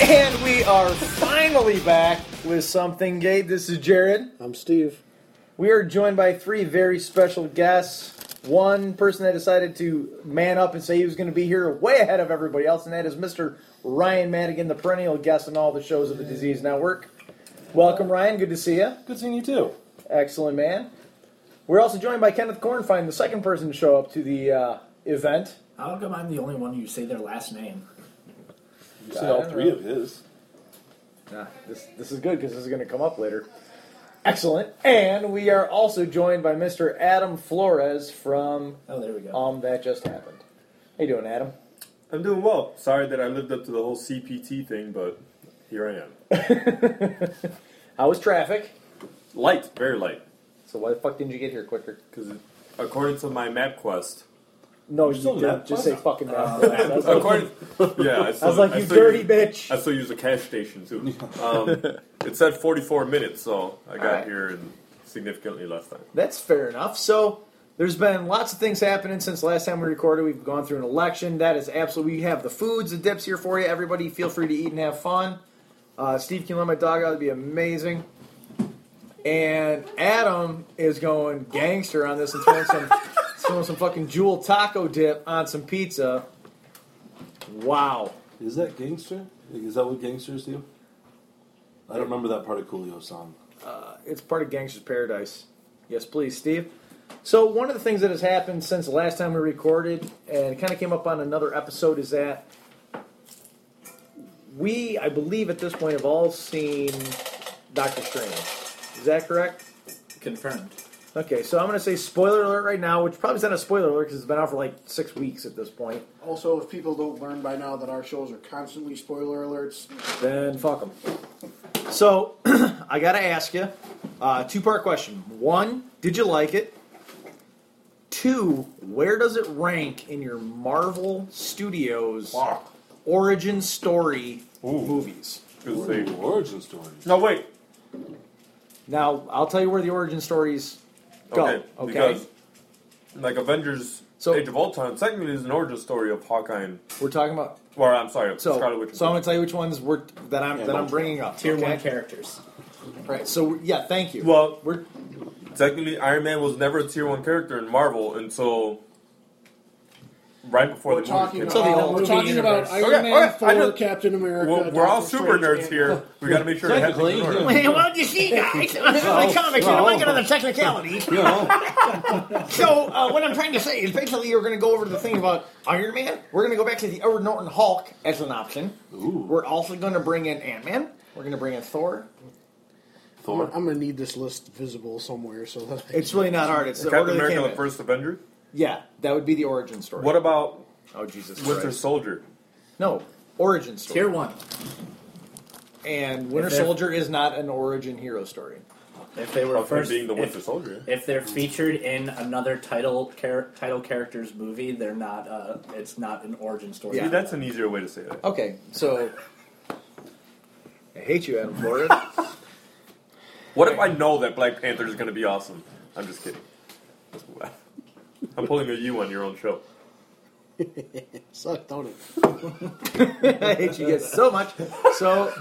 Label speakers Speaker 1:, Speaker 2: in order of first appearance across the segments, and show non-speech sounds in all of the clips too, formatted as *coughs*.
Speaker 1: And we are finally back with something gay. This is Jared.
Speaker 2: I'm Steve.
Speaker 1: We are joined by three very special guests. One person that decided to man up and say he was going to be here way ahead of everybody else, and that is Mr. Ryan Madigan, the perennial guest on all the shows of the Disease Network. Welcome, Ryan. Good to see you.
Speaker 3: Good seeing you too.
Speaker 1: Excellent, man. We're also joined by Kenneth Cornfine, the second person to show up to the uh, event.
Speaker 4: How come I'm the only one who say their last name?
Speaker 3: You said all three of his.
Speaker 1: Nah, this, this is good because this is going to come up later. Excellent. And we are also joined by Mr. Adam Flores from
Speaker 4: Oh, there we go.
Speaker 1: Um That Just Happened. How you doing, Adam? *laughs*
Speaker 5: I'm doing well. Sorry that I lived up to the whole CPT thing, but here I am.
Speaker 1: How was traffic?
Speaker 5: Light, very light.
Speaker 1: So why the fuck didn't you get here quicker?
Speaker 5: Because according to my MapQuest,
Speaker 1: No, you
Speaker 3: still
Speaker 1: didn't.
Speaker 3: not
Speaker 1: Just say
Speaker 3: fun.
Speaker 1: fucking that. I, was
Speaker 3: *laughs*
Speaker 1: like,
Speaker 5: according, yeah, I,
Speaker 1: I
Speaker 5: still,
Speaker 1: was like, you
Speaker 5: still
Speaker 1: dirty
Speaker 5: use,
Speaker 1: bitch.
Speaker 5: I still use a cash station too. Um, it said 44 minutes, so I got
Speaker 1: Alright.
Speaker 5: here in significantly less time.
Speaker 1: That's fair enough. So there's been lots of things happening since last time we recorded. We've gone through an election. That is absolutely. We have the foods, the dips here for you. Everybody, feel free to eat and have fun. Uh, Steve can let my dog out. That'd be amazing. And Adam is going gangster on this and throwing some *laughs* throwing some fucking jewel taco dip on some pizza. Wow.
Speaker 3: Is that gangster? Like, is that what gangsters do? I don't remember that part of Coolio's song.
Speaker 1: it's part of Gangster's Paradise. Yes, please, Steve. So one of the things that has happened since the last time we recorded, and kind of came up on another episode, is that we, I believe, at this point, have all seen Doctor Strange. Is that correct?
Speaker 4: Confirmed.
Speaker 1: Okay, so I'm going to say spoiler alert right now, which probably is not a spoiler alert because it's been out for like six weeks at this point.
Speaker 2: Also, if people don't learn by now that our shows are constantly spoiler alerts,
Speaker 1: Then fuck them. So, *clears throat* I gotta ask you uh, two part question. One, did you like it? Two, where does it rank in your Marvel Studios origin story movies?
Speaker 5: Good
Speaker 3: Or-
Speaker 5: thing.
Speaker 3: origin story.
Speaker 5: No, wait.
Speaker 1: Now, I'll tell you where the origin stories go.
Speaker 5: Okay.
Speaker 1: Okay.
Speaker 5: Because, like Avengers:
Speaker 1: So-
Speaker 5: Age of Ultron technically is an origin story of Hawkeye. And,
Speaker 1: We're talking about.
Speaker 5: or I'm sorry,
Speaker 1: So,
Speaker 5: Scarlet Witch. and
Speaker 1: so I'm gonna tell you which ones we're, that I'm
Speaker 3: Yeah,
Speaker 1: that I'm
Speaker 3: which
Speaker 1: bringing up.
Speaker 4: Tier
Speaker 1: okay?
Speaker 4: one characters.
Speaker 1: Right. So yeah, thank you.
Speaker 5: Well-
Speaker 1: we're
Speaker 5: Technically, Iron Man was never a tier one character in Marvel until right before
Speaker 2: we're
Speaker 5: the movie
Speaker 2: talking
Speaker 5: came
Speaker 2: about,
Speaker 1: So the
Speaker 5: out.
Speaker 1: whole
Speaker 2: we're
Speaker 1: movie
Speaker 2: talking about
Speaker 1: universe.
Speaker 2: Iron
Speaker 5: Okay,
Speaker 2: Man,
Speaker 5: okay, I
Speaker 2: Thor,
Speaker 5: know-
Speaker 2: Captain America.
Speaker 5: We're, we're all
Speaker 2: Doctor
Speaker 5: super
Speaker 2: Strange,
Speaker 5: nerds
Speaker 2: and-
Speaker 1: *laughs*
Speaker 5: here. We got to make sure to have things in
Speaker 3: Technically,
Speaker 5: order.
Speaker 6: *laughs*
Speaker 3: yeah.
Speaker 6: well, you see, guys, *laughs* I'm a comic, and I might get on the technicality.
Speaker 3: You know,
Speaker 6: *laughs* So, uh, what I'm trying to say is basically you're going to go over the thing about Iron Man. We're going to go back to the Edward Norton Hulk as an option.
Speaker 3: Ooh.
Speaker 6: We're also going to bring in Ant Man. We're going to bring in Thor.
Speaker 3: Thor.
Speaker 2: I'm going to need this list visible somewhere so that I
Speaker 1: it's really not hard. It's the order
Speaker 5: Captain
Speaker 1: they came
Speaker 5: America: The
Speaker 1: in.
Speaker 5: First Avenger.
Speaker 1: Yeah, that would be the origin story.
Speaker 5: What about
Speaker 1: Oh Jesus
Speaker 5: Winter
Speaker 1: Christ.
Speaker 5: Soldier?
Speaker 1: No, origin story.
Speaker 4: Tier one.
Speaker 1: And Winter
Speaker 4: If they're-
Speaker 1: Soldier is not an origin hero story.
Speaker 4: If they were
Speaker 5: Of him
Speaker 4: first,
Speaker 5: being the Winter
Speaker 4: if,
Speaker 5: Soldier.
Speaker 4: if they're featured in another title char- title character's movie, they're not. Uh, it's not an origin story.
Speaker 1: Yeah.
Speaker 5: See, that's an easier way to say that.
Speaker 1: Okay, so I hate you, Adam Flores.
Speaker 5: What if I know that Black Panther is going to be awesome? I'm just kidding. *laughs* Let's move on. I'm pulling a you on your own show.
Speaker 2: suck, don't
Speaker 1: *laughs*
Speaker 2: it?
Speaker 1: I hate you guys so much. So,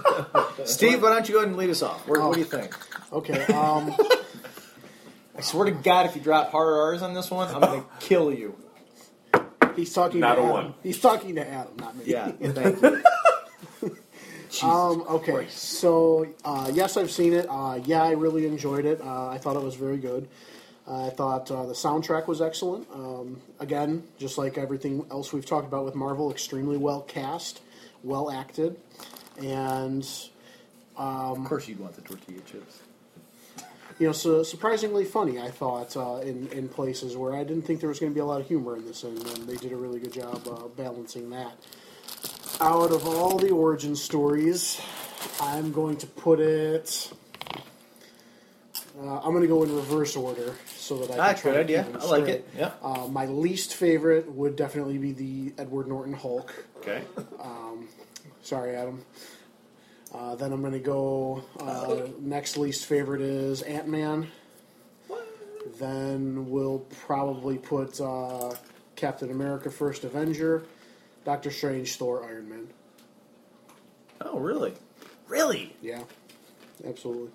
Speaker 1: Steve, why don't you go ahead and lead us off? What, what do you think?
Speaker 2: Okay, um,
Speaker 1: I swear to God, if you drop hard R's on this one, I'm gonna kill you.
Speaker 2: he's talking
Speaker 5: Not
Speaker 2: to
Speaker 5: a
Speaker 2: Adam.
Speaker 5: one.
Speaker 2: He's talking to Adam, not me.
Speaker 1: *laughs* Yeah, thank you. Jesus
Speaker 2: Um, okay,
Speaker 1: Christ.
Speaker 2: so uh, yes, I've seen it. Uh, yeah, I really enjoyed it. Uh, I thought it was very good. I thought uh, the soundtrack was excellent. Um, again, just like everything else we've talked about with Marvel, extremely well cast, well acted, and
Speaker 1: Of course, you'd want the tortilla chips.
Speaker 2: you know, so surprisingly funny. I thought uh, in in places where I didn't think there was going to be a lot of humor in this, and, and they did a really good job uh, balancing that. Out of all the origin stories, I'm going to put it. Uh, I'm going to go in reverse order so that I can
Speaker 1: Ah,
Speaker 2: try
Speaker 1: good
Speaker 2: to
Speaker 1: idea.
Speaker 2: keep them
Speaker 1: I like
Speaker 2: straight.
Speaker 1: it. Yeah.
Speaker 2: Uh, my least favorite would definitely be the Edward Norton Hulk.
Speaker 5: Okay.
Speaker 2: Sorry, Adam. Uh, then I'm going to go.
Speaker 1: Oh,
Speaker 2: Uh, next least favorite is Ant Man. Then we'll probably put uh, Captain America First Avenger, Doctor Strange, Thor, Iron Man.
Speaker 1: *laughs* Oh, really? Really?
Speaker 2: Yeah, absolutely.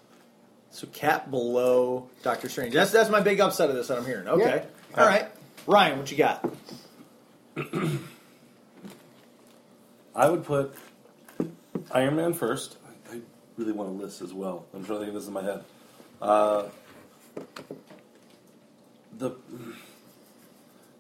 Speaker 1: So Cap below Doctor Strange. That's that's my big upset of this that I'm hearing. Okay.
Speaker 5: Yeah.
Speaker 1: All right. Ryan, what you got?
Speaker 3: I would put Iron Man first. I, I really want a list as well. I'm trying to think of this in my head. Uh, the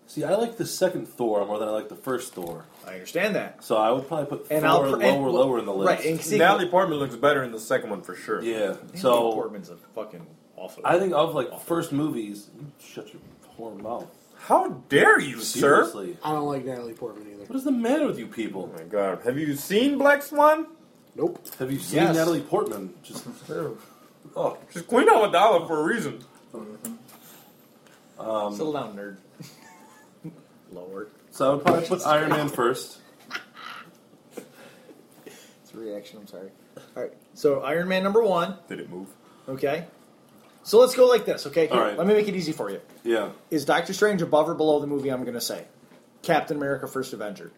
Speaker 3: see, I like the second Thor more than I like the first Thor.
Speaker 1: I understand that.
Speaker 3: So I would probably put
Speaker 1: And
Speaker 3: Thor
Speaker 1: I'll
Speaker 3: lower,
Speaker 1: pr- and-
Speaker 3: lower in the list.
Speaker 1: Right, and see,
Speaker 5: Natalie Portman looks better in the second one for sure.
Speaker 3: yeah.
Speaker 1: Natalie
Speaker 3: So
Speaker 1: Portman's a fucking awful.
Speaker 3: I think of like first movies. You shut your whore mouth.
Speaker 5: How dare you, sir?
Speaker 3: Seriously,
Speaker 2: I don't like Natalie Portman either.
Speaker 3: what is the matter with you people?
Speaker 5: Oh my god. Have you seen Black Swan?
Speaker 2: Nope.
Speaker 3: Have you seen
Speaker 1: Yes.
Speaker 3: Natalie Portman? Just oh,
Speaker 5: She's Queen Amidala for a reason.
Speaker 1: Settle down, nerd. Lower.
Speaker 3: so I would probably put Iron Man first.
Speaker 1: It's a reaction. I'm sorry. All right. So Iron Man number one.
Speaker 5: Did it move?
Speaker 1: Okay. So let's go like this. Okay. Here,
Speaker 3: All right.
Speaker 1: Let me make it easy for you.
Speaker 3: Yeah,
Speaker 1: Is Doctor Strange above or below the movie I'm going to say? Captain America: First Avenger,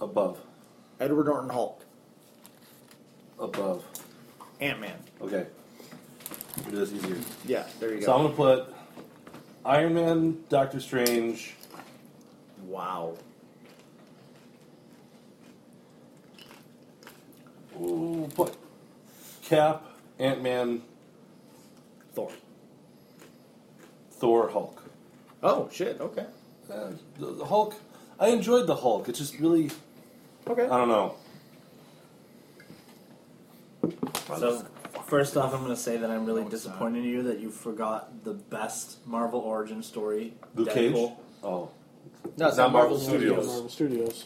Speaker 3: above,
Speaker 1: Edward Norton Hulk,
Speaker 3: above.
Speaker 1: Ant Man.
Speaker 3: Okay, We'll do this easier.
Speaker 1: Yeah, there you go.
Speaker 3: So I'm gonna put Iron Man, Doctor Strange,
Speaker 1: wow.
Speaker 3: ooh, put Cap, Ant Man,
Speaker 1: Thor.
Speaker 3: Thor, Hulk.
Speaker 1: Oh shit. Okay.
Speaker 3: Uh, the, the Hulk. I enjoyed the Hulk. It just really,
Speaker 1: Okay.
Speaker 3: I don't know.
Speaker 4: So, first off, I'm going to say that I'm really disappointed in you that you forgot the best Marvel origin story.
Speaker 3: Luke Cage.
Speaker 4: Deadpool.
Speaker 3: Oh,
Speaker 1: no, it's
Speaker 5: not Marvel
Speaker 2: Yeah,
Speaker 5: Studios.
Speaker 2: Marvel Studios.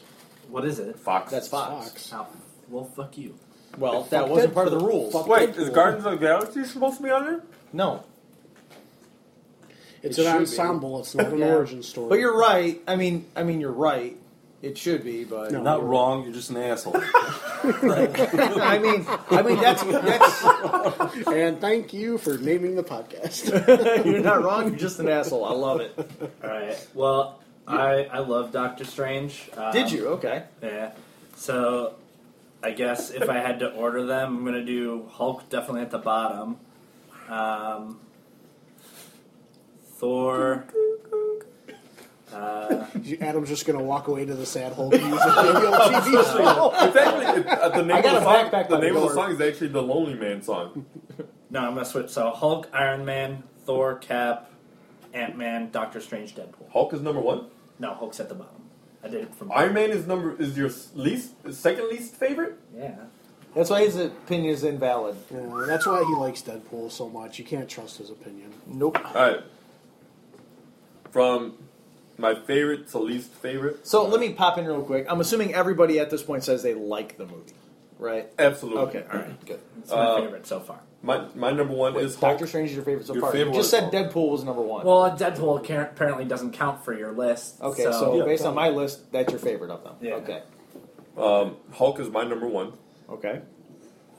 Speaker 4: What is it?
Speaker 5: Fox.
Speaker 1: That's Fox.
Speaker 2: Fox.
Speaker 4: Oh, well, fuck you.
Speaker 1: Well, that wasn't part of the rules.
Speaker 2: Fuck
Speaker 5: Wait,
Speaker 2: Deadpool.
Speaker 5: is Guardians of the Galaxy supposed to be on there?
Speaker 1: No,
Speaker 2: It's
Speaker 1: It
Speaker 2: an
Speaker 1: should be.
Speaker 2: ensemble. It's not an
Speaker 1: Yeah.
Speaker 2: origin story.
Speaker 1: but you're right. I mean, I mean, you're right. It should be, but
Speaker 2: No.
Speaker 3: not wrong. You're just an asshole.
Speaker 1: *laughs* I mean, I mean, that's that's *laughs*
Speaker 2: and thank you for naming the podcast. *laughs*
Speaker 1: you're not wrong. You're just an asshole. I love it.
Speaker 4: All right. Well, I I love Doctor Strange. Um,
Speaker 1: Did you? Okay.
Speaker 4: Yeah. So, I guess if I had to order them, I'm gonna do Hulk definitely at the bottom. Um, Thor. Uh,
Speaker 2: Adam's just gonna walk away to the sad *laughs* Hulk music video *laughs* TV
Speaker 1: *laughs*
Speaker 2: show.
Speaker 5: It's actually it, uh, the name, of
Speaker 1: got
Speaker 5: the
Speaker 1: a
Speaker 5: song,
Speaker 1: backpack
Speaker 5: the
Speaker 1: on
Speaker 5: name of the
Speaker 1: the
Speaker 5: song is actually the Lonely Man song.
Speaker 4: no, I'm gonna switch. So Hulk, Iron Man, Thor, Cap, Ant Man, Doctor Strange, Deadpool.
Speaker 5: Hulk is number one.
Speaker 4: No, Hulk's at the bottom. I did it from
Speaker 5: Iron Man is number is your least second least favorite.
Speaker 4: Yeah.
Speaker 1: That's why his opinion is invalid.
Speaker 2: Yeah, that's why he likes Deadpool so much. You can't trust his opinion.
Speaker 1: Nope.
Speaker 5: All right, from my favorite to least favorite.
Speaker 1: So let me pop in real quick. I'm assuming everybody at this point says they like the movie, right?
Speaker 5: Absolutely.
Speaker 1: Okay. All right. Good.
Speaker 4: It's my
Speaker 5: Uh,
Speaker 4: favorite so far.
Speaker 5: My my number one is Hulk.
Speaker 1: Doctor Strange is your favorite so
Speaker 5: Your
Speaker 1: far.
Speaker 5: favorite
Speaker 1: you just
Speaker 5: was
Speaker 1: said Deadpool was number one.
Speaker 4: Well, Deadpool ca- apparently doesn't count for your list.
Speaker 1: okay. So,
Speaker 4: so,
Speaker 1: based on my list, that's your favorite of them.
Speaker 4: Yeah.
Speaker 1: Okay.
Speaker 5: Um, Hulk is my number one
Speaker 1: Okay.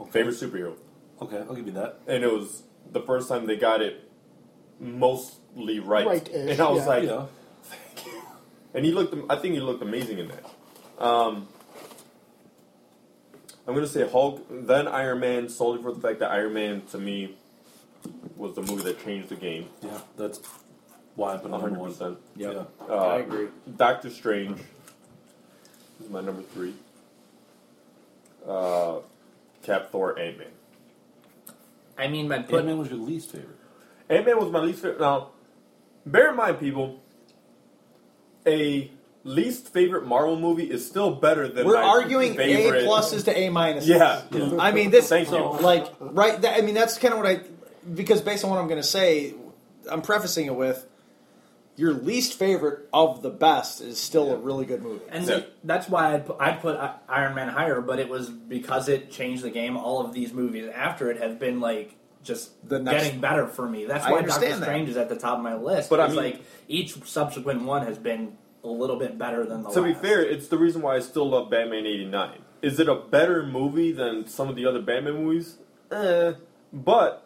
Speaker 5: favorite superhero,
Speaker 3: okay, I'll give you that.
Speaker 5: and it was the first time they got it mostly right. *laughs*
Speaker 2: Right-ish,
Speaker 5: and I was
Speaker 2: yeah.
Speaker 5: like,
Speaker 3: Yeah.
Speaker 5: and he looked. I think he looked amazing in that. Um, I'm gonna say Hulk, then Iron Man, solely for the fact that Iron Man to me was the movie that changed the game.
Speaker 3: Yeah, that's why I put it on
Speaker 5: 100.
Speaker 3: one.
Speaker 5: percent
Speaker 1: Yep.
Speaker 3: Yeah.
Speaker 5: uh,
Speaker 1: I agree.
Speaker 5: Doctor Strange is my number three. Uh, Cap, Thor, Ant Man.
Speaker 4: I mean, my put
Speaker 3: Ant Man was your least favorite.
Speaker 5: Ant Man was my least favorite. Now, bear in mind, people, a least favorite Marvel movie is still better than
Speaker 1: We're
Speaker 5: my
Speaker 1: arguing
Speaker 5: favorite.
Speaker 1: A pluses to A minuses.
Speaker 5: Yeah.
Speaker 1: I mean, this.
Speaker 5: Thank you.
Speaker 1: Like, right? That, I mean, that's kind of what I. Because based on what I'm going to say, I'm prefacing it with your least favorite of the best is still a really good movie.
Speaker 4: And
Speaker 5: Yeah.
Speaker 4: that's why I'd put, I'd put I- Iron Man higher, but it was because it changed the game. All of these movies after it have been like just
Speaker 1: The next-
Speaker 4: getting better for me. That's
Speaker 1: I
Speaker 4: why Doctor
Speaker 1: understand that.
Speaker 4: Strange is at the top of my list.
Speaker 5: But I
Speaker 4: because,
Speaker 5: mean-
Speaker 4: like each subsequent one has been a little bit better than the
Speaker 5: To be
Speaker 4: last.
Speaker 5: fair, it's the reason why I still love Batman '89. Is it a better movie than some of the other Batman movies? Eh, but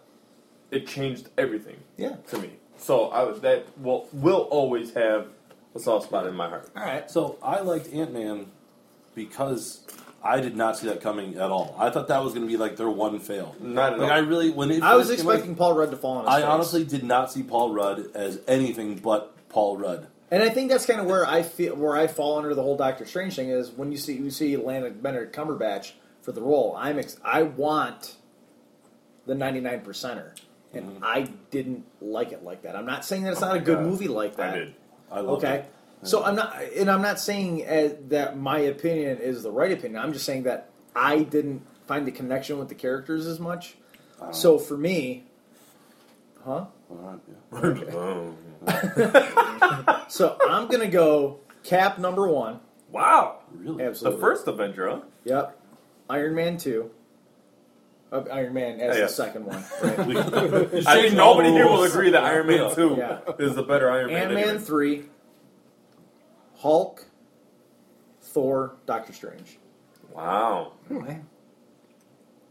Speaker 5: it changed everything
Speaker 1: Yeah.
Speaker 5: to me. So I was that will will always have a soft spot in my heart.
Speaker 1: All right.
Speaker 3: So I liked Ant Man because I did not see that coming at all. I thought that was going to be like their one fail.
Speaker 5: Not at
Speaker 3: Like
Speaker 5: all.
Speaker 3: I really when it
Speaker 1: I was
Speaker 3: first came out,
Speaker 1: expecting Paul Rudd to fall on his
Speaker 3: I
Speaker 1: face.
Speaker 3: honestly did not see Paul Rudd as anything but Paul Rudd.
Speaker 1: And I think that's kind of where I feel where I fall under the whole Doctor Strange thing is when you see you see Landon Benedict Cumberbatch for the role. I'm ex- I want the 99 percenter, and
Speaker 3: Mm-hmm.
Speaker 1: I didn't like it like that. I'm not saying that
Speaker 3: Oh
Speaker 1: it's not a good
Speaker 5: God.
Speaker 1: movie like
Speaker 5: I
Speaker 1: that.
Speaker 5: did.
Speaker 3: I loved
Speaker 1: Okay,
Speaker 3: it.
Speaker 1: so I'm not, and I'm not saying uh, that my opinion is the right opinion. I'm just saying that I didn't find the connection with the characters as much. So for me, huh?
Speaker 3: Alright, yeah.
Speaker 5: Oh.
Speaker 1: So I'm gonna go Cap number one.
Speaker 5: Wow.
Speaker 3: Really?
Speaker 1: Absolutely.
Speaker 5: The first
Speaker 1: *laughs*
Speaker 5: Avenger, huh?
Speaker 1: Yep. Iron Man two. Uh, Iron Man as
Speaker 5: Yeah,
Speaker 1: the
Speaker 5: yeah.
Speaker 1: second one. Right?
Speaker 3: We-
Speaker 5: I think
Speaker 3: Shane
Speaker 5: nobody here
Speaker 3: rules.
Speaker 5: will agree that Iron Man 2
Speaker 1: Yeah.
Speaker 5: is the better Iron Man.
Speaker 1: Ant Man
Speaker 5: anyway.
Speaker 1: three. Hulk. Thor. Doctor Strange.
Speaker 5: Wow.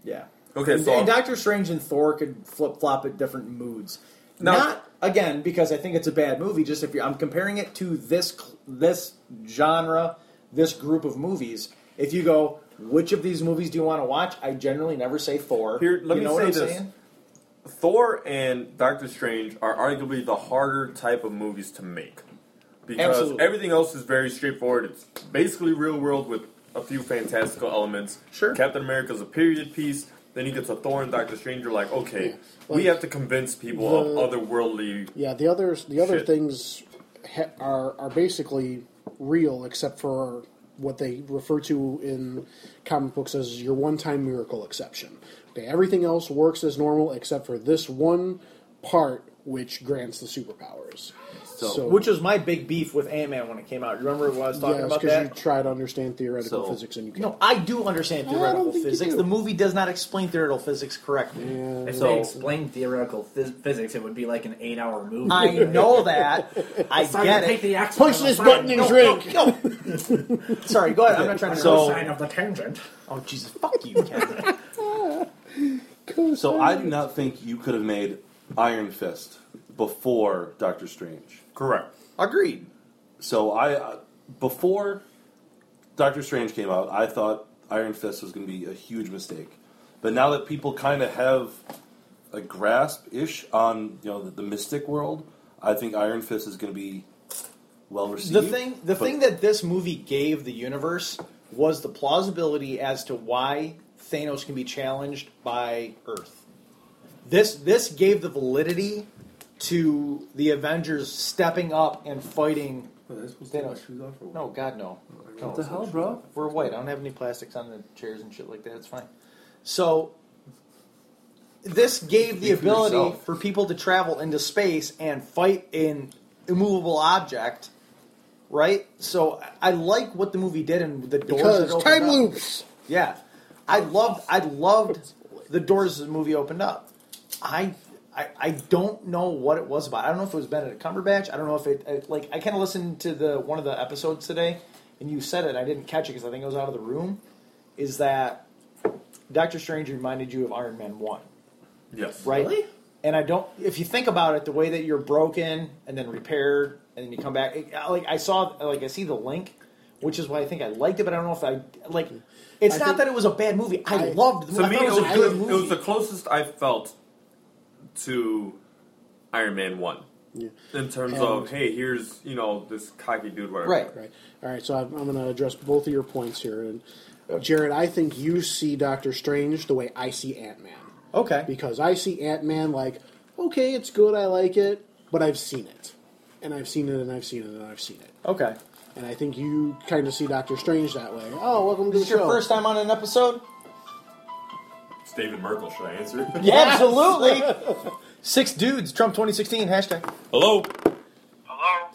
Speaker 1: Yeah.
Speaker 5: Okay,
Speaker 1: And,
Speaker 5: so
Speaker 1: and Doctor Strange and Thor could flip flop at different moods.
Speaker 5: Now-
Speaker 1: Not again because I think it's a bad movie. Just if you're, I'm comparing it to this cl- this genre, this group of movies. If you go, which of these movies do you want to watch? I generally never say Thor.
Speaker 5: Here, let
Speaker 1: you
Speaker 5: me
Speaker 1: know what
Speaker 5: say
Speaker 1: I'm
Speaker 5: this.
Speaker 1: saying?
Speaker 5: Thor and Doctor Strange are arguably the harder type of movies to make because
Speaker 1: Absolutely.
Speaker 5: everything else is very straightforward. It's basically real world with a few fantastical elements.
Speaker 1: Sure.
Speaker 5: Captain America's a period piece. Then you get to Thor and Doctor Strange. You're like, okay,
Speaker 2: Yeah.
Speaker 5: we
Speaker 2: Like,
Speaker 5: have to convince people
Speaker 2: the-
Speaker 5: of otherworldly.
Speaker 2: Yeah, the others, the other
Speaker 5: Shit.
Speaker 2: things ha- are are basically real, except for what they refer to in comic books as your one-time miracle exception. Okay, everything else works as normal except for this one part, which grants the superpowers. So,
Speaker 1: Which was my big beef with Ant Man when it came out. Remember what I was talking
Speaker 2: yeah,
Speaker 1: about
Speaker 2: because you
Speaker 1: that?
Speaker 2: try to understand theoretical
Speaker 3: So-
Speaker 2: physics and you can't.
Speaker 1: No, I do understand
Speaker 2: I don't
Speaker 1: theoretical
Speaker 2: think you
Speaker 1: physics.
Speaker 2: do.
Speaker 1: The movie does not explain theoretical physics correctly.
Speaker 4: If
Speaker 5: So-
Speaker 4: they explained theoretical phys- physics, it would be like an eight-hour movie.
Speaker 1: I
Speaker 4: *laughs*
Speaker 1: know
Speaker 2: *laughs*
Speaker 1: that. I
Speaker 4: It's time
Speaker 1: get
Speaker 4: to
Speaker 1: it.
Speaker 4: take the axe
Speaker 2: Push
Speaker 4: to
Speaker 2: this
Speaker 4: the
Speaker 2: button and
Speaker 4: No,
Speaker 2: drink.
Speaker 4: no, no.
Speaker 1: Sorry, go ahead. I'm not trying to.
Speaker 3: So-
Speaker 4: Sign of the tangent.
Speaker 1: oh Jesus, fuck you, Ken.
Speaker 3: So I do not think you could have made Iron Fist before Doctor Strange.
Speaker 5: Correct.
Speaker 1: Agreed.
Speaker 3: So I uh, before Doctor Strange came out, I thought Iron Fist was going to be a huge mistake. But now that people kind of have a grasp ish on you know the, the mystic world, I think Iron Fist is going to be well received.
Speaker 1: The thing, the
Speaker 3: But
Speaker 1: thing that this movie gave the universe was the plausibility as to why Thanos can be challenged by Earth. This this gave the validity to the Avengers stepping up and fighting. No, God, no. no.
Speaker 3: what the hell, bro?
Speaker 1: We're white. I don't have any plastics on the chairs and shit like that. It's fine. So this gave the
Speaker 5: Speak for
Speaker 1: ability
Speaker 5: yourself.
Speaker 1: for people to travel into space and fight an immovable object, right? So I- I like what the movie did and the doors that
Speaker 2: Because
Speaker 1: opened
Speaker 2: time
Speaker 1: up.
Speaker 2: loops.
Speaker 1: Yeah, I loved. I loved the doors the movie opened up. I. I, I don't know what it was about. I don't know if it was Benedict Cumberbatch. I don't know if it I- like I kind of listened to the one of the episodes today, and you said it. I didn't catch it because I think I was out of the room. Is that Doctor Strange reminded you of Iron Man One?
Speaker 5: Yes.
Speaker 1: right?
Speaker 4: Really?
Speaker 1: And I don't. If you think about it, the way that you're broken and then repaired and then you come back, it- like I saw, like I see the link, which is why I think I liked it. But I don't know if I like. It's
Speaker 2: I
Speaker 1: not
Speaker 2: think-
Speaker 1: that it was a bad movie. I,
Speaker 2: I-
Speaker 1: loved the movie.
Speaker 5: To
Speaker 1: I
Speaker 5: me,
Speaker 1: thought
Speaker 5: it was,
Speaker 1: it was a good
Speaker 5: the-
Speaker 1: movie.
Speaker 5: it was the closest I felt to Iron Man 1
Speaker 2: Yeah.
Speaker 5: in terms
Speaker 2: And-
Speaker 5: of, hey, here's, you know, this cocky dude, whatever.
Speaker 1: right.
Speaker 2: Right. All right. So I'm, I'm going to address both of your points here, and Jared, I think you see Doctor Strange the way I see Ant Man,
Speaker 1: Okay.
Speaker 2: because I see Ant Man like, okay, it's good, I like it, but I've seen it, and I've seen it, and I've seen it, and I've seen it,
Speaker 1: Okay.
Speaker 2: and I think you kind of see Doctor Strange that way. Oh, welcome to
Speaker 1: This is
Speaker 2: the
Speaker 1: your
Speaker 2: show.
Speaker 1: first time on an episode.
Speaker 5: It's David Merkel. Should I answer?
Speaker 1: Absolutely. Six dudes. Trump 2016 hashtag.
Speaker 5: Hello.
Speaker 7: Hello?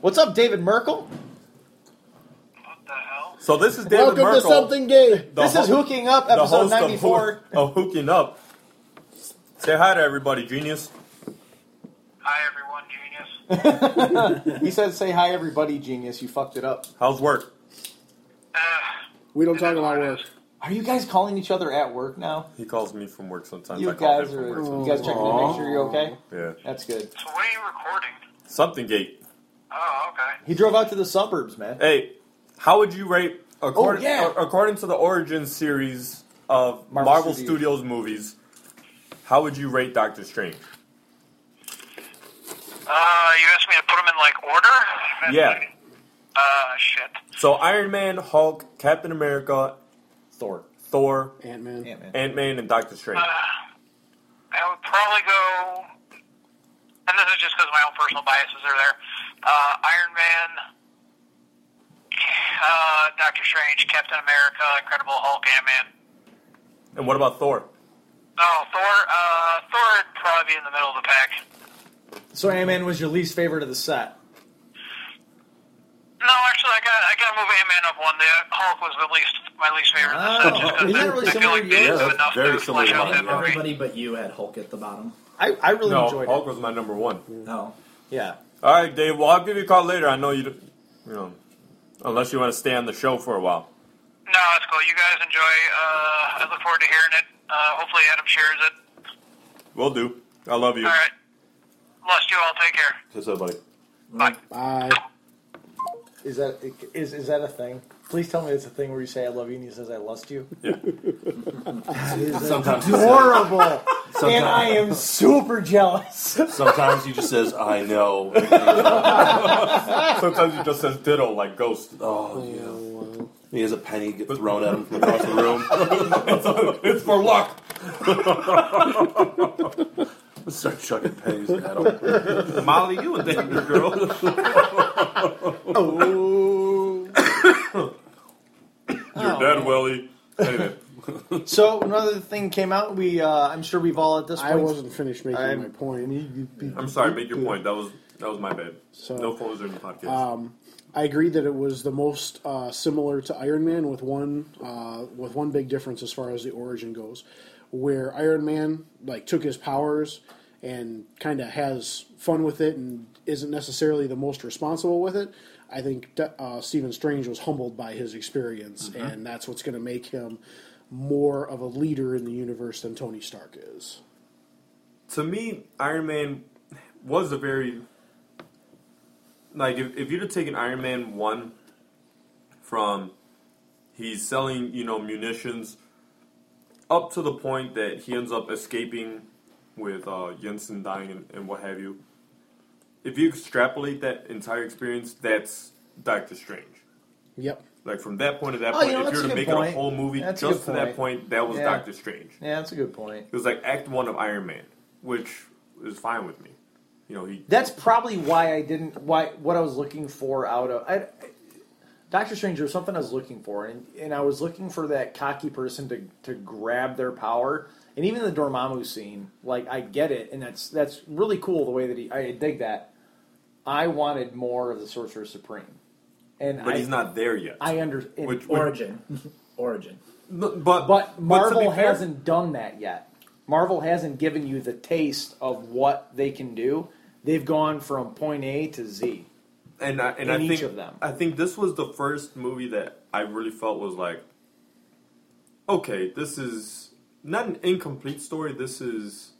Speaker 1: What's up, David Merkel?
Speaker 7: What the hell?
Speaker 5: So this is David
Speaker 2: welcome to
Speaker 5: Merkel.
Speaker 2: something gay.
Speaker 5: the
Speaker 1: this is
Speaker 5: ho-
Speaker 1: hooking up
Speaker 5: the
Speaker 1: episode
Speaker 5: host of
Speaker 1: 94.
Speaker 5: Hook- of hooking up. Say hi to everybody, genius.
Speaker 7: Hi, everyone,
Speaker 1: *laughs*
Speaker 7: genius.
Speaker 1: he said, "Say hi, everybody, genius. You fucked it up."
Speaker 5: How's work?
Speaker 7: Uh,
Speaker 2: We don't talk about work.
Speaker 1: Are you guys calling each other at work now?
Speaker 5: He calls me from work sometimes.
Speaker 1: You
Speaker 5: I call
Speaker 1: guys
Speaker 5: him from
Speaker 1: are
Speaker 5: work
Speaker 1: you guys checking to make sure you're okay.
Speaker 5: sometimes. Yeah.
Speaker 1: That's good.
Speaker 7: so what are you recording?
Speaker 5: Something gate.
Speaker 7: Oh, okay.
Speaker 1: He drove out to the suburbs, man.
Speaker 5: Hey, how would you rate According,
Speaker 1: Oh, yeah.
Speaker 5: a- according to the origin series of Marvel,
Speaker 1: Marvel
Speaker 5: Studios.
Speaker 1: Studios.
Speaker 5: movies, how would you rate Doctor Strange?
Speaker 7: Uh, you asked me to put them in like order.
Speaker 5: Yeah.
Speaker 7: Uh, shit.
Speaker 5: So Iron Man, Hulk, Captain America,
Speaker 1: Thor.
Speaker 5: Thor,
Speaker 2: Ant Man.
Speaker 1: Yeah, man.
Speaker 5: Ant Man, and Doctor Strange.
Speaker 7: I would probably go. And this is just because my own personal biases are there. Uh, Iron Man, uh, Doctor Strange, Captain America, Incredible Hulk, Ant Man.
Speaker 5: And what about Thor?
Speaker 7: Oh, Thor. Uh, Thor would probably be in the middle of the pack.
Speaker 1: So Ant-Man was your least favorite of the set.
Speaker 7: No, actually, I got I got to move Ant Man up one. The Hulk was the least my least favorite.
Speaker 1: Wow. Isn't that really
Speaker 7: I feel
Speaker 1: similar
Speaker 7: like
Speaker 1: to
Speaker 7: they
Speaker 1: yours?
Speaker 3: Yeah,
Speaker 7: didn't do enough
Speaker 3: very
Speaker 7: to
Speaker 3: similar to
Speaker 7: flesh out that
Speaker 3: mine, yeah.
Speaker 7: movie.
Speaker 4: Everybody but you had Hulk at the bottom. Oh.
Speaker 1: I, I really
Speaker 5: No,
Speaker 1: enjoyed
Speaker 5: Hulk
Speaker 1: it.
Speaker 5: was my number one.
Speaker 4: No.
Speaker 1: Yeah.
Speaker 5: All right, Dave. Well, I'll give you a call later. I know you, don't- you know, unless you want to stay on the show for a while.
Speaker 7: No, it's cool. You guys enjoy. Uh, I look forward to hearing it. Uh, hopefully, Adam shares it.
Speaker 5: Will do. I love you.
Speaker 7: All right. Lust you all. Take care.
Speaker 3: Kiss that, buddy.
Speaker 7: Bye.
Speaker 2: Bye.
Speaker 1: Is that is is that a thing? Please tell me it's a thing where you say I love you and he says I lust you.
Speaker 5: Yeah.
Speaker 3: Sometimes, he says-
Speaker 1: Horrible. and I am super jealous.
Speaker 3: *laughs* sometimes he just says, "I know." *laughs* And then he's like,
Speaker 5: Sometimes it just says ditto like ghost.
Speaker 3: oh yeah. He has a penny get thrown at him from across the room. *laughs*
Speaker 5: It's for luck.
Speaker 3: Start chucking pennies at him.
Speaker 5: Molly, you a
Speaker 3: *laughs*
Speaker 5: danger girl. *laughs* You're
Speaker 3: Oh.
Speaker 5: dead, Willie. Anyway,
Speaker 1: So another thing came out. We uh, I'm sure we've all at this point.
Speaker 2: I wasn't finished making
Speaker 1: I'm-
Speaker 2: my point.
Speaker 5: I'm sorry. Make your point. That was that was my bad.
Speaker 2: So-
Speaker 5: no phones during the podcast.
Speaker 2: I agree that it was the most uh, similar to Iron Man with one uh, with one big difference as far as the origin goes, where Iron Man like took his powers and kind of has fun with it and isn't necessarily the most responsible with it. I think uh, Stephen Strange was humbled by his experience, and that's what's going to make him more of a leader in the universe than Tony Stark is.
Speaker 5: to me, Iron Man was a very like if, if you'd have taken Iron Man one from he's selling you know munitions up to the point that he ends up escaping with uh, Jensen dying and, and what have you. If you extrapolate that entire experience, that's Doctor Strange.
Speaker 2: Yep.
Speaker 5: Like from that point to that
Speaker 1: Oh,
Speaker 5: point,
Speaker 1: you know,
Speaker 5: if you
Speaker 1: that's
Speaker 5: were
Speaker 1: a
Speaker 5: to
Speaker 1: good
Speaker 5: make it a
Speaker 1: point.
Speaker 5: whole movie
Speaker 1: That's a
Speaker 5: just to
Speaker 1: good
Speaker 5: that
Speaker 1: point.
Speaker 5: point, that was
Speaker 1: Yeah.
Speaker 5: Doctor Strange.
Speaker 1: Yeah, that's a good point.
Speaker 5: It was like Act One of Iron Man, which is fine with me. You know, he
Speaker 1: That's probably why I didn't why what I was looking for out of I, Doctor Strange there was something I was looking for, and, and I was looking for that cocky person to, to grab their power. And even the Dormammu scene, like I get it, and that's that's really cool the way that he I dig that. I wanted more of the Sorcerer Supreme, and
Speaker 5: but
Speaker 1: I,
Speaker 5: he's not there yet.
Speaker 1: I under and-
Speaker 5: Which-
Speaker 4: Origin. *laughs* Origin.
Speaker 5: but but,
Speaker 1: But
Speaker 5: to
Speaker 1: Marvel
Speaker 5: be fair-
Speaker 1: hasn't done that yet. Marvel hasn't given you the taste of what they can do. They've gone from point A to Z.
Speaker 5: and I, and
Speaker 1: in
Speaker 5: I think
Speaker 1: each of them.
Speaker 5: I think this was the first movie that I really felt was like, okay, this is not an incomplete story. This is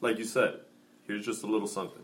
Speaker 5: like you said, here's just a little something.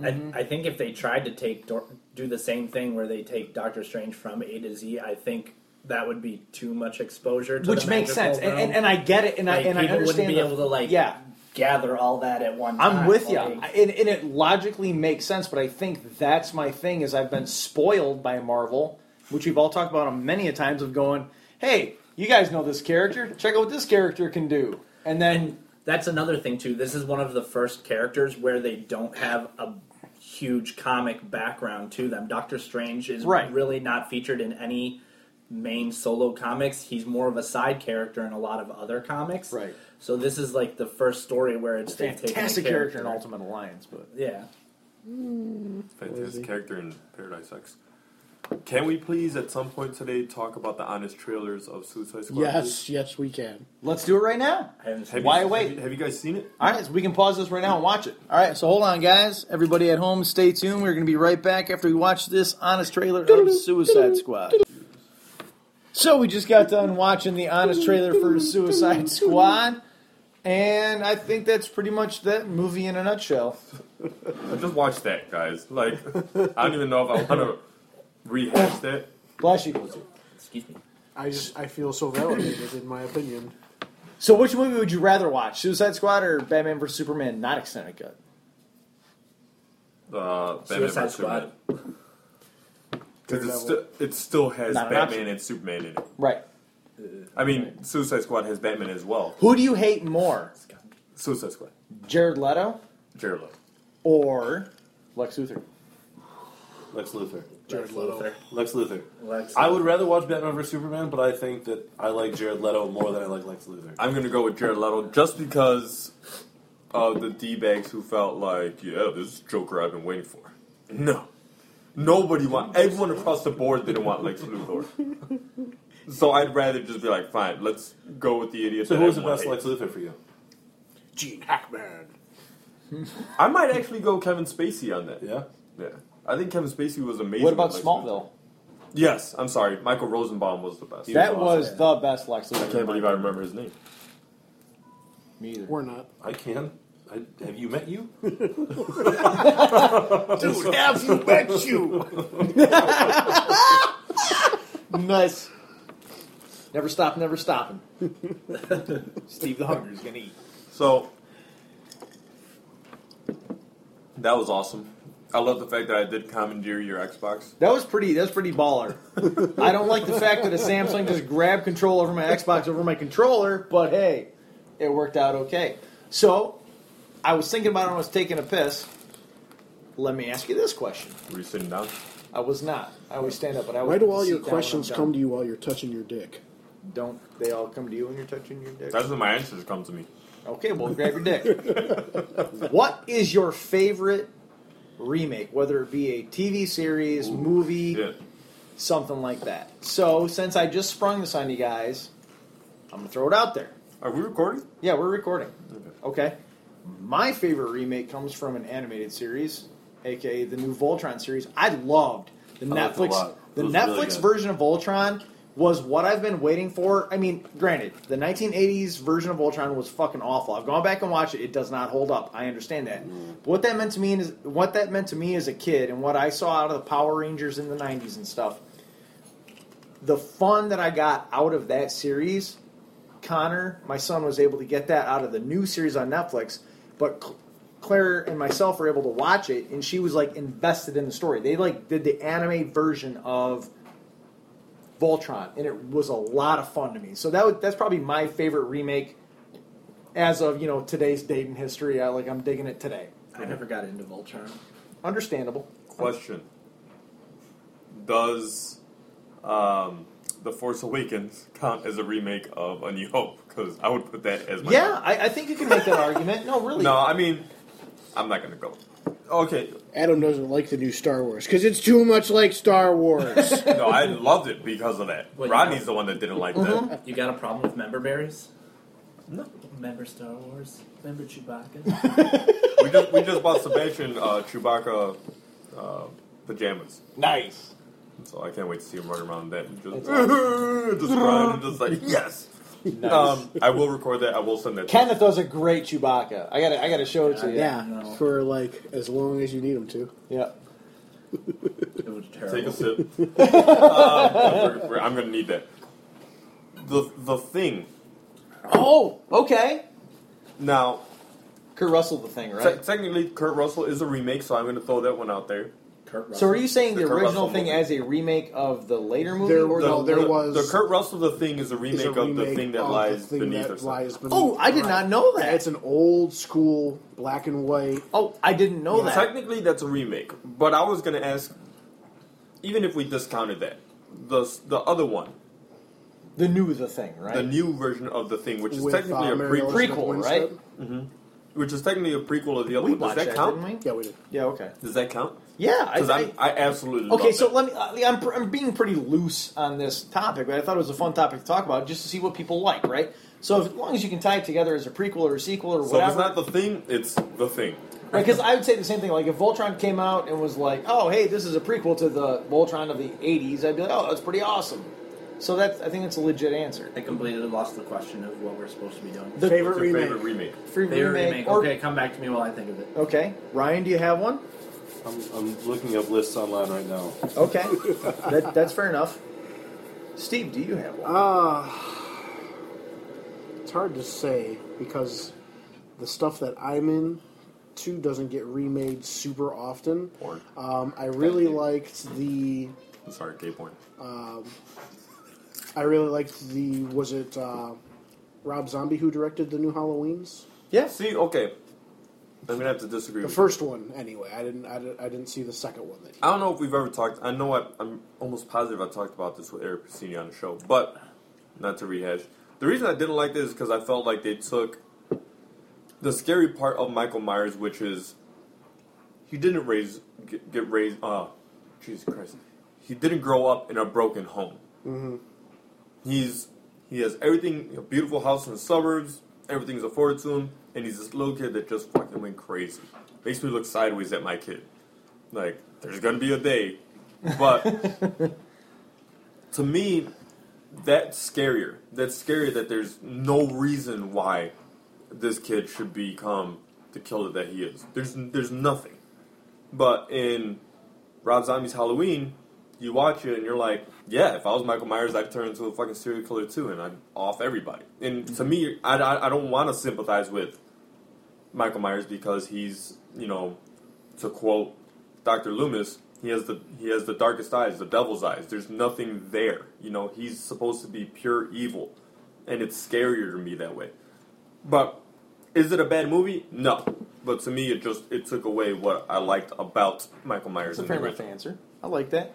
Speaker 1: Mm-hmm.
Speaker 4: I, I think if they tried to take Dor- do the same thing where they take Doctor Strange from A to Z, I think that would be too much exposure. To
Speaker 1: which
Speaker 4: the
Speaker 1: makes
Speaker 4: magical
Speaker 1: sense, and,
Speaker 4: realm.
Speaker 1: and, and I get it, and
Speaker 4: Like,
Speaker 1: I and I
Speaker 4: people
Speaker 1: understand.
Speaker 4: wouldn't be
Speaker 1: the-
Speaker 4: able to like
Speaker 1: yeah,
Speaker 4: gather all that at one.
Speaker 1: I'm
Speaker 4: time.
Speaker 1: with you,
Speaker 4: Like,
Speaker 1: and, and it logically makes sense. But I think that's my thing is I've been spoiled by Marvel, which we've all talked about many a times of going, hey, you guys know this character, check out what this character can do, and then
Speaker 4: and that's another thing too. This is one of the first characters where they don't have a huge comic background to them. Doctor Strange is
Speaker 1: Right.
Speaker 4: really not featured in any main solo comics. He's more of a side character in a lot of other comics.
Speaker 1: Right.
Speaker 4: So this is like the first story where it's they've taken a
Speaker 1: fantastic character in Ultimate Alliance, but
Speaker 4: Yeah.
Speaker 5: Fantastic character in Paradise X. Can we please at some point today talk about the honest trailers of Suicide Squad?
Speaker 2: Yes, yes, we can.
Speaker 1: let's do it right now.
Speaker 4: I haven't
Speaker 5: Have
Speaker 4: seen
Speaker 5: you-
Speaker 1: Why
Speaker 5: have
Speaker 1: wait?
Speaker 5: you- have you guys seen it?
Speaker 1: All right, so we can pause this right now and watch it. All right, so hold on, guys. Everybody at home, stay tuned. We're going to be right back after we watch this honest trailer of Suicide Squad. So we just got done watching the honest trailer for Suicide Squad, and I think that's pretty much that movie in a nutshell.
Speaker 5: Just watch that, guys. Like, I don't even know if I want to rehash that.
Speaker 1: Flash equals you.
Speaker 4: Excuse me.
Speaker 2: I just I feel so validated in my opinion.
Speaker 1: So, which movie would you rather watch, Suicide Squad or Batman vs Superman? Not extended cut.
Speaker 5: Uh, Batman
Speaker 4: Suicide
Speaker 5: vs
Speaker 4: Squad.
Speaker 5: Superman. Because it,
Speaker 2: Daredevil.
Speaker 5: st- it still has
Speaker 1: Not an option.
Speaker 5: Batman and Superman in it.
Speaker 1: Right.
Speaker 5: I mean, Suicide Squad has Batman as well.
Speaker 1: Who do you hate more,
Speaker 5: Suicide Squad.
Speaker 1: Jared Leto
Speaker 5: Jared Leto.
Speaker 1: or Lex Luthor?
Speaker 3: Lex Luthor.
Speaker 2: Jared Leto.
Speaker 3: Lex Luthor.
Speaker 4: Lex
Speaker 3: I would rather watch Batman vs Superman, but I think that I like Jared Leto more than I like Lex Luthor.
Speaker 5: I'm gonna go with Jared Leto just because of the d bags who felt like, yeah, this is the Joker I've been waiting for. No, nobody want. Everyone across the board didn't want Lex Luthor. So I'd rather just be like, fine, let's go with the idiot.
Speaker 3: So
Speaker 5: that
Speaker 3: who was the
Speaker 5: everyone
Speaker 3: best
Speaker 5: hates.
Speaker 3: Lex Luthor for you?
Speaker 2: Gene Hackman.
Speaker 5: I might actually go Kevin Spacey on that.
Speaker 3: Yeah.
Speaker 5: yeah. I think Kevin Spacey was amazing.
Speaker 1: What about
Speaker 5: as Lex
Speaker 1: Smallville?
Speaker 5: Luthor. Yes, I'm sorry. Michael Rosenbaum was the best.
Speaker 3: He
Speaker 1: That
Speaker 3: was
Speaker 1: was the best Lex Luthor.
Speaker 5: I can't believe I remember his name.
Speaker 1: Me either.
Speaker 2: We're not.
Speaker 3: I can. I, have you met you?
Speaker 6: Dude, have you met you?
Speaker 1: *laughs* Nice. Never stop, never stopping.
Speaker 6: Steve the Hunger's gonna eat.
Speaker 5: So that was awesome. I love the fact that I did commandeer your Xbox.
Speaker 1: That was pretty. That was pretty baller. I don't like the fact that a Samsung just grabbed control over my Xbox over my controller, but hey, it worked out okay. So, I was thinking about it when I was taking a piss. Let me ask you this question.
Speaker 5: Were you sitting down?
Speaker 1: I was not. I always stand up, but I
Speaker 2: Why
Speaker 1: always
Speaker 2: do all
Speaker 1: sit
Speaker 2: your
Speaker 1: down when
Speaker 2: questions
Speaker 1: I'm
Speaker 2: come to
Speaker 1: done.
Speaker 2: you while you're touching your dick?
Speaker 1: Don't they all come to you when you're touching your dick?
Speaker 5: That's when my answers come to me.
Speaker 1: Okay, well, grab your dick. what is your favorite remake, whether it be a TV series, movie,
Speaker 5: Yeah.
Speaker 1: something like that? So, since I just sprung this on you guys, I'm going to throw it out there.
Speaker 5: Are we recording?
Speaker 1: Yeah, we're recording. Okay. My favorite remake comes from an animated series, aka the new Voltron series. I loved the
Speaker 3: I liked it Oh, a
Speaker 1: Netflix
Speaker 3: lot.
Speaker 1: the
Speaker 3: It was really
Speaker 1: Netflix
Speaker 3: good.
Speaker 1: version of Voltron was what I've been waiting for. I mean, granted, the 1980s version of Voltron was fucking awful. I've gone back and watched it. It does not hold up. I understand that.
Speaker 3: Mm.
Speaker 1: But what that meant to me is what that meant to me as a kid and what I saw out of the Power Rangers in the 90s and stuff. The fun that I got out of that series Connor, my son, was able to get that out of the new series on Netflix, but Cl- Claire and myself were able to watch it, and she was like invested in the story. They like did the anime version of Voltron, and it was a lot of fun to me. So that would, that's probably my favorite remake as of you know today's date in history. I like I'm digging it today.
Speaker 4: I never got into Voltron.
Speaker 1: Understandable.
Speaker 5: Question. Does um, The Force Awakens count as a remake of A New Hope? Because I would put that as my.
Speaker 1: Yeah, I, I think you can make that *laughs* argument. No, really.
Speaker 5: No, I mean, I'm not going to go. Okay.
Speaker 2: Adam doesn't like the new Star Wars because it's too much like Star Wars.
Speaker 5: No, I loved it because of that.
Speaker 4: Well, you
Speaker 5: Rodney's
Speaker 4: know.
Speaker 5: the one that didn't like that.
Speaker 4: You got a problem with member berries?
Speaker 5: No.
Speaker 4: Member Star Wars?
Speaker 5: *laughs*
Speaker 4: Member Chewbacca?
Speaker 5: We just, we just bought Sebastian uh, Chewbacca uh, pajamas.
Speaker 6: Nice.
Speaker 5: So I can't wait to see him run around that and just, *laughs* just run and just
Speaker 2: *laughs*
Speaker 5: like yes. Um, I will record that. I will send that. to
Speaker 1: Kenneth does a great Chewbacca. I gotta I gotta show it to you.
Speaker 2: *laughs* yeah,
Speaker 4: No.
Speaker 2: for like as long as you need them to.
Speaker 1: Yeah.
Speaker 4: it was
Speaker 5: you. Take a
Speaker 2: *laughs*
Speaker 4: terrible.
Speaker 5: sip. Um, we're- we're- I'm gonna need that. The the thing
Speaker 1: Oh, okay.
Speaker 5: now
Speaker 1: Kurt Russell, the thing,
Speaker 5: te-
Speaker 1: right?
Speaker 5: technically Kurt Russell is a remake, so I'm gonna throw that one out there.
Speaker 4: Kurt Russell.
Speaker 1: So are you saying
Speaker 5: The
Speaker 1: the,
Speaker 5: Kurt
Speaker 1: original
Speaker 5: Russell
Speaker 1: thing
Speaker 5: movie.
Speaker 1: as a remake of the later movie?
Speaker 2: There
Speaker 1: or
Speaker 2: No,
Speaker 5: The-
Speaker 2: there
Speaker 5: the,
Speaker 2: was-
Speaker 5: the Kurt Russell the thing is a remake
Speaker 2: It's a
Speaker 5: of the
Speaker 2: remake
Speaker 5: thing that
Speaker 2: of
Speaker 5: lies
Speaker 2: the thing
Speaker 5: beneath
Speaker 2: that
Speaker 5: us.
Speaker 2: lies beneath.
Speaker 1: Oh, I did not know that.
Speaker 2: It's an old school black and white.
Speaker 1: oh, I didn't know
Speaker 5: Well,
Speaker 1: that.
Speaker 5: Technically, that's a remake, but I was gonna ask, even if we discounted that, the the other one,
Speaker 1: The new the thing, right? uh,
Speaker 5: the new version of the thing, which is technically a
Speaker 2: Mary
Speaker 5: prequel.
Speaker 1: Elizabeth-
Speaker 2: Elizabeth
Speaker 1: Prequel,
Speaker 2: Winstead.
Speaker 1: right?
Speaker 5: which is technically a prequel of the other
Speaker 1: we
Speaker 5: one. Does
Speaker 1: watched
Speaker 5: that, count?
Speaker 1: didn't we?
Speaker 2: Yeah, we did.
Speaker 1: Yeah, okay.
Speaker 5: Does that count?
Speaker 1: Yeah, I,
Speaker 5: Because
Speaker 1: I,
Speaker 5: I, I absolutely
Speaker 1: okay.
Speaker 5: love
Speaker 1: So
Speaker 5: that.
Speaker 1: let me. I- I'm, I'm being pretty loose on this topic, but I thought it was a fun topic to talk about, just to see what people like, right? So as long as you can tie it together as a prequel or a sequel or
Speaker 5: so if
Speaker 1: whatever,
Speaker 5: it's not the thing, it's the thing.
Speaker 1: Because I would say the same thing. Like if Voltron came out and was like, "Oh, hey, this is a prequel to the Voltron of the '80s," I'd be like, "Oh, that's pretty awesome." So that's I think that's a legit answer.
Speaker 4: I completely lost the question of what we're supposed to be doing.
Speaker 1: The
Speaker 2: favorite
Speaker 5: What's your
Speaker 2: remake.
Speaker 5: favorite remake?
Speaker 1: free
Speaker 4: Favorite
Speaker 1: remake,
Speaker 4: remake.
Speaker 1: or
Speaker 4: Okay, come back to me while I think of it.
Speaker 1: *laughs* okay. Ryan, do you have one? *laughs*
Speaker 3: I'm, I'm looking up lists online right now.
Speaker 1: Okay, that, that's fair enough. Steve, do you have one?
Speaker 2: Uh, it's hard to say because the stuff that I'm in two doesn't get remade super often.
Speaker 5: Porn.
Speaker 1: Uh,
Speaker 2: Um, I really liked the.
Speaker 5: Sorry, gay porn.
Speaker 2: I really liked the. Was it uh, Rob Zombie who directed the new Halloweens?
Speaker 5: See, okay. I'm gonna have to disagree.
Speaker 2: The
Speaker 5: with
Speaker 2: first one, anyway. I didn't. I didn't, I didn't see the second one. That
Speaker 5: you. I don't know if we've ever talked. I know I, I'm almost positive I talked about this with Eric Pacini on the show, but not to rehash. The reason I didn't like this is because I felt like they took the scary part of Michael Myers, which is he didn't raise get, get raised. Uh, Jesus Christ, he didn't grow up in a broken home. He's he has everything. A beautiful house in the suburbs. Everything's afforded to him, and he's this little kid that just fucking went crazy. Makes me look sideways at my kid. Like there's gonna be a day, but to me, that's scarier. That's scarier that there's no reason why this kid should become the killer that he is. There's there's nothing. But in Rob Zombie's Halloween, you watch it and you're like, yeah, if I was Michael Myers, I'd turn into a fucking serial killer too, and I'd off everybody. And to me, I, I, I don't want to sympathize with Michael Myers because he's, you know, to quote Dr. Loomis, he has the he has the darkest eyes, the devil's eyes. There's nothing there. You know, he's supposed to be pure evil, and it's scarier to me that way. But is it a bad movie? No. But to me, it just it took away what I liked about Michael Myers.
Speaker 1: That's a
Speaker 5: in
Speaker 1: fair
Speaker 5: the
Speaker 1: enough
Speaker 5: original.
Speaker 1: answer. I like that.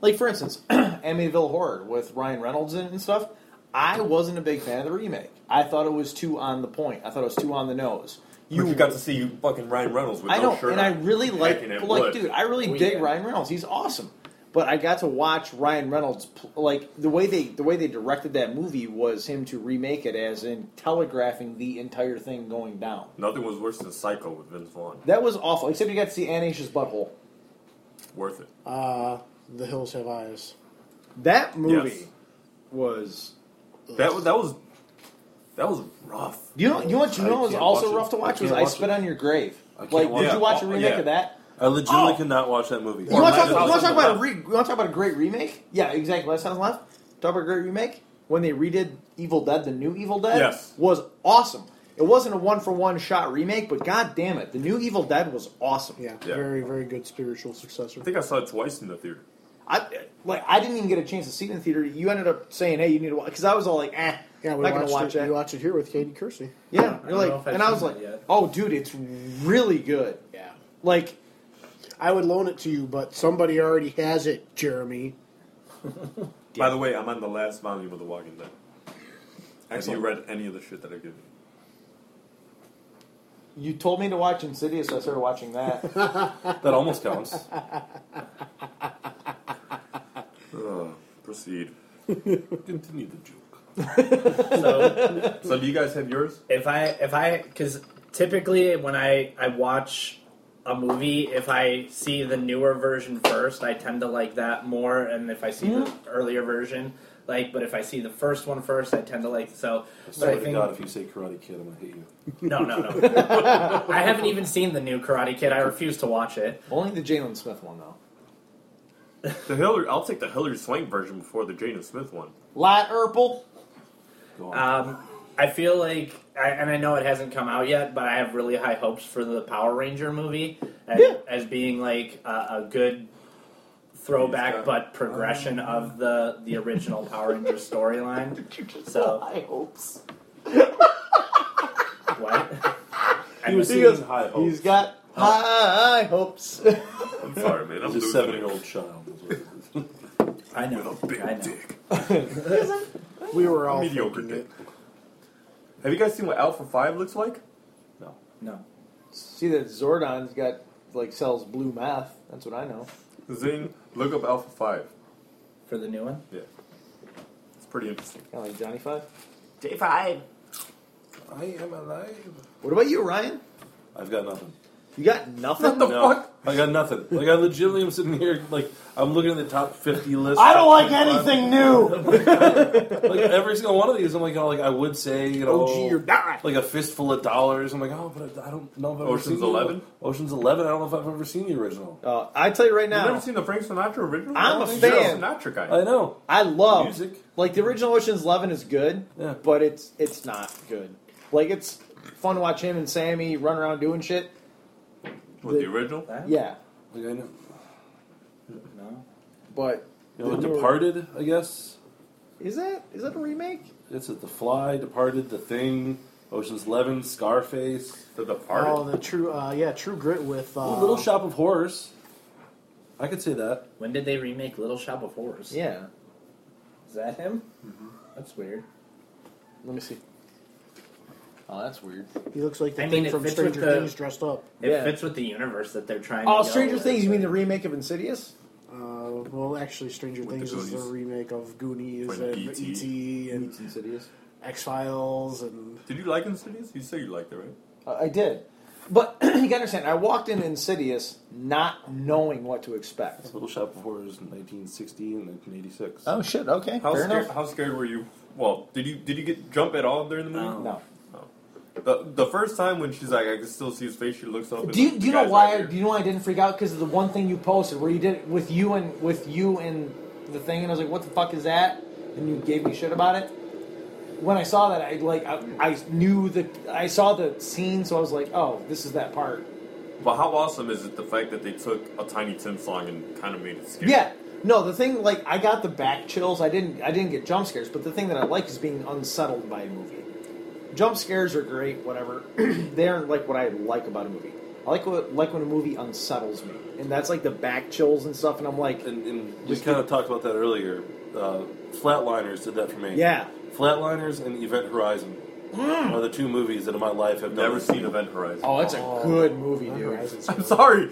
Speaker 1: Like for instance, *clears throat* Amityville Horror with Ryan Reynolds in it and stuff. I wasn't a big fan of the remake. I thought it was too on the point. I thought it was too on the nose.
Speaker 5: You, you got to see you fucking Ryan Reynolds with
Speaker 1: I
Speaker 5: no
Speaker 1: know,
Speaker 5: shirt
Speaker 1: and
Speaker 5: on.
Speaker 1: I really like,
Speaker 5: Hacking at
Speaker 1: like,
Speaker 5: wood.
Speaker 1: dude, I really dig
Speaker 4: yeah.
Speaker 1: Ryan Reynolds. He's awesome. But I got to watch Ryan Reynolds, pl- like the way they the way they directed that movie was him to remake it as in telegraphing the entire thing going down.
Speaker 5: Nothing was worse than Psycho with Vince Vaughn.
Speaker 1: That was awful. Except you got to see Anne Heche's butthole.
Speaker 5: Worth it.
Speaker 2: one. Uh, the Hills Have Eyes.
Speaker 1: That movie
Speaker 5: Yes.
Speaker 1: was
Speaker 5: That was that was that was rough.
Speaker 1: You know, you know what? You
Speaker 5: I
Speaker 1: know what was
Speaker 5: can't
Speaker 1: also
Speaker 5: watch it.
Speaker 1: rough to
Speaker 5: I
Speaker 1: watch was
Speaker 5: can't
Speaker 1: I
Speaker 5: watch
Speaker 1: spit
Speaker 5: it.
Speaker 1: on your grave.
Speaker 3: can't
Speaker 1: Like,
Speaker 3: watch
Speaker 1: did
Speaker 5: it.
Speaker 1: you watch a
Speaker 5: Yeah.
Speaker 1: remake of that?
Speaker 3: I legitimately
Speaker 1: Oh!
Speaker 3: cannot watch that movie.
Speaker 1: You want to talk,
Speaker 5: Last
Speaker 1: you wanna
Speaker 5: House
Speaker 1: talk
Speaker 5: on the
Speaker 1: about a
Speaker 5: Left.
Speaker 1: re, you want to talk about a great remake? Yeah, exactly. Last House on the Left. Talk about a great remake when they redid Evil Dead. The new Evil Dead
Speaker 5: Yes.
Speaker 1: was awesome. It wasn't a one for one shot remake, but god damn it, the new Evil Dead was awesome.
Speaker 2: Yeah,
Speaker 5: Yeah.
Speaker 2: very very good spiritual successor.
Speaker 5: I think I saw it twice in the theater.
Speaker 1: I like. I didn't even get a chance to see it in the theater. You ended up saying, "Hey, you need to watch," because I was all like, "Eh,
Speaker 2: yeah, we
Speaker 1: not gonna
Speaker 2: watched
Speaker 1: watch
Speaker 2: it.
Speaker 1: that."
Speaker 2: We watched it here with Katie Kersey.
Speaker 1: yeah,
Speaker 4: I
Speaker 1: you're
Speaker 4: don't know
Speaker 1: like,
Speaker 4: if I've
Speaker 1: and I was
Speaker 4: seen
Speaker 1: like,
Speaker 4: that yet.
Speaker 1: "Oh, dude, it's really good."
Speaker 2: Yeah.
Speaker 1: Like,
Speaker 2: I would loan it to you, but somebody already has it, Jeremy.
Speaker 5: By the way, I'm on the last volume of The Walking Dead. Have you read any of the shit that I give you?
Speaker 1: You told me to watch Insidious, so I started watching that.
Speaker 3: That
Speaker 1: *laughs*
Speaker 3: almost counts.
Speaker 5: Ugh, proceed.
Speaker 3: Continue the joke.
Speaker 4: So
Speaker 5: So do you guys have yours?
Speaker 4: if I if I because typically when I I watch a movie, if I see the newer version first, I tend to like that more, and if I see
Speaker 3: Hmm.
Speaker 4: the earlier version, like, but if I see the first one first, I tend to like so.
Speaker 3: I
Speaker 4: But I
Speaker 3: swear to
Speaker 4: think
Speaker 3: God, if you say Karate Kid, I'm gonna hit you.
Speaker 4: no, no, no.
Speaker 3: *laughs*
Speaker 4: I haven't even seen the new Karate Kid. I refuse to watch it.
Speaker 1: Only the Jalen Smith one, though.
Speaker 5: The Hillary. I'll take the Hillary Swank version before the Jaden Smith one.
Speaker 1: Lot Urpel.
Speaker 3: Go on.
Speaker 4: Um, I feel like, I, and I know it hasn't come out yet, but I have really high hopes for the Power Ranger movie as, as being like a, a good
Speaker 5: Yeah.
Speaker 4: throwback but progression of the the original Power Ranger storyline. So
Speaker 1: High hopes. *laughs*
Speaker 4: what?
Speaker 3: he was
Speaker 1: he goes-
Speaker 3: singing high hopes.
Speaker 1: He's got high hopes.
Speaker 3: *laughs*
Speaker 5: I'm sorry, man. I'm
Speaker 3: He's a
Speaker 5: losing it.
Speaker 3: seven-year-old
Speaker 5: *laughs*
Speaker 3: child. is what it is.
Speaker 4: I know.
Speaker 5: with a big
Speaker 4: I know.
Speaker 5: dick.
Speaker 2: We were all
Speaker 5: Mediocre
Speaker 2: thinking
Speaker 5: dick.
Speaker 2: it.
Speaker 5: Have you guys seen what Alpha Five looks like?
Speaker 3: no.
Speaker 4: No.
Speaker 1: *laughs* See that Zordon's got like sells blue meth. That's what I know.
Speaker 5: Zing. Look up Alpha Five.
Speaker 4: For the new one?
Speaker 5: Yeah, it's pretty interesting.
Speaker 1: Kind of like Johnny Five.
Speaker 4: Day five.
Speaker 3: I am alive.
Speaker 1: What about you, Ryan?
Speaker 3: I've got nothing.
Speaker 1: You got nothing.
Speaker 5: What the
Speaker 3: No,
Speaker 5: fuck?
Speaker 3: I got nothing. Like I legitimately am sitting here, like I'm looking at the top fifty list.
Speaker 6: I don't like
Speaker 3: top 25.
Speaker 6: anything new.
Speaker 3: Like every single one of these, I'm like, oh, like I would say, you know,
Speaker 2: Oh, gee, you're not.
Speaker 3: like a fistful of dollars. I'm like, oh, but I, I don't know if I've
Speaker 5: Ocean's
Speaker 3: ever seen the-
Speaker 5: 11?
Speaker 3: Ocean's Eleven. I don't know if I've ever seen the original.
Speaker 1: Uh, I tell you right
Speaker 5: You've
Speaker 1: now,
Speaker 5: never seen the Frank Sinatra original?
Speaker 1: I'm
Speaker 5: I don't
Speaker 1: a
Speaker 5: think you're
Speaker 1: fan.
Speaker 5: Sinatra guy.
Speaker 3: I know.
Speaker 1: I love
Speaker 3: Music.
Speaker 1: Like the original Ocean's Eleven is good,
Speaker 3: Yeah.
Speaker 1: but it's it's not good. Like it's fun to watch him and Sammy run around doing shit.
Speaker 5: With the original?
Speaker 4: That?
Speaker 1: Yeah,
Speaker 3: Like I know.
Speaker 4: No.
Speaker 1: but
Speaker 3: You know,
Speaker 1: The newer-
Speaker 3: Departed. I guess
Speaker 1: is that is that a remake?
Speaker 3: it's at The Fly, Departed, The Thing, Ocean's Eleven, Scarface,
Speaker 5: The Departed?
Speaker 2: Oh, the true, uh, yeah, True Grit with uh,
Speaker 3: Little Shop of Horrors. I could say that.
Speaker 4: When did they remake Little Shop of Horrors?
Speaker 1: Yeah,
Speaker 4: Is that him? That's weird.
Speaker 1: let me see. Oh, that's weird.
Speaker 2: He looks like the
Speaker 4: I mean,
Speaker 2: thing
Speaker 4: it
Speaker 2: from
Speaker 4: fits
Speaker 2: Stranger
Speaker 4: with the-
Speaker 2: Things dressed up.
Speaker 4: It
Speaker 1: Yeah.
Speaker 4: fits with the universe that they're trying to
Speaker 1: Oh,
Speaker 4: go
Speaker 1: Stranger
Speaker 4: with.
Speaker 1: Things. You mean the remake of Insidious?
Speaker 2: Uh, well, actually, Stranger
Speaker 5: With the
Speaker 2: Things is the
Speaker 5: Goonies. E
Speaker 2: remake of Goonies
Speaker 5: With
Speaker 2: and
Speaker 5: E.T..
Speaker 2: E.T. and
Speaker 1: Insidious.
Speaker 2: X Files and
Speaker 5: Did you like Insidious? You said you liked it, right?
Speaker 1: Uh, I did, but *clears throat* you gotta understand. I walked in Insidious not knowing what to expect.
Speaker 3: Little Shop of Horrors, 1960 and 1986.
Speaker 1: Oh shit! Okay,
Speaker 5: How
Speaker 1: fair
Speaker 5: scared?
Speaker 1: enough.
Speaker 5: How scared were you? Well, did you did you get jump at all during the movie?
Speaker 1: No.
Speaker 5: The, the first time when she's like, I can still see his face. She looks up. and
Speaker 1: Do you,
Speaker 5: the
Speaker 1: do you know
Speaker 5: guy's
Speaker 1: why?
Speaker 5: right
Speaker 1: do
Speaker 5: here.
Speaker 1: you know why I didn't freak out? Because of the one thing you posted, where you did with you and with you and the thing, and I was like, "What the fuck is that?" And you gave me shit about it. When I saw that, I like I, I knew the I saw the scene, so I was like, "Oh, this is that part."
Speaker 5: But how awesome is it the fact that they took a Tiny Tim song and kind of made it scary?
Speaker 1: Yeah. No, the thing like I got the back chills. I didn't I didn't get jump scares, but the thing that I like is being unsettled by a movie. Jump scares are great, whatever. *clears throat* they aren't like what I like about a movie. I like what like when a movie unsettles me, and that's like the back chills and stuff. And I'm like,
Speaker 3: And, and we kind of talked about that earlier. Uh, Flatliners did that for me.
Speaker 1: Yeah. Mm.
Speaker 3: Flatliners and Event Horizon are the two movies that in my life have
Speaker 5: I've never
Speaker 3: done that.
Speaker 5: seen Event Horizon.
Speaker 1: oh, that's a good movie, dude.
Speaker 2: Horizon
Speaker 5: I'm
Speaker 2: Zero.
Speaker 5: sorry.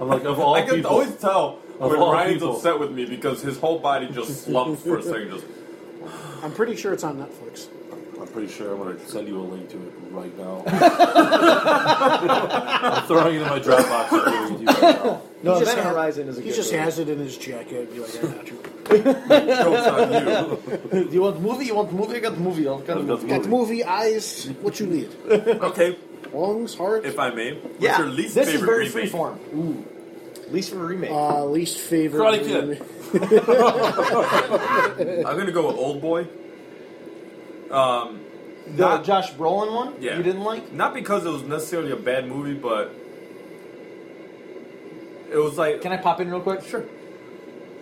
Speaker 3: I'm like of all
Speaker 5: I can
Speaker 3: people.
Speaker 5: always tell
Speaker 3: Of
Speaker 5: when
Speaker 3: all
Speaker 5: Ryan's
Speaker 3: people.
Speaker 5: upset with me because his whole body
Speaker 3: *laughs*
Speaker 5: just slumps for a second. Just
Speaker 2: I'm pretty sure it's on Netflix.
Speaker 3: I'm pretty sure I'm going to send you a link to it right
Speaker 1: *laughs*
Speaker 5: *laughs*
Speaker 3: now. I'm throwing it in my Dropbox. and leaving it to you right now.
Speaker 1: No,
Speaker 2: just
Speaker 1: Event
Speaker 2: had-
Speaker 1: Horizon is a
Speaker 2: He
Speaker 1: good
Speaker 2: just
Speaker 1: movie.
Speaker 2: has it in his jacket. Be like, I got
Speaker 5: *laughs*
Speaker 2: you.
Speaker 5: *laughs* jokes on you.
Speaker 1: Do *laughs* you want movie? You want movie? I got movie. I'll got
Speaker 3: I've got the
Speaker 1: movie.
Speaker 2: Got
Speaker 3: movie.
Speaker 2: movie eyes. What you need?
Speaker 5: Okay,
Speaker 2: Lungs, heart.
Speaker 5: if I may, what's
Speaker 1: Yeah,
Speaker 5: your least
Speaker 1: this is
Speaker 5: favorite
Speaker 1: very
Speaker 5: remake?
Speaker 1: freeform. Ooh, least favorite remake.
Speaker 2: Uh, least favorite.
Speaker 3: Karate Kid.
Speaker 2: movie.
Speaker 5: I'm gonna go with Old Boy. Um,
Speaker 1: the
Speaker 5: not-
Speaker 1: Josh Brolin one.
Speaker 5: Yeah.
Speaker 1: You didn't like?
Speaker 5: Not because it was necessarily a bad movie, but it was like
Speaker 1: Can I pop in real quick? Sure.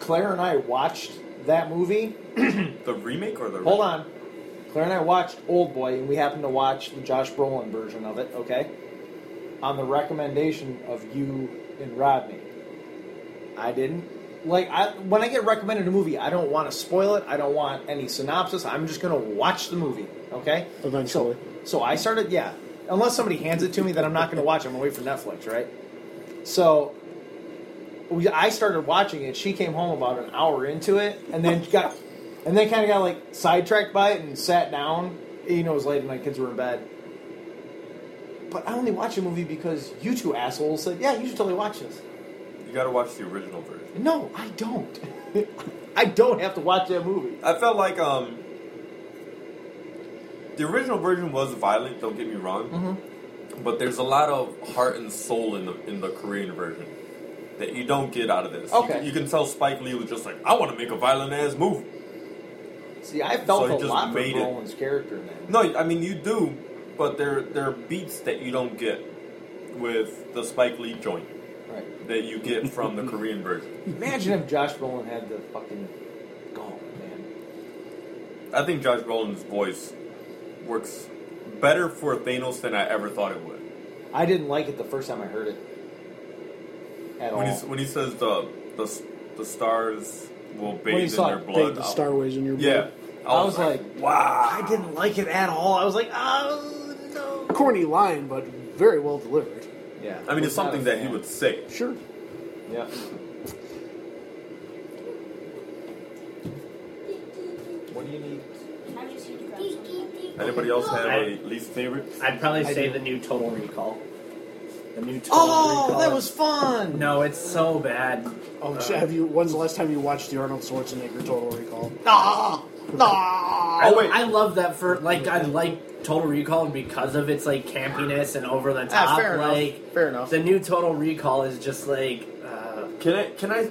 Speaker 1: Claire and I watched that movie.
Speaker 5: the remake or the
Speaker 1: Hold on. Claire and I watched Old Boy, and we happened to watch the Josh Brolin version of it. Okay. On the recommendation of you and Rodney, I didn't like. I when I get recommended a movie, I don't want to spoil it. I don't want any synopsis. I'm just gonna watch the movie. Okay.
Speaker 2: Eventually.
Speaker 1: So I started, yeah. Unless somebody hands it to me, then I'm not going to watch. it. I'm away from Netflix, right? So we, I started watching it. She came home about an hour into it, and then got, and then kind of got like sidetracked by it and sat down. You know, it was late, and my kids were in bed. But I only watched a movie because you two assholes said, "Yeah, you should totally watch this."
Speaker 5: You gotta watch the original version.
Speaker 1: No, I don't. *laughs* I don't have to watch that movie.
Speaker 5: I felt like um, the original version was violent. Don't get me wrong, but there's a lot of heart and soul in the in the Korean version that you don't get out of this. You
Speaker 1: Okay.
Speaker 5: can- you can tell Spike Lee was just like, I want to make a violent ass movie.
Speaker 1: See, I felt
Speaker 5: So he
Speaker 1: a
Speaker 5: just
Speaker 1: lot for
Speaker 5: made it.
Speaker 1: Roland's character in that.
Speaker 5: No, I mean you do, but there there are beats that you don't get with the Spike Lee joint
Speaker 1: Right.
Speaker 5: that you get from the Korean version.
Speaker 1: Imagine if Josh Brolin had the fucking gone, man.
Speaker 5: I think Josh Brolin's voice works better for Thanos than I ever thought it would.
Speaker 1: I didn't like it the first time I heard it. At
Speaker 5: When
Speaker 1: all.
Speaker 5: he when he says the the s- the stars will
Speaker 1: he
Speaker 5: bathe in
Speaker 1: saw
Speaker 5: their
Speaker 1: it,
Speaker 5: blood.
Speaker 2: the
Speaker 5: I'll-
Speaker 2: Starways in your
Speaker 5: Yeah.
Speaker 2: blood.
Speaker 1: I was like,
Speaker 5: wow.
Speaker 1: I didn't like it at all. I was like, oh no.
Speaker 2: Corny line, but very well delivered.
Speaker 1: Yeah.
Speaker 5: I mean,
Speaker 1: was
Speaker 5: it's
Speaker 1: not
Speaker 5: something
Speaker 1: a
Speaker 5: that he
Speaker 1: fan.
Speaker 5: would say.
Speaker 2: Sure.
Speaker 1: Yeah. What do you need?
Speaker 5: Anybody else have a least favorite?
Speaker 4: I'd probably say the new Total Recall. The new Total
Speaker 1: Oh,
Speaker 4: Recall.
Speaker 1: that was fun.
Speaker 4: No, it's so bad.
Speaker 5: Uh,
Speaker 2: Oh, so have you? When's the last time you watched the Arnold Schwarzenegger Total Recall?
Speaker 1: Nah, nah.
Speaker 4: I,
Speaker 5: Oh, wait.
Speaker 4: I love that for like I like Total Recall because of its like campiness and over the
Speaker 1: Ah,
Speaker 4: top.
Speaker 1: fair enough.
Speaker 4: like
Speaker 1: Fair enough.
Speaker 4: the new Total Recall is just like uh,
Speaker 5: Can I can I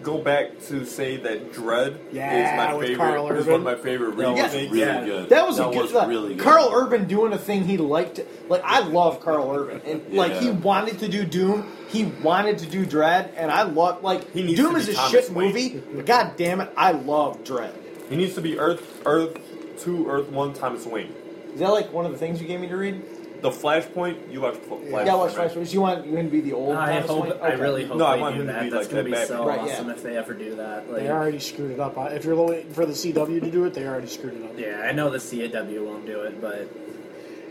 Speaker 5: go back to say that Dread
Speaker 2: Yeah,
Speaker 5: is my
Speaker 2: with
Speaker 5: favorite
Speaker 2: Carl
Speaker 5: is one of
Speaker 2: Urban.
Speaker 5: my favorite
Speaker 3: That
Speaker 5: remakes.
Speaker 3: was really
Speaker 4: Yeah.
Speaker 3: good.
Speaker 1: That was a good. uh,
Speaker 3: was
Speaker 1: like,
Speaker 3: really good.
Speaker 1: Carl Urban doing a thing he liked. Like I love
Speaker 5: *laughs*
Speaker 1: Carl Urban, and like he
Speaker 3: Yeah.
Speaker 1: wanted to do Doom, he wanted to do Dread, and I love like
Speaker 5: He needs
Speaker 1: Doom
Speaker 5: to
Speaker 1: is
Speaker 5: be
Speaker 1: a
Speaker 5: Thomas
Speaker 1: shit
Speaker 5: Wayne.
Speaker 1: movie, but god damn it, I love Dread.
Speaker 5: He needs to be Earth Earth two Earth one Thomas Wayne.
Speaker 1: Is that like one of the things you gave me to read?
Speaker 5: The Flashpoint you watched Fl- Flashpoint.
Speaker 1: yeah, watch
Speaker 5: right?
Speaker 1: Flash. Forward. You want you want to be the old?
Speaker 4: I
Speaker 1: Thomas
Speaker 4: hope
Speaker 1: Wayne?
Speaker 4: I
Speaker 1: Okay.
Speaker 4: really hope
Speaker 5: No, I
Speaker 4: they
Speaker 5: want
Speaker 4: do
Speaker 5: him to
Speaker 4: that.
Speaker 5: be
Speaker 4: That's
Speaker 5: like
Speaker 4: gonna
Speaker 5: that
Speaker 4: be
Speaker 5: Batman.
Speaker 4: so
Speaker 1: Right,
Speaker 4: awesome
Speaker 1: yeah.
Speaker 4: if they ever do that.
Speaker 2: They
Speaker 4: Like,
Speaker 2: already screwed it up. I- If you're waiting for the CW to do it, they already screwed it up.
Speaker 4: yeah, I know the CAW won't do it, but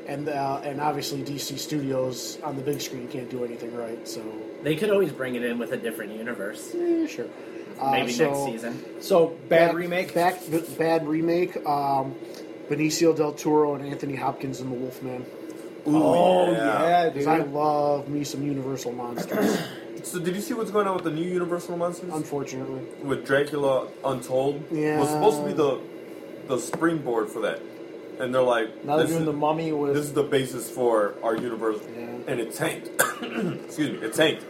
Speaker 2: And uh, and obviously DC Studios on the big screen can't do anything right. So
Speaker 4: they could always bring it in with a different universe.
Speaker 2: eh, sure. Uh,
Speaker 4: Maybe
Speaker 2: so-
Speaker 4: next season.
Speaker 1: So bad remake.
Speaker 2: Back, b- bad remake. Um, Benicio del Toro and Anthony Hopkins in The Wolfman.
Speaker 1: oh
Speaker 5: yeah.
Speaker 1: yeah,
Speaker 2: 'Cause
Speaker 1: dude.
Speaker 2: I love me some Universal monsters. *clears throat*
Speaker 5: So did you see what's going on with the new Universal Monsters?
Speaker 2: unfortunately,
Speaker 5: with Dracula Untold
Speaker 2: Yeah.
Speaker 5: was supposed to be the the springboard for that, and they're like,
Speaker 1: now they're
Speaker 5: this,
Speaker 1: doing the
Speaker 5: is,
Speaker 1: Mummy
Speaker 5: this is
Speaker 1: with.
Speaker 5: the basis for our universe,
Speaker 2: Yeah.
Speaker 5: and it tanked. *coughs* Excuse me, it tanked.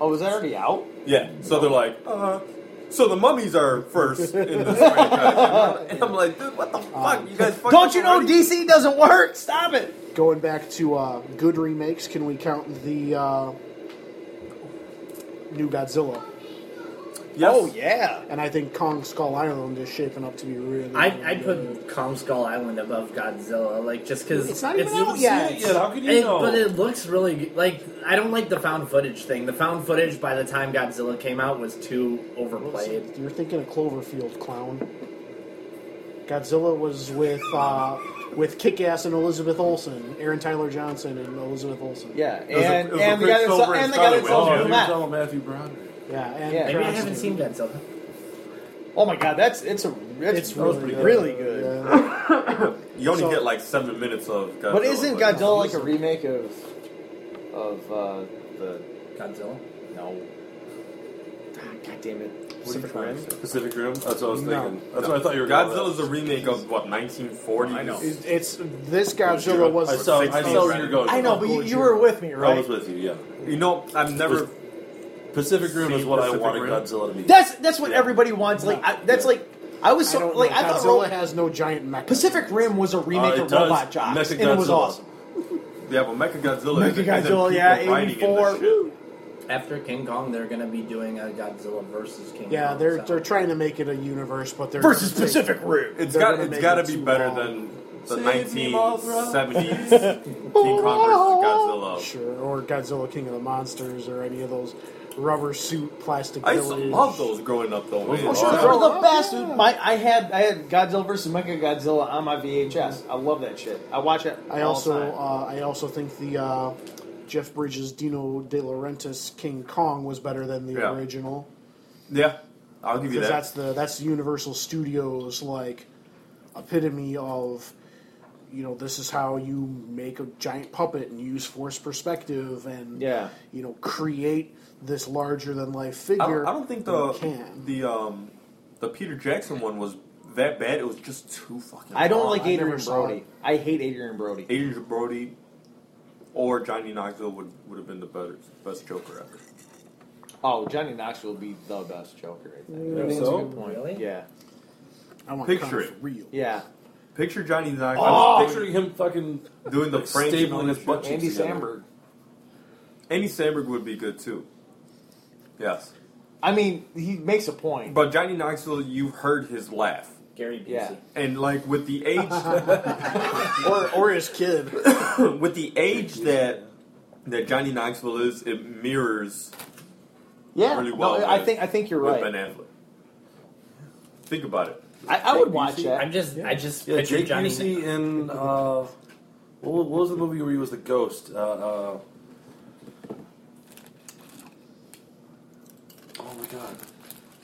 Speaker 1: Oh, was that already out?
Speaker 5: Yeah, so they're like, uh, so the mummies are first in
Speaker 1: *laughs*
Speaker 5: this franchise, and I'm like, dude, what the fuck, you guys? fucked
Speaker 1: Uh, Don't
Speaker 5: up
Speaker 1: you know
Speaker 5: already?
Speaker 1: DC doesn't work? Stop it.
Speaker 2: going back to uh, good remakes, can we count the uh, new Godzilla?
Speaker 5: Yes.
Speaker 1: Oh yeah.
Speaker 2: And I think Kong Skull Island is shaping up to be really.
Speaker 4: I
Speaker 2: really
Speaker 4: I would
Speaker 2: good.
Speaker 4: put Kong Skull Island above Godzilla, like just because
Speaker 2: It's not even out
Speaker 5: You haven't
Speaker 2: Yeah,
Speaker 5: seen it yet. How can you
Speaker 4: It,
Speaker 5: know?
Speaker 4: but it looks really g- like I don't like the found footage thing. The found footage by the time Godzilla came out was too overplayed.
Speaker 2: You're thinking of Cloverfield, clown. Godzilla was with uh, with Kick Ass and Elizabeth Olsen, Aaron Tyler Johnson and Elizabeth Olsen.
Speaker 1: Yeah,
Speaker 5: was a-
Speaker 1: and
Speaker 5: it was a
Speaker 1: and the
Speaker 5: Chris
Speaker 1: guy that's
Speaker 5: Silver and
Speaker 1: and the guy
Speaker 5: Scarlet
Speaker 1: that's
Speaker 5: Witch.
Speaker 1: on
Speaker 5: Oh,
Speaker 1: the
Speaker 5: dude,
Speaker 1: map.
Speaker 3: Matthew Broderick.
Speaker 2: yeah, and
Speaker 1: Yeah.
Speaker 4: Maybe I
Speaker 2: Cranston.
Speaker 4: haven't seen Godzilla.
Speaker 1: Oh my god, that's it's a it's,
Speaker 2: It's really, good.
Speaker 1: really good.
Speaker 2: Yeah.
Speaker 5: you only
Speaker 2: so-
Speaker 5: get like seven minutes of. Godzilla,
Speaker 1: But isn't
Speaker 5: but-
Speaker 1: Godzilla like a remake of of uh, the
Speaker 4: Godzilla.
Speaker 1: no? Ah, God damn it! Pacific
Speaker 5: Pacific
Speaker 1: Rim.
Speaker 5: Rim? Pacific Rim? That's what I was
Speaker 2: No.
Speaker 5: thinking. That's what I thought you were Godzilla's a remake of what 1940s.
Speaker 1: I know.
Speaker 2: It's, it's this Godzilla was
Speaker 5: I saw. I saw
Speaker 2: Godzilla.
Speaker 5: where you're going.
Speaker 1: I know, but you, you were with me,
Speaker 3: I
Speaker 1: right?
Speaker 3: was with you. Yeah.
Speaker 5: You know, I've never.
Speaker 3: Pacific Rim is
Speaker 5: See
Speaker 3: what
Speaker 5: Pacific
Speaker 3: I wanted
Speaker 5: Rim?
Speaker 3: Godzilla to be.
Speaker 1: That's that's what
Speaker 3: Yeah.
Speaker 1: everybody wants. Like I, that's like I was
Speaker 2: I
Speaker 1: so
Speaker 2: don't
Speaker 1: like
Speaker 2: know.
Speaker 1: I thought
Speaker 2: Godzilla
Speaker 1: Ro-
Speaker 2: has no giant mecha.
Speaker 1: Pacific Rim was a remake
Speaker 3: Uh, it
Speaker 1: of
Speaker 3: does.
Speaker 1: Robot Jobs, and
Speaker 3: Mechagodzilla.
Speaker 1: it was awesome.
Speaker 5: Yeah, but Mechagodzilla. isn't-
Speaker 1: Mechagodzilla,
Speaker 5: isn't people
Speaker 1: yeah,
Speaker 5: fighting in this
Speaker 1: 84.
Speaker 5: shit.
Speaker 4: After King Kong, they're gonna be doing a Godzilla versus King Kong.
Speaker 2: Yeah, they're
Speaker 4: so.
Speaker 2: they're trying to make it a universe, but they're
Speaker 1: Versus
Speaker 2: they-
Speaker 1: Pacific Rim.
Speaker 5: It's
Speaker 2: They're
Speaker 5: got.
Speaker 2: gonna
Speaker 5: It's
Speaker 2: make
Speaker 5: got to
Speaker 2: it
Speaker 5: be
Speaker 2: too
Speaker 5: better
Speaker 2: long.
Speaker 5: than the
Speaker 3: Save me, Mothra.
Speaker 5: 1970s King Kong
Speaker 2: *laughs*
Speaker 5: versus Godzilla.
Speaker 2: Sure, or Godzilla King of the Monsters, or any of those rubber suit plastic.
Speaker 5: I used to
Speaker 2: village.
Speaker 5: love those growing up though. Man.
Speaker 3: were
Speaker 1: Those
Speaker 3: awesome.
Speaker 1: were
Speaker 2: Oh,
Speaker 1: the
Speaker 2: yeah.
Speaker 1: best. My I had I had Godzilla versus Mechagodzilla on my VHS. I love that shit. I watch it.
Speaker 2: I
Speaker 1: all
Speaker 2: also
Speaker 1: the time.
Speaker 2: uh, I also think the uh, Jeff Bridges Dino De Laurentiis King Kong was better than the
Speaker 5: Yeah.
Speaker 2: original
Speaker 5: Yeah, I'll give you
Speaker 2: because
Speaker 5: that.
Speaker 2: that's the that's Universal Studios like epitome of you know this is how you make a giant puppet and use force perspective and
Speaker 1: Yeah.
Speaker 2: you know create this larger than life figure.
Speaker 5: I don't, I don't think the
Speaker 2: You can.
Speaker 5: the um the Peter Jackson one was that bad. It was just too fucking.
Speaker 1: I don't
Speaker 5: long.
Speaker 1: like
Speaker 2: I never
Speaker 1: Adrian
Speaker 2: saw
Speaker 1: Brody.
Speaker 2: it.
Speaker 1: I hate Adrian Brody.
Speaker 5: Adrian Brody or Johnny Knoxville would would have been the better best Joker ever.
Speaker 1: Oh, Johnny Knoxville would be the best Joker. I think.
Speaker 5: think
Speaker 4: That's a
Speaker 5: so?
Speaker 4: good point. Really?
Speaker 1: Yeah,
Speaker 2: I want
Speaker 5: Picture
Speaker 2: Kong for
Speaker 5: it.
Speaker 2: real.
Speaker 1: yeah.
Speaker 5: Picture Johnny Knoxville
Speaker 1: Oh,
Speaker 3: I was picturing him fucking
Speaker 5: doing the
Speaker 3: like,
Speaker 5: pranks and all
Speaker 3: stabling
Speaker 5: that
Speaker 3: his
Speaker 5: shit.
Speaker 3: butt
Speaker 1: Andy
Speaker 3: cheeks together.
Speaker 1: Samberg.
Speaker 5: Andy Samberg would be good too. Yes,
Speaker 1: I mean, he makes a point.
Speaker 5: but Johnny Knoxville, you've heard his laugh,
Speaker 4: Gary Busey.
Speaker 1: Yeah.
Speaker 5: and like with
Speaker 1: *laughs*
Speaker 5: the age, *laughs*
Speaker 2: or or his kid.
Speaker 5: with the age that that Johnny Knoxville is, it mirrors
Speaker 1: yeah,
Speaker 5: really
Speaker 1: no,
Speaker 5: well
Speaker 1: I
Speaker 5: with-
Speaker 1: think I think you're
Speaker 5: with
Speaker 1: right.
Speaker 5: Ben Affleck. Think about it.
Speaker 1: I, I would watch
Speaker 4: I'm
Speaker 1: that.
Speaker 4: just, I just
Speaker 3: Yeah,
Speaker 4: picture
Speaker 3: Jake
Speaker 4: Johnny.
Speaker 3: Busey in uh, what what was the movie where he was the ghost? Uh, uh, oh my god!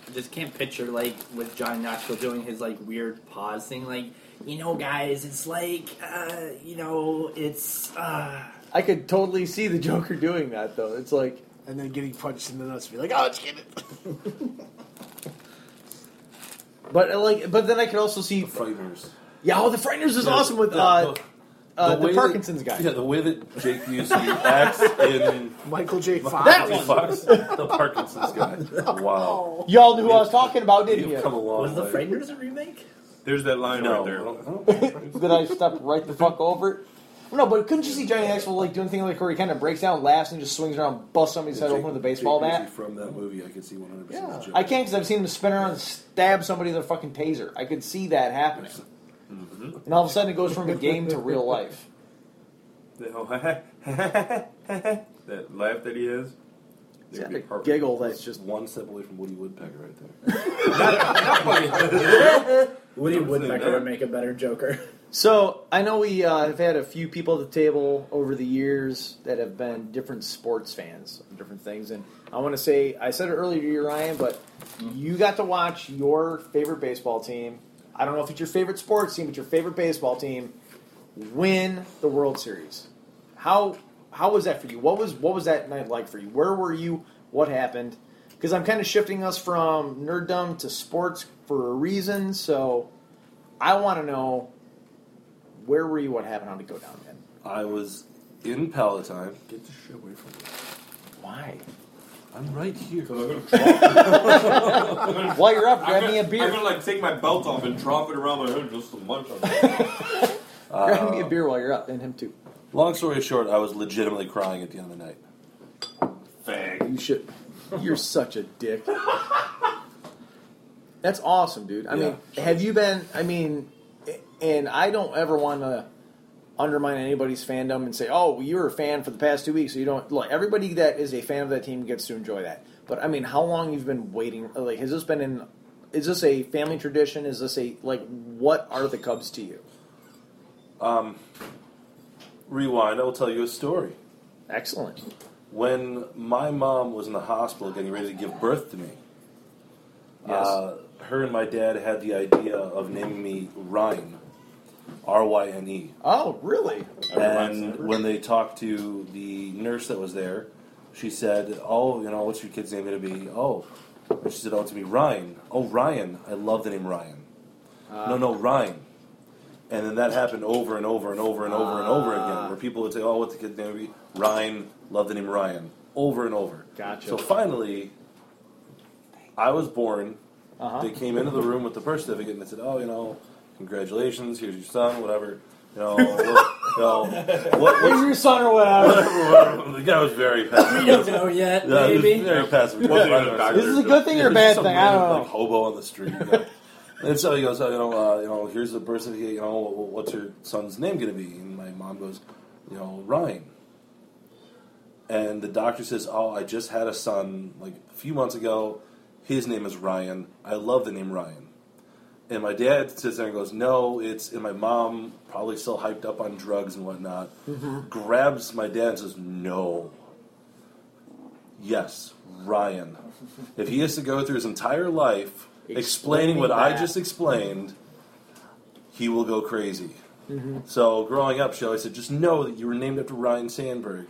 Speaker 4: I just can't picture like with Johnny Knoxville doing his like weird pause thing, like you know, guys, it's like uh, you know, it's uh,
Speaker 1: I could totally see the *laughs* Joker doing that though. It's like
Speaker 2: and then getting punched in the nuts, and be like, "Oh, it's getting it."
Speaker 1: but uh, like but then I could also see
Speaker 3: Frighteners.
Speaker 1: Yeah, oh the Frighteners is awesome with uh, uh, the,
Speaker 3: way that-
Speaker 1: Parkinson's guy.
Speaker 3: Yeah, the way that Jake used to act in
Speaker 2: Michael J. Fox.
Speaker 1: That one! Oh.
Speaker 3: Fox, the Parkinson's guy.
Speaker 1: *laughs*
Speaker 3: Wow.
Speaker 1: Y'all knew who I was talking about, didn't
Speaker 3: You've come
Speaker 1: you?
Speaker 3: a long
Speaker 4: Was the
Speaker 3: way.
Speaker 4: Frighteners a remake?
Speaker 5: There's that line
Speaker 3: No.
Speaker 5: right there.
Speaker 1: *laughs* Did I step right the fuck over? it? No, but couldn't you see Johnny Axel like doing thing like where he kind of breaks down, laughs, and just swings around, busts somebody's head
Speaker 3: Jake-
Speaker 1: open with a baseball
Speaker 3: Jake Busey
Speaker 1: bat?
Speaker 3: From that movie, I could see 100%
Speaker 2: Yeah.
Speaker 3: the joke.
Speaker 1: I can't because I've seen him spin around and stab somebody with a fucking taser. I could see that happening, and all of a sudden it goes from a game to real life.
Speaker 5: that laugh that he has.
Speaker 1: He's got
Speaker 5: It'd be
Speaker 1: a
Speaker 5: perfect.
Speaker 1: giggle that's just
Speaker 3: one step away from Woody Woodpecker right there.
Speaker 4: Woody
Speaker 5: Don't say
Speaker 4: Woodpecker
Speaker 5: that.
Speaker 4: would make a better *laughs* Joker.
Speaker 1: So I know we uh, have had a few people at the table over the years that have been different sports fans, of different things, and I want to say I said it earlier to you, Ryan, but you got to watch your favorite baseball team. I don't know if it's your favorite sports team, but your favorite baseball team win the World Series. How how was that for you? What was what was that night like for you? Where were you? What happened? Because I'm kind of shifting us from nerddom to sports for a reason. So I want to know where were you? What happened? How did it go down? Then
Speaker 3: I was in Palatine. Get the shit away from me.
Speaker 1: why?
Speaker 3: I'm right here.
Speaker 1: While you're up,
Speaker 5: I'm
Speaker 1: grab
Speaker 5: gonna,
Speaker 1: me a beer.
Speaker 5: I'm gonna like take my belt off and drop it around my hood just to munch on *laughs* it.
Speaker 1: grab me a beer while you're up, and him too.
Speaker 3: Long story short, I was legitimately crying at the end of the night.
Speaker 5: Fag.
Speaker 1: You should. You're such a dick. That's awesome, dude. I mean,
Speaker 3: Yeah.
Speaker 1: have you been? I mean, and I don't ever want to undermine anybody's fandom and say, "Oh, well, you were a fan for the past two weeks, so you don't." Look, everybody that is a fan of that team gets to enjoy that. But I mean, how long you've been waiting? Like, has this been in? Is this a family tradition? Is this a like? What are the Cubs to you?
Speaker 3: Rewind, I will tell you a story.
Speaker 1: Excellent.
Speaker 3: When my mom was in the hospital getting ready to give birth to me,
Speaker 1: Yes.
Speaker 3: uh, her and my dad had the idea of naming me Ryan. R Y N E.
Speaker 1: oh, really?
Speaker 3: And when they talked to the nurse that was there, she said, "Oh, you know, what's your kid's name going to be?" Oh, and she said, "Oh, it's going to be Ryan." Oh, Ryan, I love the name Ryan.
Speaker 1: Uh,
Speaker 3: no, no, Ryan. And then that happened over and over and over and over and over
Speaker 1: Ah.
Speaker 3: again, where people would say, "Oh, what's the kid's name going to be?" Ryan, love the name Ryan, over and over.
Speaker 1: Gotcha.
Speaker 3: So finally, I was born.
Speaker 1: Uh-huh.
Speaker 3: They came into the room with the birth certificate and they said, "Oh, you know, congratulations. Here's your son. Whatever.
Speaker 1: *laughs*
Speaker 3: You know, what, you know,
Speaker 1: Where's
Speaker 3: what, what's,
Speaker 1: your son or whatever?
Speaker 3: whatever." The guy was very passive.
Speaker 4: don't know yet,
Speaker 3: Yeah, he was
Speaker 4: maybe.
Speaker 3: very passive. He wasn't even a doctor.
Speaker 1: This *laughs* is a good thing or a bad
Speaker 3: Some
Speaker 1: thing? I
Speaker 3: random,
Speaker 1: don't
Speaker 3: Like
Speaker 1: know.
Speaker 3: hobo on the street. you know. and so he goes, oh, you know, uh, you know, here's the birth certificate. You know, wh- wh- what's your son's name going to be? And my mom goes, you know, Ryan. And the doctor says, oh, I just had a son like a few months ago. His name is Ryan. I love the name Ryan. And my dad sits there and goes, no, it's. And my mom, probably still hyped up on drugs and whatnot,
Speaker 1: Mm-hmm.
Speaker 3: grabs my dad and says, no. Yes, Ryan. If he has to go through his entire life explaining what I
Speaker 1: that.
Speaker 3: just explained, he will go crazy.
Speaker 1: Mm-hmm.
Speaker 3: So growing up, she always said, just know that you were named after Ryan Sandberg,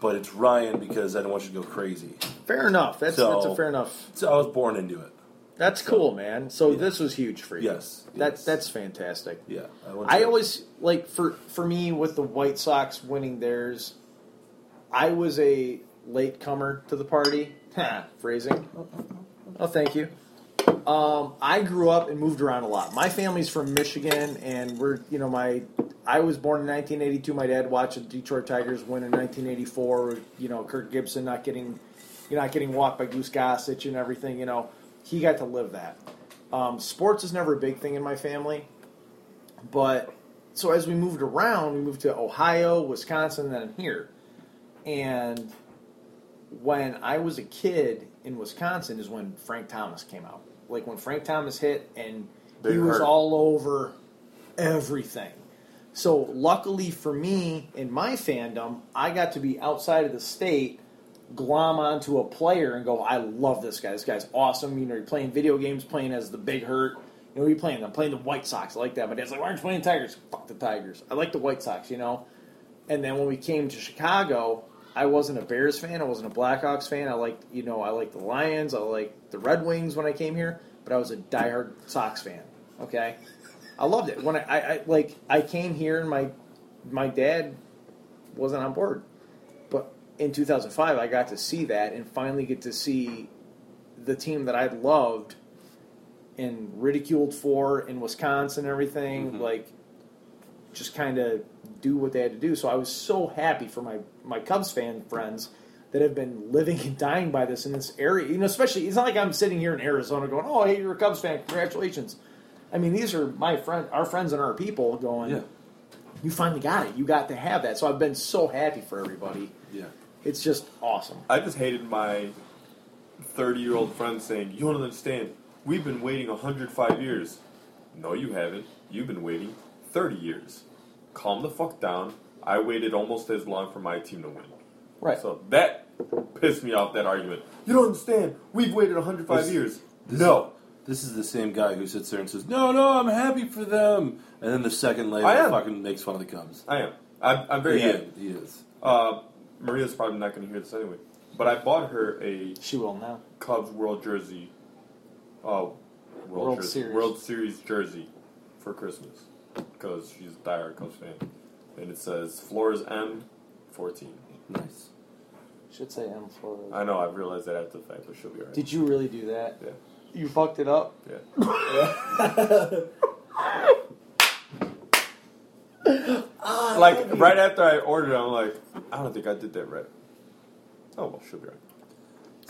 Speaker 3: but it's Ryan because I don't want you to go crazy.
Speaker 1: Fair enough. That's
Speaker 3: So-
Speaker 1: that's a fair enough.
Speaker 3: So I was born into it.
Speaker 1: That's cool, man. So this was huge for you.
Speaker 3: Yes,
Speaker 1: That's
Speaker 3: yes.
Speaker 1: that's fantastic.
Speaker 3: Yeah, went
Speaker 1: I
Speaker 3: to-
Speaker 1: always like for for me with the White Sox winning theirs, I was a late comer to the party. Ha, Phrasing. Oh, thank you. Um, I grew up and moved around a lot. My family's from Michigan, and we're you know my I was born in 1982. My dad watched the Detroit Tigers win in 1984. You know Kirk Gibson not getting you know not getting walked by Goose Gossage and everything. You know he got to live that. Um, sports is never a big thing in my family but so as we moved around, we moved to Ohio, Wisconsin, and then here. And when I was a kid in Wisconsin is when Frank Thomas came out. Like when Frank Thomas hit and he
Speaker 3: Big
Speaker 1: was
Speaker 3: hurt.
Speaker 1: all over everything. So luckily for me in my fandom, I got to be outside of the state, glom onto a player and go, I love this guy. This guy's awesome. You know, you're playing video games, playing as the big hurt. You know, what are you playing? I'm playing the White Sox. I like that. My dad's like, why aren't you playing Tigers? Fuck the Tigers. I like the White Sox, you know? And then when we came to Chicago, I wasn't a Bears fan. I wasn't a Blackhawks fan. I liked, you know, I liked the Lions. I liked the Red Wings when I came here, but I was a diehard Sox fan. Okay, I loved it when I, I, I like I came here and my my dad wasn't on board, but in 2005 I got to see that and finally get to see the team that I loved and ridiculed for in Wisconsin and everything, like just kind of do what they had to do. So I was so happy for my my Cubs fan friends that have been living and dying by this in this area. You know, especially it's not like I'm sitting here in Arizona going, "Oh, hey, you're a Cubs fan, congratulations." I mean, these are my friend, our friends, and our people going.
Speaker 3: Yeah.
Speaker 1: You finally got it. You got to have that. So I've been so happy for everybody.
Speaker 3: Yeah.
Speaker 1: It's just awesome.
Speaker 5: I just hated my 30 year old friend saying, You don't understand. We've been waiting 105 years. No, you haven't. You've been waiting 30 years. Calm the fuck down. I waited almost as long for my team to win.
Speaker 1: Right.
Speaker 5: So that pissed me off, that argument. You don't understand. We've waited 105
Speaker 3: This-
Speaker 5: years.
Speaker 3: This
Speaker 5: no.
Speaker 3: This is the same guy who sits there and says, "No, no, I'm happy for them," and then the second later,
Speaker 5: I am.
Speaker 3: fucking makes fun of the Cubs.
Speaker 5: I am. I'm, I'm very
Speaker 3: he,
Speaker 5: happy.
Speaker 3: Is, he is.
Speaker 5: Uh, Maria's probably not going to hear this anyway. But I bought her a
Speaker 1: She will now.
Speaker 5: Cubs World Jersey, uh, World,
Speaker 1: World
Speaker 5: Jersey,
Speaker 1: Series.
Speaker 5: World Series jersey for Christmas because she's a diehard Cubs fan, and it says Flores M, fourteen.
Speaker 3: Nice.
Speaker 1: Should say M Flores.
Speaker 5: I know I realized that after the fact, but she'll be alright.
Speaker 1: Did you really do that?
Speaker 5: Yeah,
Speaker 1: You fucked it up.
Speaker 5: yeah. *laughs*
Speaker 3: Ah,
Speaker 5: like right after I ordered, it, I'm like, I don't think I did that right. Oh well, she'll be right.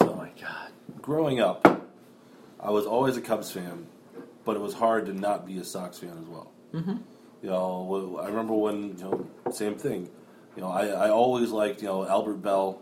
Speaker 3: Oh my god. Growing up, I was always a Cubs fan, but it was hard to not be a Sox fan as well. Mm-hmm. You know, w- I remember when you know, same thing. You know, I, I always liked you know Albert Bell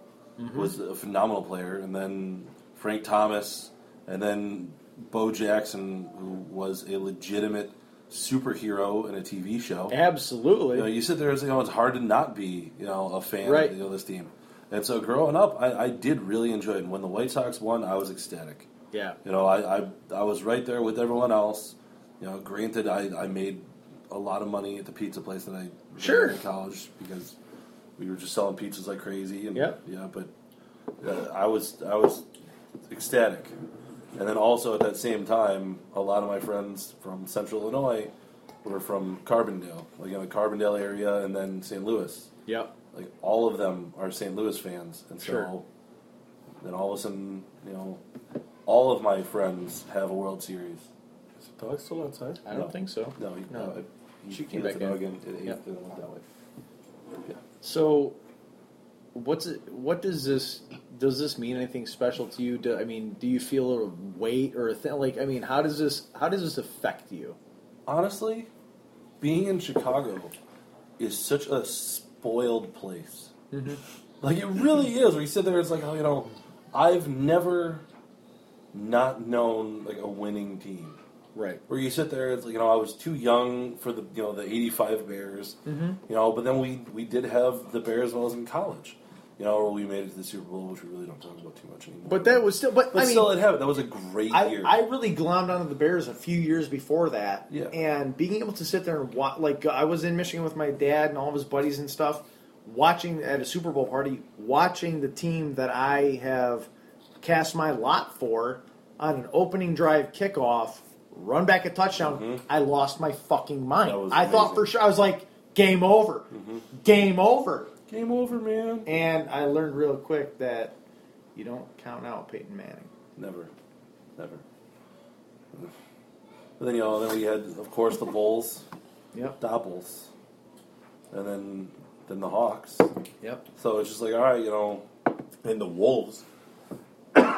Speaker 3: was a phenomenal player, and then Frank Thomas, and then Bo Jackson, who was a legitimate superhero in a TV show.
Speaker 1: Absolutely.
Speaker 3: You know, you sit there and say, "Oh, it's hard to not be, you know, a fan
Speaker 1: Right.
Speaker 3: of you know, this team." And so, growing up, I, I did really enjoy it. And when the White Sox won, I was ecstatic.
Speaker 1: yeah.
Speaker 3: You know, I, I I was right there with everyone else. You know, granted, I, I made a lot of money at the pizza place that I ran
Speaker 1: Sure.
Speaker 3: in college because we were just selling pizzas like crazy. And
Speaker 1: Yep.
Speaker 3: yeah, but uh, I was I was ecstatic. And then also at that same time, a lot of my friends from Central Illinois were from Carbondale, like in the Carbondale area, and then St. Louis
Speaker 1: Yep.
Speaker 3: like all of them are St. Louis fans, and so
Speaker 1: Sure.
Speaker 3: then all of a sudden, you know, all of my friends have a World Series. Is the dog still outside?
Speaker 1: I don't think so.
Speaker 3: No, he,
Speaker 1: No.
Speaker 3: no. it- he
Speaker 1: She came
Speaker 3: hit the
Speaker 1: back
Speaker 3: dog
Speaker 1: in.
Speaker 3: and it ate
Speaker 1: Yep.
Speaker 3: and it went that way. Yeah.
Speaker 1: So, what's it, what does this does this mean anything special to you? Do, I mean, do you feel a weight or a thing? Like, I mean, how does this how does this affect you?
Speaker 3: Honestly, being in Chicago is such a spoiled place.
Speaker 1: Mm-hmm.
Speaker 3: Like it really is. Where you sit there, it's like, oh, you know, I've never not known like a winning team.
Speaker 1: Right.
Speaker 3: where you sit there, it's like, you know, I was too young for the you know the '85 Bears, you know, but then we we did have the Bears when I was in college, you know, where we made it to the Super Bowl, which we really don't talk about too much anymore.
Speaker 1: But that was still. But,
Speaker 3: but
Speaker 1: I mean,
Speaker 3: still, it happened. That was a great
Speaker 1: I,
Speaker 3: year.
Speaker 1: I really glommed onto the Bears a few years before that,
Speaker 3: Yeah.
Speaker 1: and being able to sit there and watch, like I was in Michigan with my dad and all of his buddies and stuff, watching at a Super Bowl party, watching the team that I have cast my lot for on an opening drive kickoff, run back a touchdown. I lost my fucking mind.
Speaker 3: Mm-hmm. That was
Speaker 1: I thought
Speaker 3: amazing. Mm-hmm.
Speaker 1: for sure I was like, game over, game over,
Speaker 3: Game over, man.
Speaker 1: and I learned real quick that you don't count out Peyton Manning.
Speaker 3: Never, never. But then you know, then we had, of course, the Bulls,
Speaker 1: Yep.
Speaker 3: Doppels, and then then the Hawks.
Speaker 1: Yep.
Speaker 3: So it's just like, all right, you know,
Speaker 5: And
Speaker 3: *coughs*
Speaker 5: the Wolves, the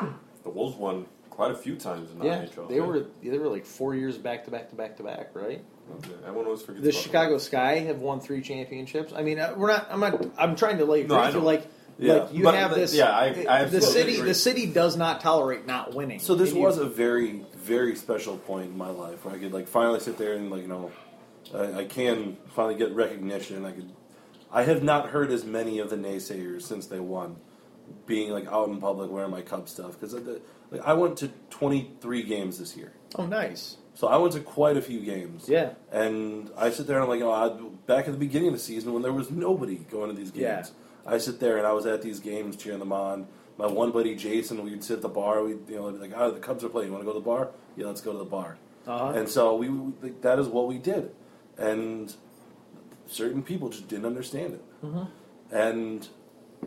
Speaker 5: Wolves won quite a few times in the
Speaker 1: Yeah,
Speaker 5: NHL.
Speaker 1: they were they were like four years back to back to back to back, right?
Speaker 5: Yeah, everyone always forgets.
Speaker 1: The
Speaker 5: about
Speaker 1: Chicago Sky have won three championships. I mean, uh, we're not. I'm not. I'm trying to like.
Speaker 5: No, I
Speaker 1: agree with you,
Speaker 5: know.
Speaker 1: like,
Speaker 3: Yeah,
Speaker 1: like you
Speaker 5: but
Speaker 1: have
Speaker 5: the-
Speaker 1: this.
Speaker 5: yeah, I- I
Speaker 1: the
Speaker 5: absolutely
Speaker 1: city.
Speaker 5: agree.
Speaker 1: The city does not tolerate not winning.
Speaker 3: So this
Speaker 1: And you-
Speaker 3: was a very, very special point in my life where I could like finally sit there and like you know, I, I can finally get recognition. I could, I have not heard as many of the naysayers since they won, being like out in public wearing my Cubs stuff because Like I went to 23 games this year.
Speaker 1: Oh, nice.
Speaker 3: So I went to quite a few games.
Speaker 1: Yeah.
Speaker 3: And I sit there and I'm like, oh, I, back at the beginning of the season when there was nobody going to these games.
Speaker 1: Yeah.
Speaker 3: I sit there and I was at these games cheering them on. My one buddy Jason, we'd sit at the bar. We'd you know be like, oh, the Cubs are playing. You want to go to the bar? Yeah, let's go to the bar.
Speaker 1: Uh-huh.
Speaker 3: And so we, we like, that is what we did, and certain people just didn't understand it.
Speaker 1: Mm-hmm.
Speaker 3: And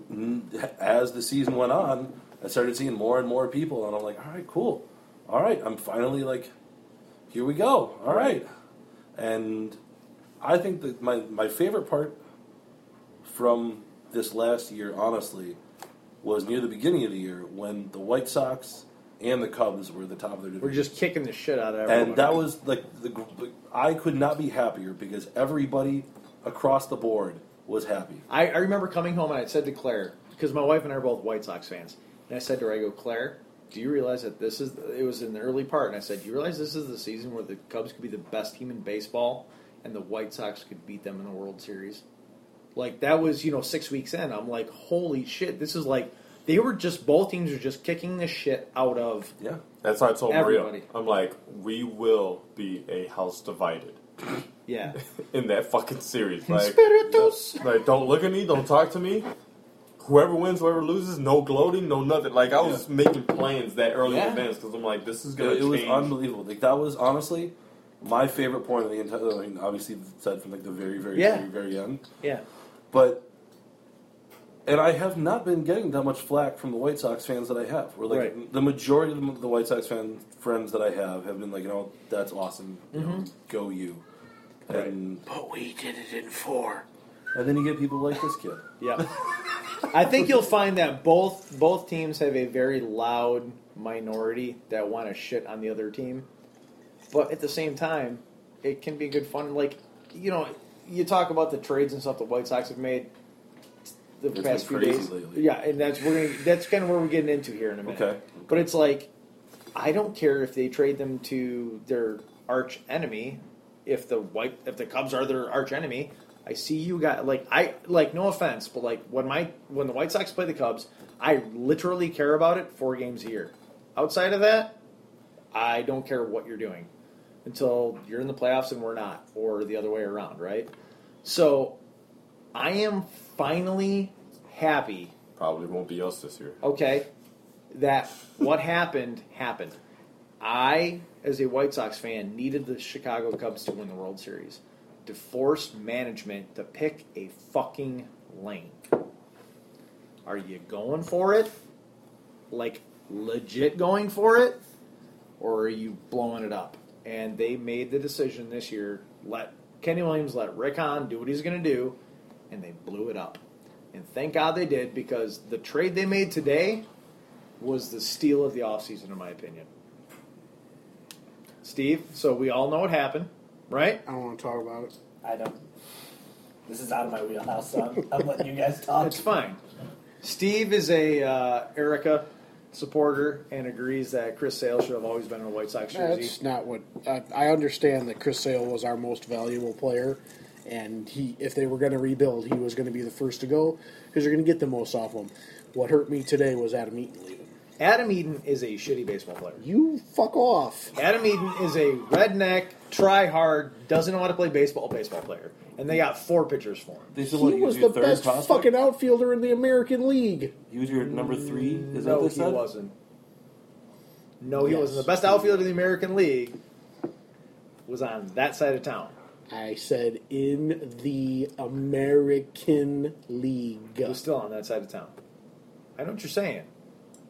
Speaker 3: n- as the season went on, I started seeing more and more people, and I'm like, all right, cool, all right, I'm finally like, here we go, all right. And I think that my my favorite part from this last year, honestly, was near the beginning of the year when the White Sox and the Cubs were the top of their division
Speaker 1: We're just kicking the shit out of everyone.
Speaker 3: and that was like the, gr- I could not be happier because everybody across the board was happy.
Speaker 1: I, I remember coming home and I said to Claire, because my wife and I are both White Sox fans, and I said to her, I go, Claire, do you realize that this is, it was in the early part, and I said, you realize this is the season where the Cubs could be the best team in baseball and the White Sox could beat them in the World Series? Like, that was, you know, six weeks in. I'm like, holy shit, this is like, they were just, both teams were just kicking the shit out of.
Speaker 3: Yeah,
Speaker 5: That's how I told Maria.
Speaker 1: Everybody.
Speaker 5: I'm like, we will be a house divided *laughs*
Speaker 1: Yeah.
Speaker 5: in that fucking series. Like,
Speaker 1: Spiritus.
Speaker 5: like don't look at me, don't talk to me. Whoever wins, whoever loses, no gloating, no nothing. Like I was making plans that early
Speaker 1: Yeah.
Speaker 5: in advance because I'm like, this is
Speaker 3: it,
Speaker 5: gonna
Speaker 3: it was
Speaker 5: change.
Speaker 3: unbelievable. Like that was honestly my favorite point of the entire. I mean, obviously said from like the very, very,
Speaker 1: Yeah.
Speaker 3: very, very young,
Speaker 1: yeah.
Speaker 3: but. And I have not been getting that much flack from the White Sox fans that I have. Where like
Speaker 1: Right.
Speaker 3: the majority of the, the White Sox fan friends that I have have been like, you know, that's awesome, you know, go you. And
Speaker 2: But we did it in four.
Speaker 3: and then you get people like this kid.
Speaker 1: Yeah. I think you'll find that both both teams have a very loud minority that want to shit on the other team. But at the same time, it can be good fun. Like, you know, you talk about the trades and stuff the White Sox have made the
Speaker 3: It's
Speaker 1: past
Speaker 3: been
Speaker 1: few
Speaker 3: crazy
Speaker 1: days.
Speaker 3: lately.
Speaker 1: Yeah, and that's we're gonna, that's kind of where we're getting into here in a minute.
Speaker 3: Okay.
Speaker 1: But it's like I don't care if they trade them to their arch enemy. If the white, if the Cubs are their arch enemy, I see you got like I like no offense, but like when my when the White Sox play the Cubs, I literally care about it four games a year. Outside of that, I don't care what you're doing until you're in the playoffs and we're not, or the other way around, right? So I am finally happy
Speaker 5: Probably won't be us this year.
Speaker 1: okay, that what happened happened. I, as a White Sox fan, needed the Chicago Cubs to win the World Series to force management to pick a fucking lane. Are you going for it? Like, legit going for it? Or are you blowing it up? And they made the decision this year let Kenny Williams let Rick Hahn do what he's going to do, and they blew it up. And thank God they did because the trade they made today was the steal of the offseason, in my opinion. Steve, so we all know what happened, right?
Speaker 2: I don't want to talk about it.
Speaker 4: I don't. This is out of my wheelhouse, so I'm, I'm letting you guys talk. *laughs*
Speaker 1: It's fine. Steve is a uh, Erica supporter and agrees that Chris Sale should have always been in a White Sox jersey.
Speaker 2: That's not what I, I understand. That Chris Sale was our most valuable player, and he, if they were going to rebuild, he was going to be the first to go because you're going to get the most off him. What hurt me today was Adam Eaton leaving.
Speaker 1: Adam Eden is a shitty baseball player.
Speaker 2: You fuck off.
Speaker 1: Adam Eden is a redneck, try hard, doesn't know how to play baseball basall player. And they got four pitchers for him.
Speaker 3: They still want
Speaker 2: He
Speaker 3: to
Speaker 2: was
Speaker 3: give you
Speaker 2: the
Speaker 3: a third
Speaker 2: best
Speaker 3: prospect?
Speaker 2: fucking outfielder in the American League.
Speaker 3: He was your number three. Is that
Speaker 1: no,
Speaker 3: what they
Speaker 1: he
Speaker 3: said?
Speaker 1: wasn't. No, he
Speaker 2: Yes.
Speaker 1: wasn't. The best outfielder in the American League was on that side of town.
Speaker 2: I said in the American League.
Speaker 1: He was still on that side of town. I know what you're saying.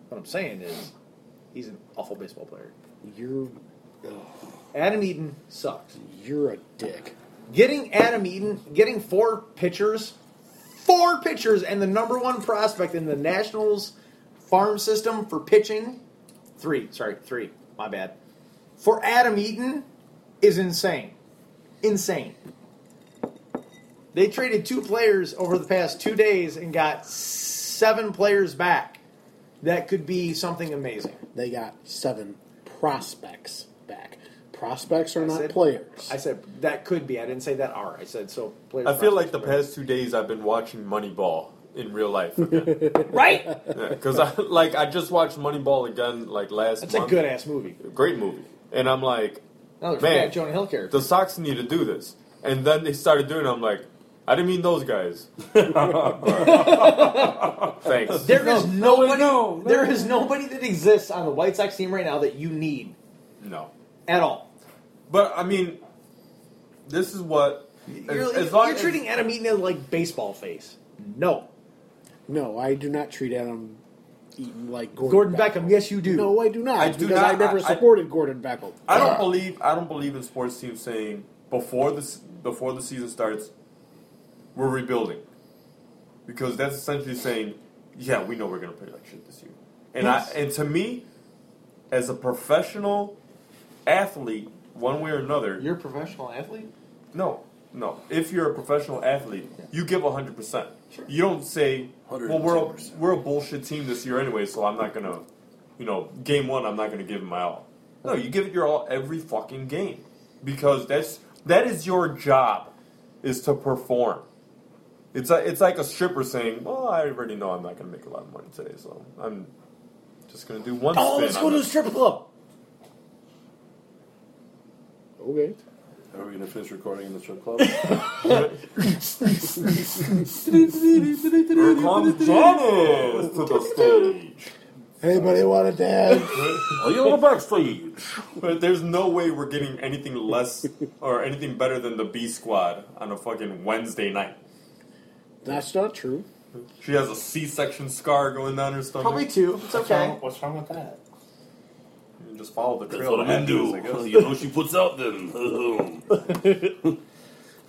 Speaker 1: What I'm saying is, he's an awful baseball player.
Speaker 2: You're
Speaker 1: Adam Eaton sucks.
Speaker 2: you're a dick.
Speaker 1: Getting Adam Eaton, getting four pitchers, four pitchers, and the number one prospect in the Nationals farm system for pitching, three, sorry, three, my bad, for Adam Eaton is insane. Insane. They traded two players over the past two days and got seven players back that could be something amazing.
Speaker 2: They got seven prospects back. Prospects are
Speaker 1: I
Speaker 2: not
Speaker 1: said-
Speaker 2: players.
Speaker 1: I said that could be. I didn't say that are. I said so. Players
Speaker 5: I feel like the
Speaker 1: prospects, right?
Speaker 5: past two days I've been watching Moneyball, in real life again.
Speaker 1: *laughs*
Speaker 6: Right?
Speaker 5: Because I like I just watched Moneyball again like last.
Speaker 1: That's a
Speaker 5: month.
Speaker 1: good ass movie.
Speaker 5: great movie, and I'm like,
Speaker 1: Another
Speaker 5: Man.
Speaker 1: fat Oh, Jonah Hill character.
Speaker 5: the Sox need to do this, and then they started doing. it, I'm like, I didn't mean
Speaker 1: *laughs*
Speaker 5: those guys. Thanks.
Speaker 1: There is nobody.
Speaker 3: no, no.
Speaker 1: There is nobody that exists on the White Sox team right now that you need
Speaker 5: No,
Speaker 1: at all.
Speaker 5: but I mean, this is what.
Speaker 1: You're,
Speaker 5: as long
Speaker 1: you're
Speaker 5: as-
Speaker 1: treating Adam Eaton like baseball face. No,
Speaker 2: No, I do not treat Adam Eaton like
Speaker 1: Gordon
Speaker 2: Gordon,
Speaker 1: Beckham. Yes, you do.
Speaker 2: No, I do not.
Speaker 5: I do
Speaker 2: because
Speaker 5: not-
Speaker 2: I never
Speaker 5: I- I-
Speaker 2: supported Gordon Beckham.
Speaker 5: I don't believe I don't believe in sports teams saying before this before the season starts, we're rebuilding, because that's essentially saying, yeah, we know we're gonna play like shit this year, and
Speaker 1: Yes.
Speaker 5: I and to me, as a professional athlete, one way or another,
Speaker 1: you're a professional athlete.
Speaker 5: no, no. If you're a professional athlete, you give 100%.
Speaker 1: Sure.
Speaker 5: You don't say, well, we're a,
Speaker 3: 110%.
Speaker 5: we're a bullshit team this year anyway, so I'm not going to, you know, game one, I'm not going to give it my all. No, you give it your all every fucking game because that's that is your job is to perform. It's a, it's like a stripper saying, "Well, I already know I'm not going to make a lot of money today, so I'm just going to do one
Speaker 1: Oh,
Speaker 5: spin
Speaker 1: let's
Speaker 5: on
Speaker 1: go to the
Speaker 5: this."
Speaker 1: strip club.
Speaker 2: Uh, Okay.
Speaker 3: Are we going to finish recording in the strip club?
Speaker 5: Here comes Janice to the stage.
Speaker 2: Anybody want to dance?
Speaker 3: Are you on the backstage?
Speaker 5: But *laughs* there's no way we're getting anything less or anything better than the B squad on a fucking Wednesday night.
Speaker 2: *laughs* That's not true.
Speaker 5: She has a C-section scar going down her stomach.
Speaker 1: Probably two. It's okay.
Speaker 4: What's wrong with that?
Speaker 5: You just follow the
Speaker 3: That's
Speaker 5: trail.
Speaker 3: what I'm
Speaker 5: of
Speaker 3: into.
Speaker 5: happiness, I guess.
Speaker 3: You know she puts out then.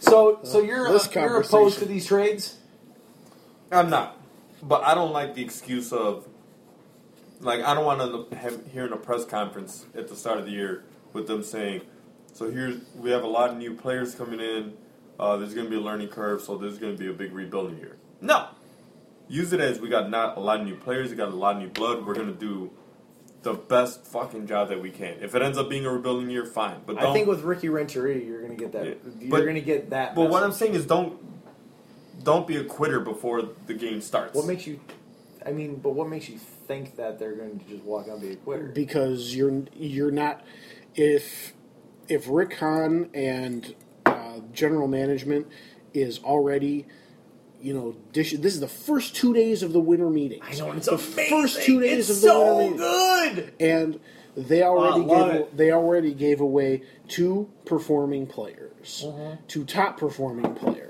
Speaker 1: So, so you're uh,
Speaker 2: This
Speaker 1: you're opposed
Speaker 2: conversation.
Speaker 1: to these trades?
Speaker 5: I'm not, but I don't like the excuse of like I don't want to have hearing a press conference at the start of the year with them saying, "So here's we have a lot of new players coming in. Uh, there's going to be a learning curve, so there's going to be a big rebuilding year." No, use it as we got not a lot of new players, we got a lot of new blood. We're going to do the best fucking job that we can. If it ends up being a rebuilding year, fine. But don't,
Speaker 1: I think with Ricky Renteria, you're gonna get that.
Speaker 5: Yeah.
Speaker 1: You're
Speaker 5: But-
Speaker 1: gonna get that.
Speaker 5: *laughs* but what I'm
Speaker 1: message.
Speaker 5: saying is don't don't be a quitter before the game starts.
Speaker 1: what makes you? I mean, but what makes you think that they're going to just walk out and be a quitter?
Speaker 2: because you're you're not if if Rick Hahn and uh, general management is already you know dish, this is the first two days of the winter meeting. I
Speaker 1: know, it's
Speaker 2: the first two days of the winter meeting,
Speaker 1: good.
Speaker 2: and they
Speaker 5: Uh,
Speaker 2: already
Speaker 1: love
Speaker 2: gave,
Speaker 1: it.
Speaker 2: they already gave away two performing players,
Speaker 5: Mm-hmm.
Speaker 2: two top performing players.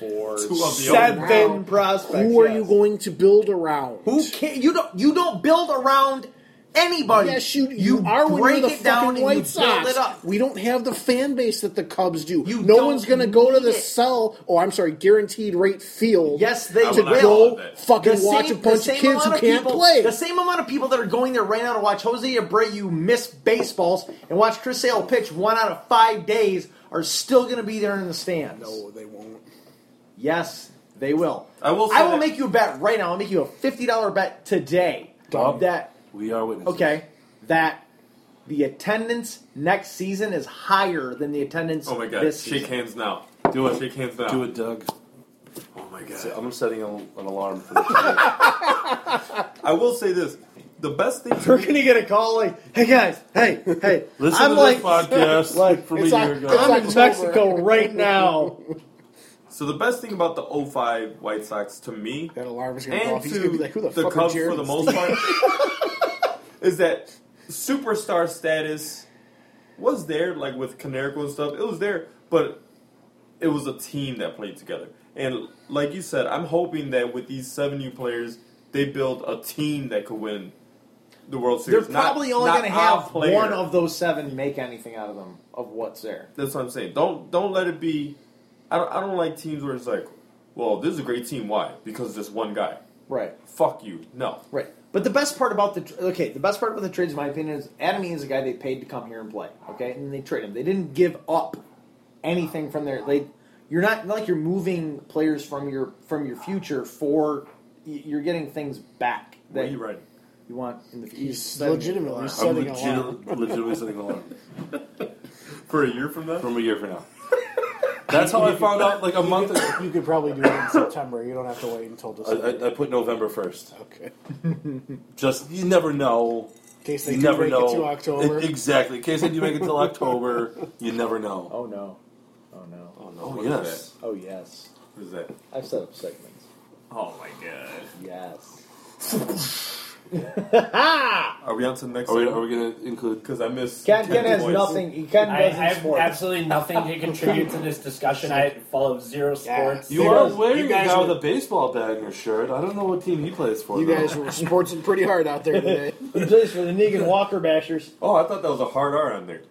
Speaker 1: For
Speaker 5: Two of the
Speaker 2: open
Speaker 1: seven
Speaker 2: round.
Speaker 1: prospects.
Speaker 2: Who are
Speaker 1: yes.
Speaker 2: you going to build around?
Speaker 1: Who can you don't you don't build around anybody?
Speaker 2: Yes, you, you, are when
Speaker 1: break
Speaker 2: you're the
Speaker 1: it down
Speaker 2: fucking
Speaker 1: and you
Speaker 2: White
Speaker 1: build
Speaker 2: Sox.
Speaker 1: it up.
Speaker 2: We don't have the fan base that the Cubs do.
Speaker 1: You
Speaker 2: no
Speaker 1: don't
Speaker 2: one's going to go to
Speaker 1: need it.
Speaker 2: the sell. Oh, I'm sorry, guaranteed rate field.
Speaker 1: Yes, they
Speaker 5: I
Speaker 2: to
Speaker 5: will
Speaker 1: will.
Speaker 5: not call
Speaker 2: go
Speaker 5: it that.
Speaker 2: fucking
Speaker 1: The
Speaker 2: watch
Speaker 1: same-
Speaker 2: a
Speaker 1: the
Speaker 2: bunch of
Speaker 1: same
Speaker 2: kids who
Speaker 1: amount of
Speaker 2: can't
Speaker 1: people-
Speaker 2: play.
Speaker 1: The same amount of people that are going there right now to watch Jose Abreu miss baseballs and watch Chris Sale pitch one out of five days are still going to be there in the stands.
Speaker 2: No, they won't.
Speaker 1: Yes, they will.
Speaker 5: I will say
Speaker 1: I will
Speaker 5: that-
Speaker 1: make you a bet right now. I'll make you a fifty dollar bet today
Speaker 3: Done.
Speaker 1: that
Speaker 3: We are witnesses.
Speaker 1: okay that the attendance next season is higher than the attendance.
Speaker 5: Oh my god!
Speaker 1: This
Speaker 5: Shake
Speaker 1: season.
Speaker 5: hands now.
Speaker 3: Do it.
Speaker 5: Shake hands now.
Speaker 3: Do it, Doug.
Speaker 5: Oh my
Speaker 3: So
Speaker 5: god!
Speaker 3: I'm setting a, an alarm for the *laughs*
Speaker 5: I will say this: the best thing.
Speaker 1: We're
Speaker 5: To me,
Speaker 1: gonna get a call like, "Hey guys, hey,
Speaker 5: *laughs*
Speaker 1: hey,
Speaker 3: Listen
Speaker 1: I'm
Speaker 3: to
Speaker 1: like,
Speaker 3: this podcast
Speaker 1: like,
Speaker 3: from a
Speaker 2: it's
Speaker 3: year
Speaker 2: a-
Speaker 3: ago.
Speaker 1: *laughs*
Speaker 2: it's
Speaker 1: I'm in
Speaker 2: October.
Speaker 1: Mexico right
Speaker 5: *laughs*
Speaker 1: now."
Speaker 5: so the best thing about the 05 White Sox to me,
Speaker 2: That alarm is going to go
Speaker 5: and
Speaker 2: off. He's
Speaker 5: to
Speaker 2: going to be like, who the, fuck
Speaker 5: Cubs
Speaker 2: are Jared
Speaker 5: for the
Speaker 2: and
Speaker 5: most
Speaker 2: Steve?
Speaker 5: part,
Speaker 2: *laughs*
Speaker 5: is that superstar status was there, like with Canerco and stuff. It was there, but it was a team that played together. And like you said, I'm hoping that with these seven new players, they build a team that could win the World
Speaker 1: They're
Speaker 5: Series. Not-
Speaker 1: probably only
Speaker 5: not
Speaker 1: going to
Speaker 5: a
Speaker 1: have
Speaker 5: player.
Speaker 1: one of those seven make anything out of them of what's there.
Speaker 5: That's what I'm saying. Don't don't let it be. I don't, I don't like teams where it's like, well, this is a great team. Why? Because this one guy.
Speaker 1: Right.
Speaker 5: Fuck you. No.
Speaker 1: Right. But the best part about the tr- okay, the best part about the trades, in my opinion, is Adam Ian is a guy they paid to come here and play. Okay, and they trade him. They didn't give up anything from their. They you're not not like you're moving players from your from your future for y- you're getting things back
Speaker 5: What are
Speaker 1: that
Speaker 5: you
Speaker 1: you,
Speaker 5: writing?
Speaker 1: want in the future.
Speaker 2: He's legitimately
Speaker 3: I'm
Speaker 2: setting an alarm.
Speaker 3: legit, legitimately setting an alarm
Speaker 5: *laughs* For a year from now? *laughs*
Speaker 3: from a year from now. That's how I found out like a month ago.
Speaker 2: *laughs* You could probably do it in September. You don't have to wait until
Speaker 3: I,
Speaker 2: December.
Speaker 3: I, I put November first.
Speaker 2: okay.
Speaker 3: Just you never know.
Speaker 2: In case they
Speaker 3: You
Speaker 2: do
Speaker 3: never
Speaker 2: make
Speaker 3: know.
Speaker 2: it to October.
Speaker 3: E- exactly. In case they do make it till October, you never know.
Speaker 1: Oh no. Oh no.
Speaker 3: Oh,
Speaker 5: What is
Speaker 3: yes.
Speaker 1: Oh yes.
Speaker 5: What is that?
Speaker 1: I've set up segments.
Speaker 5: Oh my god.
Speaker 1: Yes. *laughs*
Speaker 5: Are we on to the next
Speaker 3: Are we,
Speaker 5: one?
Speaker 3: are we going to include?
Speaker 5: Because I missed.
Speaker 1: Ken,
Speaker 5: 10
Speaker 1: Ken has
Speaker 5: points.
Speaker 1: nothing. He Ken
Speaker 4: I, I
Speaker 1: doesn't
Speaker 4: have
Speaker 1: sports.
Speaker 4: absolutely nothing to contribute to this discussion. I follow zero sports.
Speaker 3: You are
Speaker 2: You
Speaker 3: wearing a
Speaker 2: guys
Speaker 3: guy
Speaker 2: were-
Speaker 3: with a baseball bat in your shirt. I don't know what team he plays for.
Speaker 2: you
Speaker 3: though.
Speaker 2: guys were sportsing pretty hard out there today.
Speaker 1: He plays for the Negan Walker Bashers.
Speaker 5: Oh, I thought that was a hard R on there.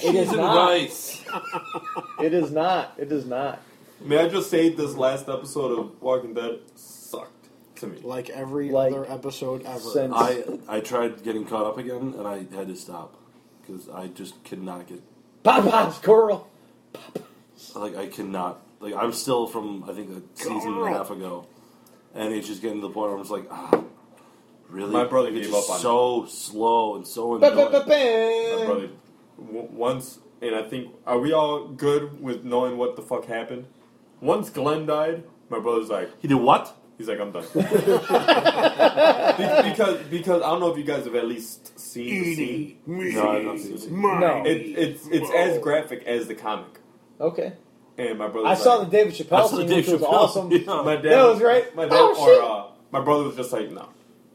Speaker 1: It is
Speaker 3: He's in
Speaker 1: not.
Speaker 3: rice.
Speaker 1: It is not. It is not.
Speaker 5: May I just say this last episode of Walking Dead sucked to me.
Speaker 2: Like every
Speaker 1: Like,
Speaker 2: other episode ever.
Speaker 1: Since
Speaker 3: I I tried getting caught up again, and I had to stop because I just could not get
Speaker 1: Papa's Coral.
Speaker 3: like I cannot like I'm still from I think a season and a half ago, and it's just getting to the point where I'm just like ah, really.
Speaker 5: My brother
Speaker 3: It's
Speaker 5: gave
Speaker 3: just
Speaker 5: up on
Speaker 3: so slow and so
Speaker 1: Ba- ba- ba-
Speaker 3: annoying.
Speaker 5: My
Speaker 1: bam.
Speaker 5: brother, w- once, and I think, are we all good with knowing what the fuck happened? Once Glenn died, my brother's like,
Speaker 3: He did what?
Speaker 5: he's like,
Speaker 1: *laughs*
Speaker 5: I'm done. Be- because, because I don't know if you guys have at least seen the scene.
Speaker 3: No, I've not seen it.
Speaker 1: No.
Speaker 5: It, it's it's as graphic as the comic.
Speaker 1: Okay.
Speaker 5: And my brother,
Speaker 1: I saw the David
Speaker 3: I
Speaker 1: Chappelle
Speaker 3: saw
Speaker 1: scene,
Speaker 3: Dave
Speaker 1: which was
Speaker 3: Chappelle.
Speaker 1: awesome.
Speaker 3: Yeah.
Speaker 5: My dad
Speaker 1: That was right.
Speaker 5: My dad
Speaker 1: Oh, shit.
Speaker 5: or, uh, my brother was just like, no.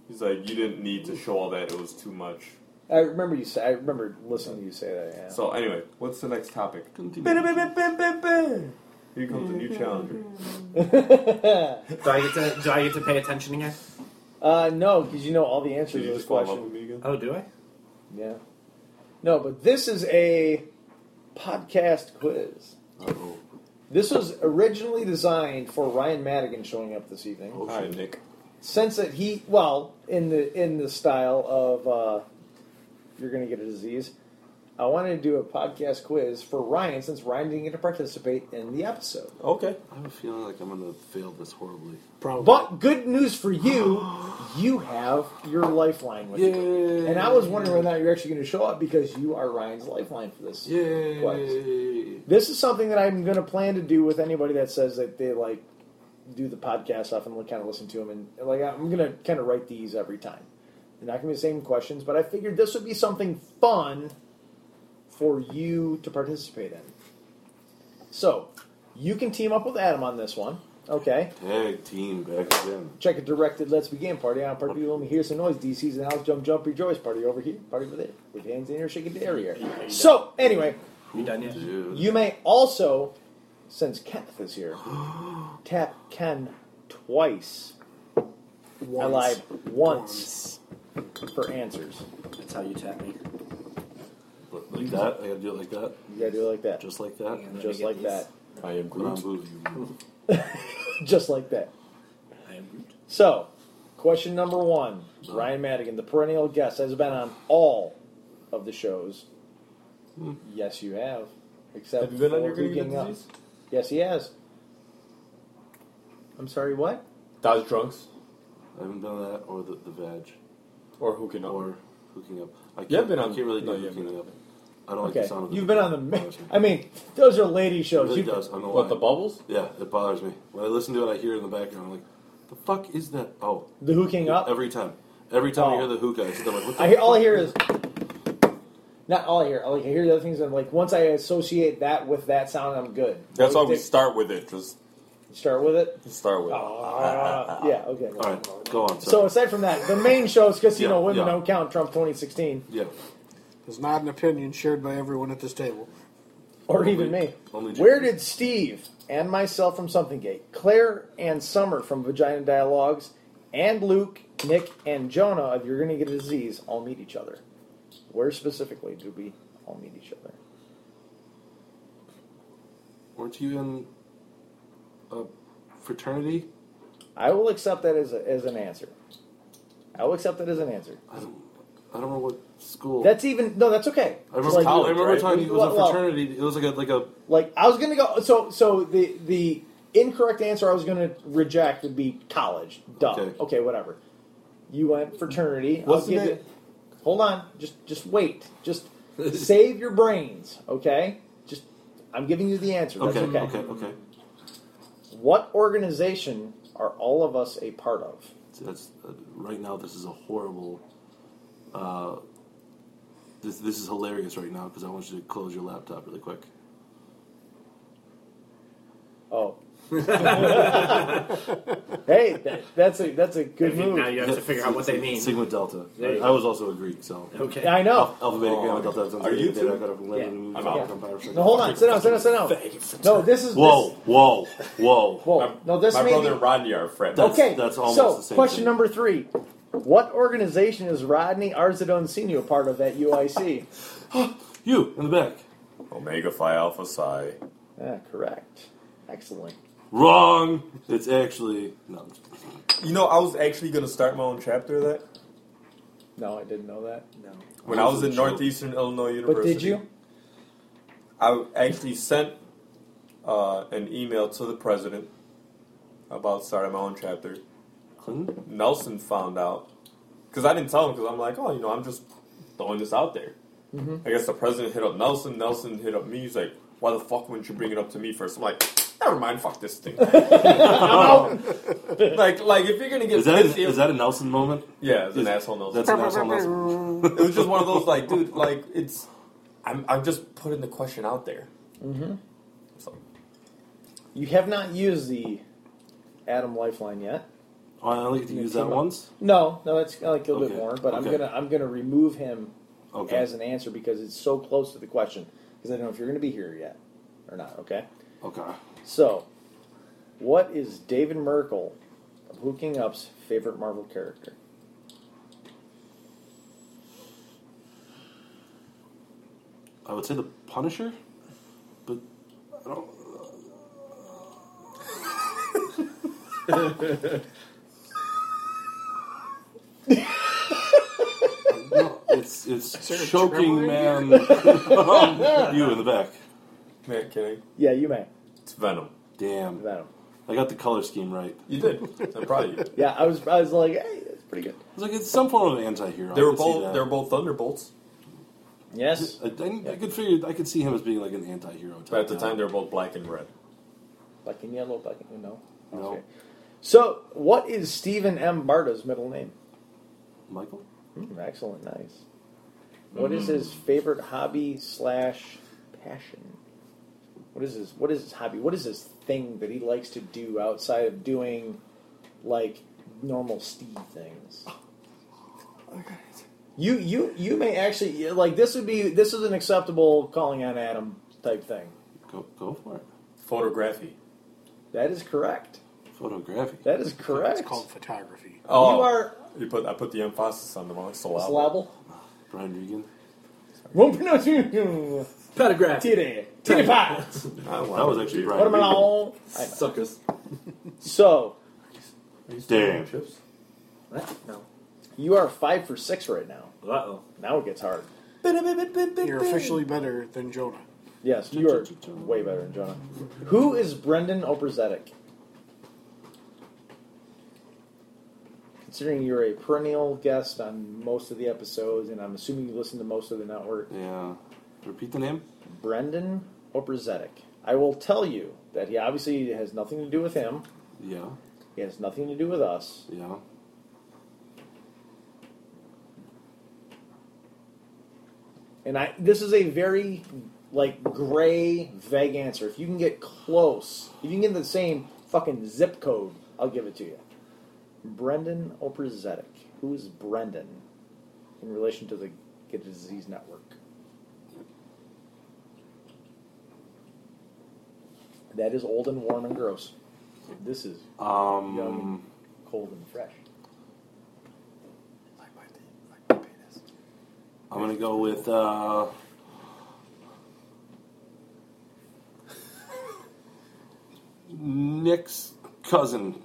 Speaker 5: He's like, you didn't need to show all that. It was too much.
Speaker 1: I remember you. Say, I remember listening to you say that. Yeah.
Speaker 5: So anyway, what's the next topic?
Speaker 3: Continue.
Speaker 5: Here comes a new challenger.
Speaker 1: Hmm.
Speaker 4: Do I get to do I get to pay attention again?
Speaker 1: *laughs* uh, no, because you know all the answers
Speaker 5: Did
Speaker 1: to
Speaker 5: you
Speaker 1: this
Speaker 5: just fall in love
Speaker 1: question.
Speaker 5: with me again?
Speaker 4: Oh, do I?
Speaker 1: Yeah. No, but this is a podcast quiz.
Speaker 3: Uh-oh.
Speaker 1: This was originally designed for Ryan Madigan showing up this evening.
Speaker 3: Oh,
Speaker 5: All right,
Speaker 3: shit.
Speaker 5: Nick.
Speaker 1: Since that he, well, in the in the style of uh, you're going to get a disease, I wanted to do a podcast quiz for Ryan since Ryan didn't get to participate in the episode.
Speaker 5: Okay.
Speaker 3: I have a feeling like I'm gonna fail this horribly.
Speaker 2: Probably.
Speaker 1: But good news for you, you have your lifeline with you.
Speaker 3: Yay!
Speaker 1: And I was wondering whether or not you're actually going to show up because you are Ryan's lifeline for this.
Speaker 3: Yay!
Speaker 1: This is something that I'm going to plan to do with anybody that says that they like do the podcast stuff and kind of listen to them. And like I'm going to kind of write these every time. They're not going to be the same questions, but I figured this would be something fun for you to participate in. So you can team up with Adam on this one. Okay.
Speaker 3: Tag team back again.
Speaker 1: Check it directed Let's Begin party on party. Let me hear some noise. DC's and Alex Jump Jump Rejoice party over here. Party with it. With hands in your shaking area. So anyway,
Speaker 4: You done yet?
Speaker 3: Dude.
Speaker 1: you may also, since Kenneth is here, tap Ken twice. I lied once for answers.
Speaker 4: That's how you tap me.
Speaker 3: Like that? I gotta do it like that?
Speaker 1: You gotta do it like that. Just,
Speaker 3: Just like that?
Speaker 4: Yeah. Let me
Speaker 1: like
Speaker 4: get
Speaker 1: that.
Speaker 3: I am Groot.
Speaker 1: Just like that.
Speaker 4: I am Groot.
Speaker 1: So, question number one Ryan Madigan, the perennial guest, has been on all of the shows. Yes, you have. Except
Speaker 5: Have you been
Speaker 1: for
Speaker 5: on your Google
Speaker 1: Hooking Up.
Speaker 5: disease?
Speaker 1: Yes, he has. I'm sorry, what?
Speaker 5: Dodge drunks
Speaker 3: I haven't done that or the, the vag.
Speaker 5: or hooking up.
Speaker 3: Or hooking up. I can't,
Speaker 5: You have been on-
Speaker 3: I can't really do
Speaker 5: no, you haven't
Speaker 3: hooking
Speaker 5: been
Speaker 3: up. I don't like
Speaker 1: Okay,
Speaker 3: the sound of it.
Speaker 1: you've been on the.
Speaker 3: It
Speaker 1: I mean, those are lady shows.
Speaker 3: really
Speaker 1: You-
Speaker 3: does. I don't know
Speaker 5: what
Speaker 3: why.
Speaker 5: the bubbles?
Speaker 3: Yeah, it bothers me. When I listen to it, I hear it in the background. I'm like, the fuck is that? Oh.
Speaker 1: the hooking up.
Speaker 3: Every time. Every time I
Speaker 1: Oh.
Speaker 3: hear the hookah, I sit there like, what the
Speaker 1: I hear, all I
Speaker 3: fuck?
Speaker 1: hear is not all I hear. Like I hear the other things. I'm like, once I associate that with that sound, I'm good.
Speaker 5: That's why
Speaker 1: all
Speaker 5: we start with it. Just
Speaker 1: start with
Speaker 3: *laughs*
Speaker 1: it. Ah,
Speaker 5: start with
Speaker 1: Oh. yeah. Okay.
Speaker 3: All right, go on.
Speaker 1: So
Speaker 3: Sorry.
Speaker 1: aside from that, the main shows Casino
Speaker 3: Yeah,
Speaker 1: Women
Speaker 3: yeah.
Speaker 1: Don't Count Trump 2016
Speaker 3: yeah.
Speaker 2: It's not an opinion shared by everyone at this table.
Speaker 1: or
Speaker 3: Only-
Speaker 1: even me.
Speaker 3: only Jim.
Speaker 1: Where did Steve and myself from Something Gate, Claire and Summer from Vagina Dialogues, and Luke, Nick, and Jonah of You're Gonna Get a Disease all meet each other? Where specifically did we all meet each other?
Speaker 3: Weren't you in a fraternity?
Speaker 1: I will accept that as, a, as an answer. I will accept that as an answer.
Speaker 3: I don't, I don't know what school.
Speaker 1: That's even no. That's okay.
Speaker 3: I remember,
Speaker 1: like,
Speaker 3: I remember
Speaker 5: right?
Speaker 3: telling you it
Speaker 1: Well,
Speaker 3: was
Speaker 1: well-
Speaker 3: a fraternity. It was like a like a
Speaker 1: like I was gonna go. So so the the incorrect answer I was gonna reject would be college. Duh.
Speaker 3: Okay.
Speaker 1: Okay, whatever. You went fraternity.
Speaker 5: Wasn't
Speaker 1: I'll give
Speaker 5: it-
Speaker 1: you.
Speaker 3: *laughs*
Speaker 1: Hold on. Just just wait. Just save your brains. Okay. Just I'm giving you the answer. That's
Speaker 3: Okay,
Speaker 1: okay.
Speaker 3: okay, okay.
Speaker 1: What organization are all of us a part of?
Speaker 3: So that's uh, right now. This is a horrible. Uh, this this is hilarious right now because I want you to close your laptop really quick.
Speaker 1: Oh. hey, that, that's a that's a good
Speaker 4: If you- now
Speaker 1: move.
Speaker 4: you have to figure out what they mean.
Speaker 3: Sigma Delta.
Speaker 4: There you
Speaker 3: I, I was also a Greek, so
Speaker 4: Okay.
Speaker 1: I know.
Speaker 3: alphabetic
Speaker 5: Oh,
Speaker 3: Gamma Delta. that's what I'm
Speaker 5: are
Speaker 3: saying.
Speaker 5: you
Speaker 3: Then
Speaker 5: too?
Speaker 3: I got from
Speaker 4: Yeah.
Speaker 3: Lebanon,
Speaker 5: I'm
Speaker 3: Alpha
Speaker 5: out.
Speaker 3: Empire, Sigma
Speaker 1: No, hold on. Sit down. Sit down. Sit down. No, this is
Speaker 3: Whoa,
Speaker 1: This,
Speaker 3: whoa,
Speaker 5: *laughs*
Speaker 3: whoa!
Speaker 1: whoa. No, this
Speaker 5: My
Speaker 1: may
Speaker 5: brother
Speaker 1: be,
Speaker 5: and Rodney are friends.
Speaker 3: That's-
Speaker 1: okay.
Speaker 3: that's almost
Speaker 1: so,
Speaker 3: the same
Speaker 1: question
Speaker 3: thing.
Speaker 1: number three: What organization is Rodney Arzadon Senior part of at
Speaker 3: *laughs*
Speaker 1: UIC?
Speaker 3: You in the back.
Speaker 5: Omega Phi Alpha Psi.
Speaker 1: ah, correct. Excellent.
Speaker 3: Wrong. It's actually no.
Speaker 5: You know, I was actually going to start my own chapter of that
Speaker 1: No, I didn't know that.
Speaker 4: No.
Speaker 5: when I was in
Speaker 3: Those are
Speaker 5: Northeastern Illinois
Speaker 1: But
Speaker 5: University.
Speaker 1: did
Speaker 3: *laughs*
Speaker 1: you?
Speaker 5: I actually sent uh, an email to the president about starting my own chapter.
Speaker 3: Clinton?
Speaker 5: Nelson found out because I didn't tell him because I'm like, oh, you know, I'm just throwing this out there. I guess the president hit up Nelson. Nelson hit up me. He's like, why the fuck wouldn't you bring it up to me first? I'm like, never mind. Fuck this *laughs* thing.
Speaker 3: Oh.
Speaker 5: like, like if you're gonna get
Speaker 3: Is that
Speaker 5: pissy-
Speaker 3: is that a Nelson moment?
Speaker 5: yeah, it's an
Speaker 3: is-
Speaker 5: asshole Nelson.
Speaker 3: That's an asshole Nelson.
Speaker 5: it was just one of
Speaker 3: *laughs*
Speaker 5: those like, dude, like it's, I'm, I'm just putting the question out there. Mm-hmm. So,
Speaker 1: You have not used the Atom Lifeline yet.
Speaker 3: Oh, I only get to use that once.
Speaker 1: No, no, that's like a little bit
Speaker 3: Okay,
Speaker 1: more. But I'm
Speaker 3: okay.
Speaker 1: gonna I'm gonna remove him
Speaker 3: Okay.
Speaker 1: as an answer because it's so close to the question. Because I don't know if you're gonna be here yet or not. Okay.
Speaker 3: Okay.
Speaker 1: So, what is David Merkel of Hooking Up's favorite Marvel character?
Speaker 3: I would say the Punisher, but I don't. uh. *laughs* no, it's
Speaker 2: there a
Speaker 3: it's
Speaker 2: tremor
Speaker 3: choking
Speaker 2: in
Speaker 3: man. *laughs* you in the back.
Speaker 5: man, kidding.
Speaker 1: Yeah, you may.
Speaker 5: It's Venom.
Speaker 3: Damn,
Speaker 1: Venom.
Speaker 3: I got the color scheme right.
Speaker 5: You did. I'm proud of you.
Speaker 1: Yeah, I was I was like, hey, that's pretty good.
Speaker 3: It's like it's some form of an anti-hero.
Speaker 5: They
Speaker 3: I
Speaker 5: were
Speaker 3: could see that.
Speaker 5: both. They were both Thunderbolts.
Speaker 1: Yes.
Speaker 3: I, I, I could figure. I could see him as being like an anti-hero. Type
Speaker 5: But at the
Speaker 3: guy.
Speaker 5: time, they were both black and red.
Speaker 1: Black and yellow, black and no.
Speaker 3: No.
Speaker 1: Okay. So, what is Stephen M. Barta's middle name?
Speaker 3: Michael.
Speaker 1: Hmm, excellent, nice. What
Speaker 2: Mm-hmm.
Speaker 1: is his favorite hobby slash passion? What is his What is his hobby? What is his thing that he likes to do outside of doing like normal Steve things? You you you may actually yeah, like this would be this is an acceptable calling on Adam type thing.
Speaker 3: Go go for it.
Speaker 5: Photography.
Speaker 1: That is correct.
Speaker 3: Photography.
Speaker 1: That is correct.
Speaker 2: It's called photography.
Speaker 5: Oh,
Speaker 1: You are
Speaker 5: You put. I put the emphasis on the wrong
Speaker 1: Slabble.
Speaker 5: syllable.
Speaker 3: Brian Regan.
Speaker 1: Won't pronounce *laughs* you.
Speaker 4: Pedagraph.
Speaker 1: Titty. Titty pots.
Speaker 5: That
Speaker 3: That was actually
Speaker 1: Put 'em
Speaker 3: Brian. Regan.
Speaker 1: along. I know.
Speaker 4: Suckers.
Speaker 1: So
Speaker 3: Damn.
Speaker 5: Chips.
Speaker 4: What? No.
Speaker 1: You are five for six right now.
Speaker 4: Uh oh.
Speaker 1: Now it gets hard.
Speaker 2: You're officially better than Jonah.
Speaker 1: Yes, you are way better than Jonah. Who is Brendan Obrazetic? Considering you're a perennial guest on most of the episodes, and I'm assuming you listen to most of the network,
Speaker 3: Yeah. Repeat the name.
Speaker 1: Brendan Obrazetic. I will tell you that he obviously has nothing to do with him.
Speaker 3: Yeah.
Speaker 1: He has nothing to do with us.
Speaker 3: Yeah.
Speaker 1: And I this is a very like gray, vague answer. If you can get close, if you can get the same fucking zip code, I'll give it to you. Brendan Oprazetic. Who is Brendan in relation to the Get a Disease Network? That is old and warm and gross. This is
Speaker 3: Um.
Speaker 1: cold and fresh.
Speaker 3: I'm gonna go with. uh Nick's cousin.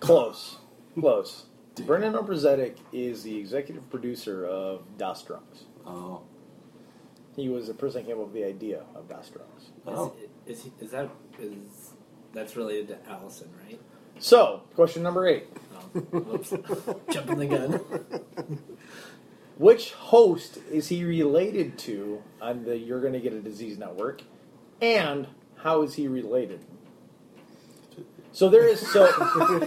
Speaker 1: Close. Close. Brendan Oprazetic is the executive producer of Das Drunks.
Speaker 3: Oh.
Speaker 1: He was the person that came up with the idea of Dostrons.
Speaker 3: Oh.
Speaker 4: Is, he- is that is that's related to Allison, right?
Speaker 1: So, question number eight.
Speaker 4: Oh, whoops. Jumping the gun. *laughs*
Speaker 1: Which host is he related to on the You're Gonna Get a Disease Network? and how is he related? So there is so
Speaker 8: *laughs* You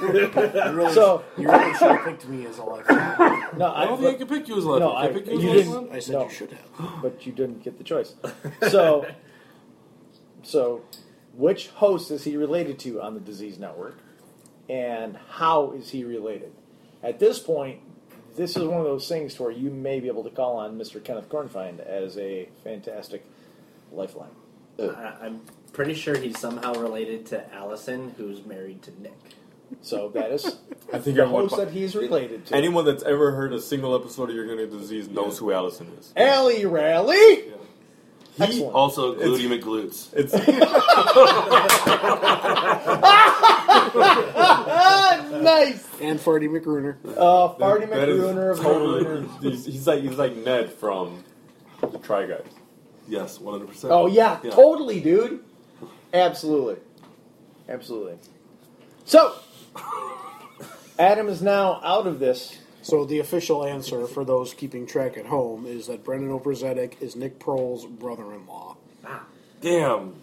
Speaker 8: really,
Speaker 1: So-
Speaker 8: you really should have picked me as a lifeline.
Speaker 1: no.
Speaker 3: I don't think
Speaker 1: I,
Speaker 3: I can pick you as left.
Speaker 1: No,
Speaker 3: I,
Speaker 1: I-
Speaker 3: pick you as
Speaker 1: you
Speaker 3: left
Speaker 1: didn't-
Speaker 8: I said
Speaker 1: No.
Speaker 8: you should have.
Speaker 1: but you didn't get the choice.
Speaker 5: *laughs*
Speaker 1: So so which host is he related to on the Disease Network, and how is he related? At this point, this is one of those things where you may be able to call on Mr. Kenneth Cornfind as a fantastic lifeline.
Speaker 4: I, I'm pretty sure he's somehow related to Allison, who's married to Nick.
Speaker 1: So that is
Speaker 5: I think
Speaker 1: the
Speaker 5: everyone-
Speaker 1: host that he's related to.
Speaker 5: Anyone that's ever heard a single episode of You're Gonna Disease knows who Allison is.
Speaker 1: Alley
Speaker 5: *laughs*
Speaker 1: Rally.
Speaker 5: He
Speaker 1: Excellent.
Speaker 3: Also, Glutey McGlutes.
Speaker 1: *laughs*
Speaker 5: It's
Speaker 1: Ah, nice.
Speaker 2: And Farty McGruner.
Speaker 1: Uh, Farty
Speaker 5: that is
Speaker 1: McGruner of
Speaker 5: totally.
Speaker 1: Holy-
Speaker 5: He's, he's like he's like Ned from the Try Guys.
Speaker 3: Yes, 100%.
Speaker 1: Oh yeah,
Speaker 3: Yeah.
Speaker 1: totally, dude. Absolutely, absolutely. So, Adam is now out of this.
Speaker 2: So the official answer for those keeping track at home is that Brendan Oprzetic is Nick Prohl's brother-in-law.
Speaker 4: Ah,
Speaker 3: Damn.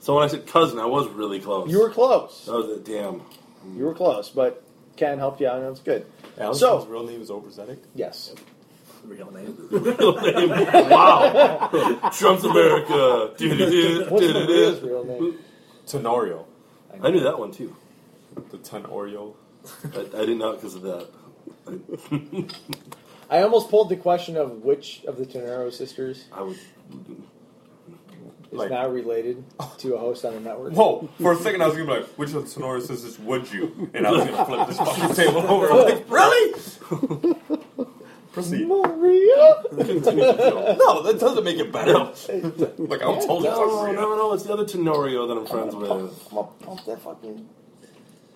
Speaker 3: So when I said cousin, I was really close.
Speaker 1: You were close.
Speaker 3: That was a damn.
Speaker 1: You were close, but Ken helped you out, and it was good.
Speaker 5: Allison's
Speaker 1: So-
Speaker 5: real name is Oprzetic.
Speaker 1: Yes.
Speaker 4: Real name.
Speaker 3: wow. Trump's America. Du-du-du, *laughs*
Speaker 1: What's the his
Speaker 3: du-du-du.
Speaker 1: real name?
Speaker 5: Tenorio.
Speaker 3: I knew that one too.
Speaker 5: The Tenorio.
Speaker 3: I, I didn't know because of that. I,
Speaker 1: I almost pulled the question of which of the Tenero sisters
Speaker 3: I would.
Speaker 1: is
Speaker 5: Like-
Speaker 1: now related to a host on the network.
Speaker 5: Whoa! For a second, I was gonna be like, "Which of the Tenorio sisters would you?" And I was gonna flip this
Speaker 1: *laughs*
Speaker 5: fucking table over. I'm like, really? *laughs* Proceed.
Speaker 1: Maria.
Speaker 5: no, that doesn't make it better. Like I'm told it's
Speaker 3: No,
Speaker 5: Maria.
Speaker 3: no, no. It's the other Tenorio that I'm friends with.
Speaker 1: Pump that fucking.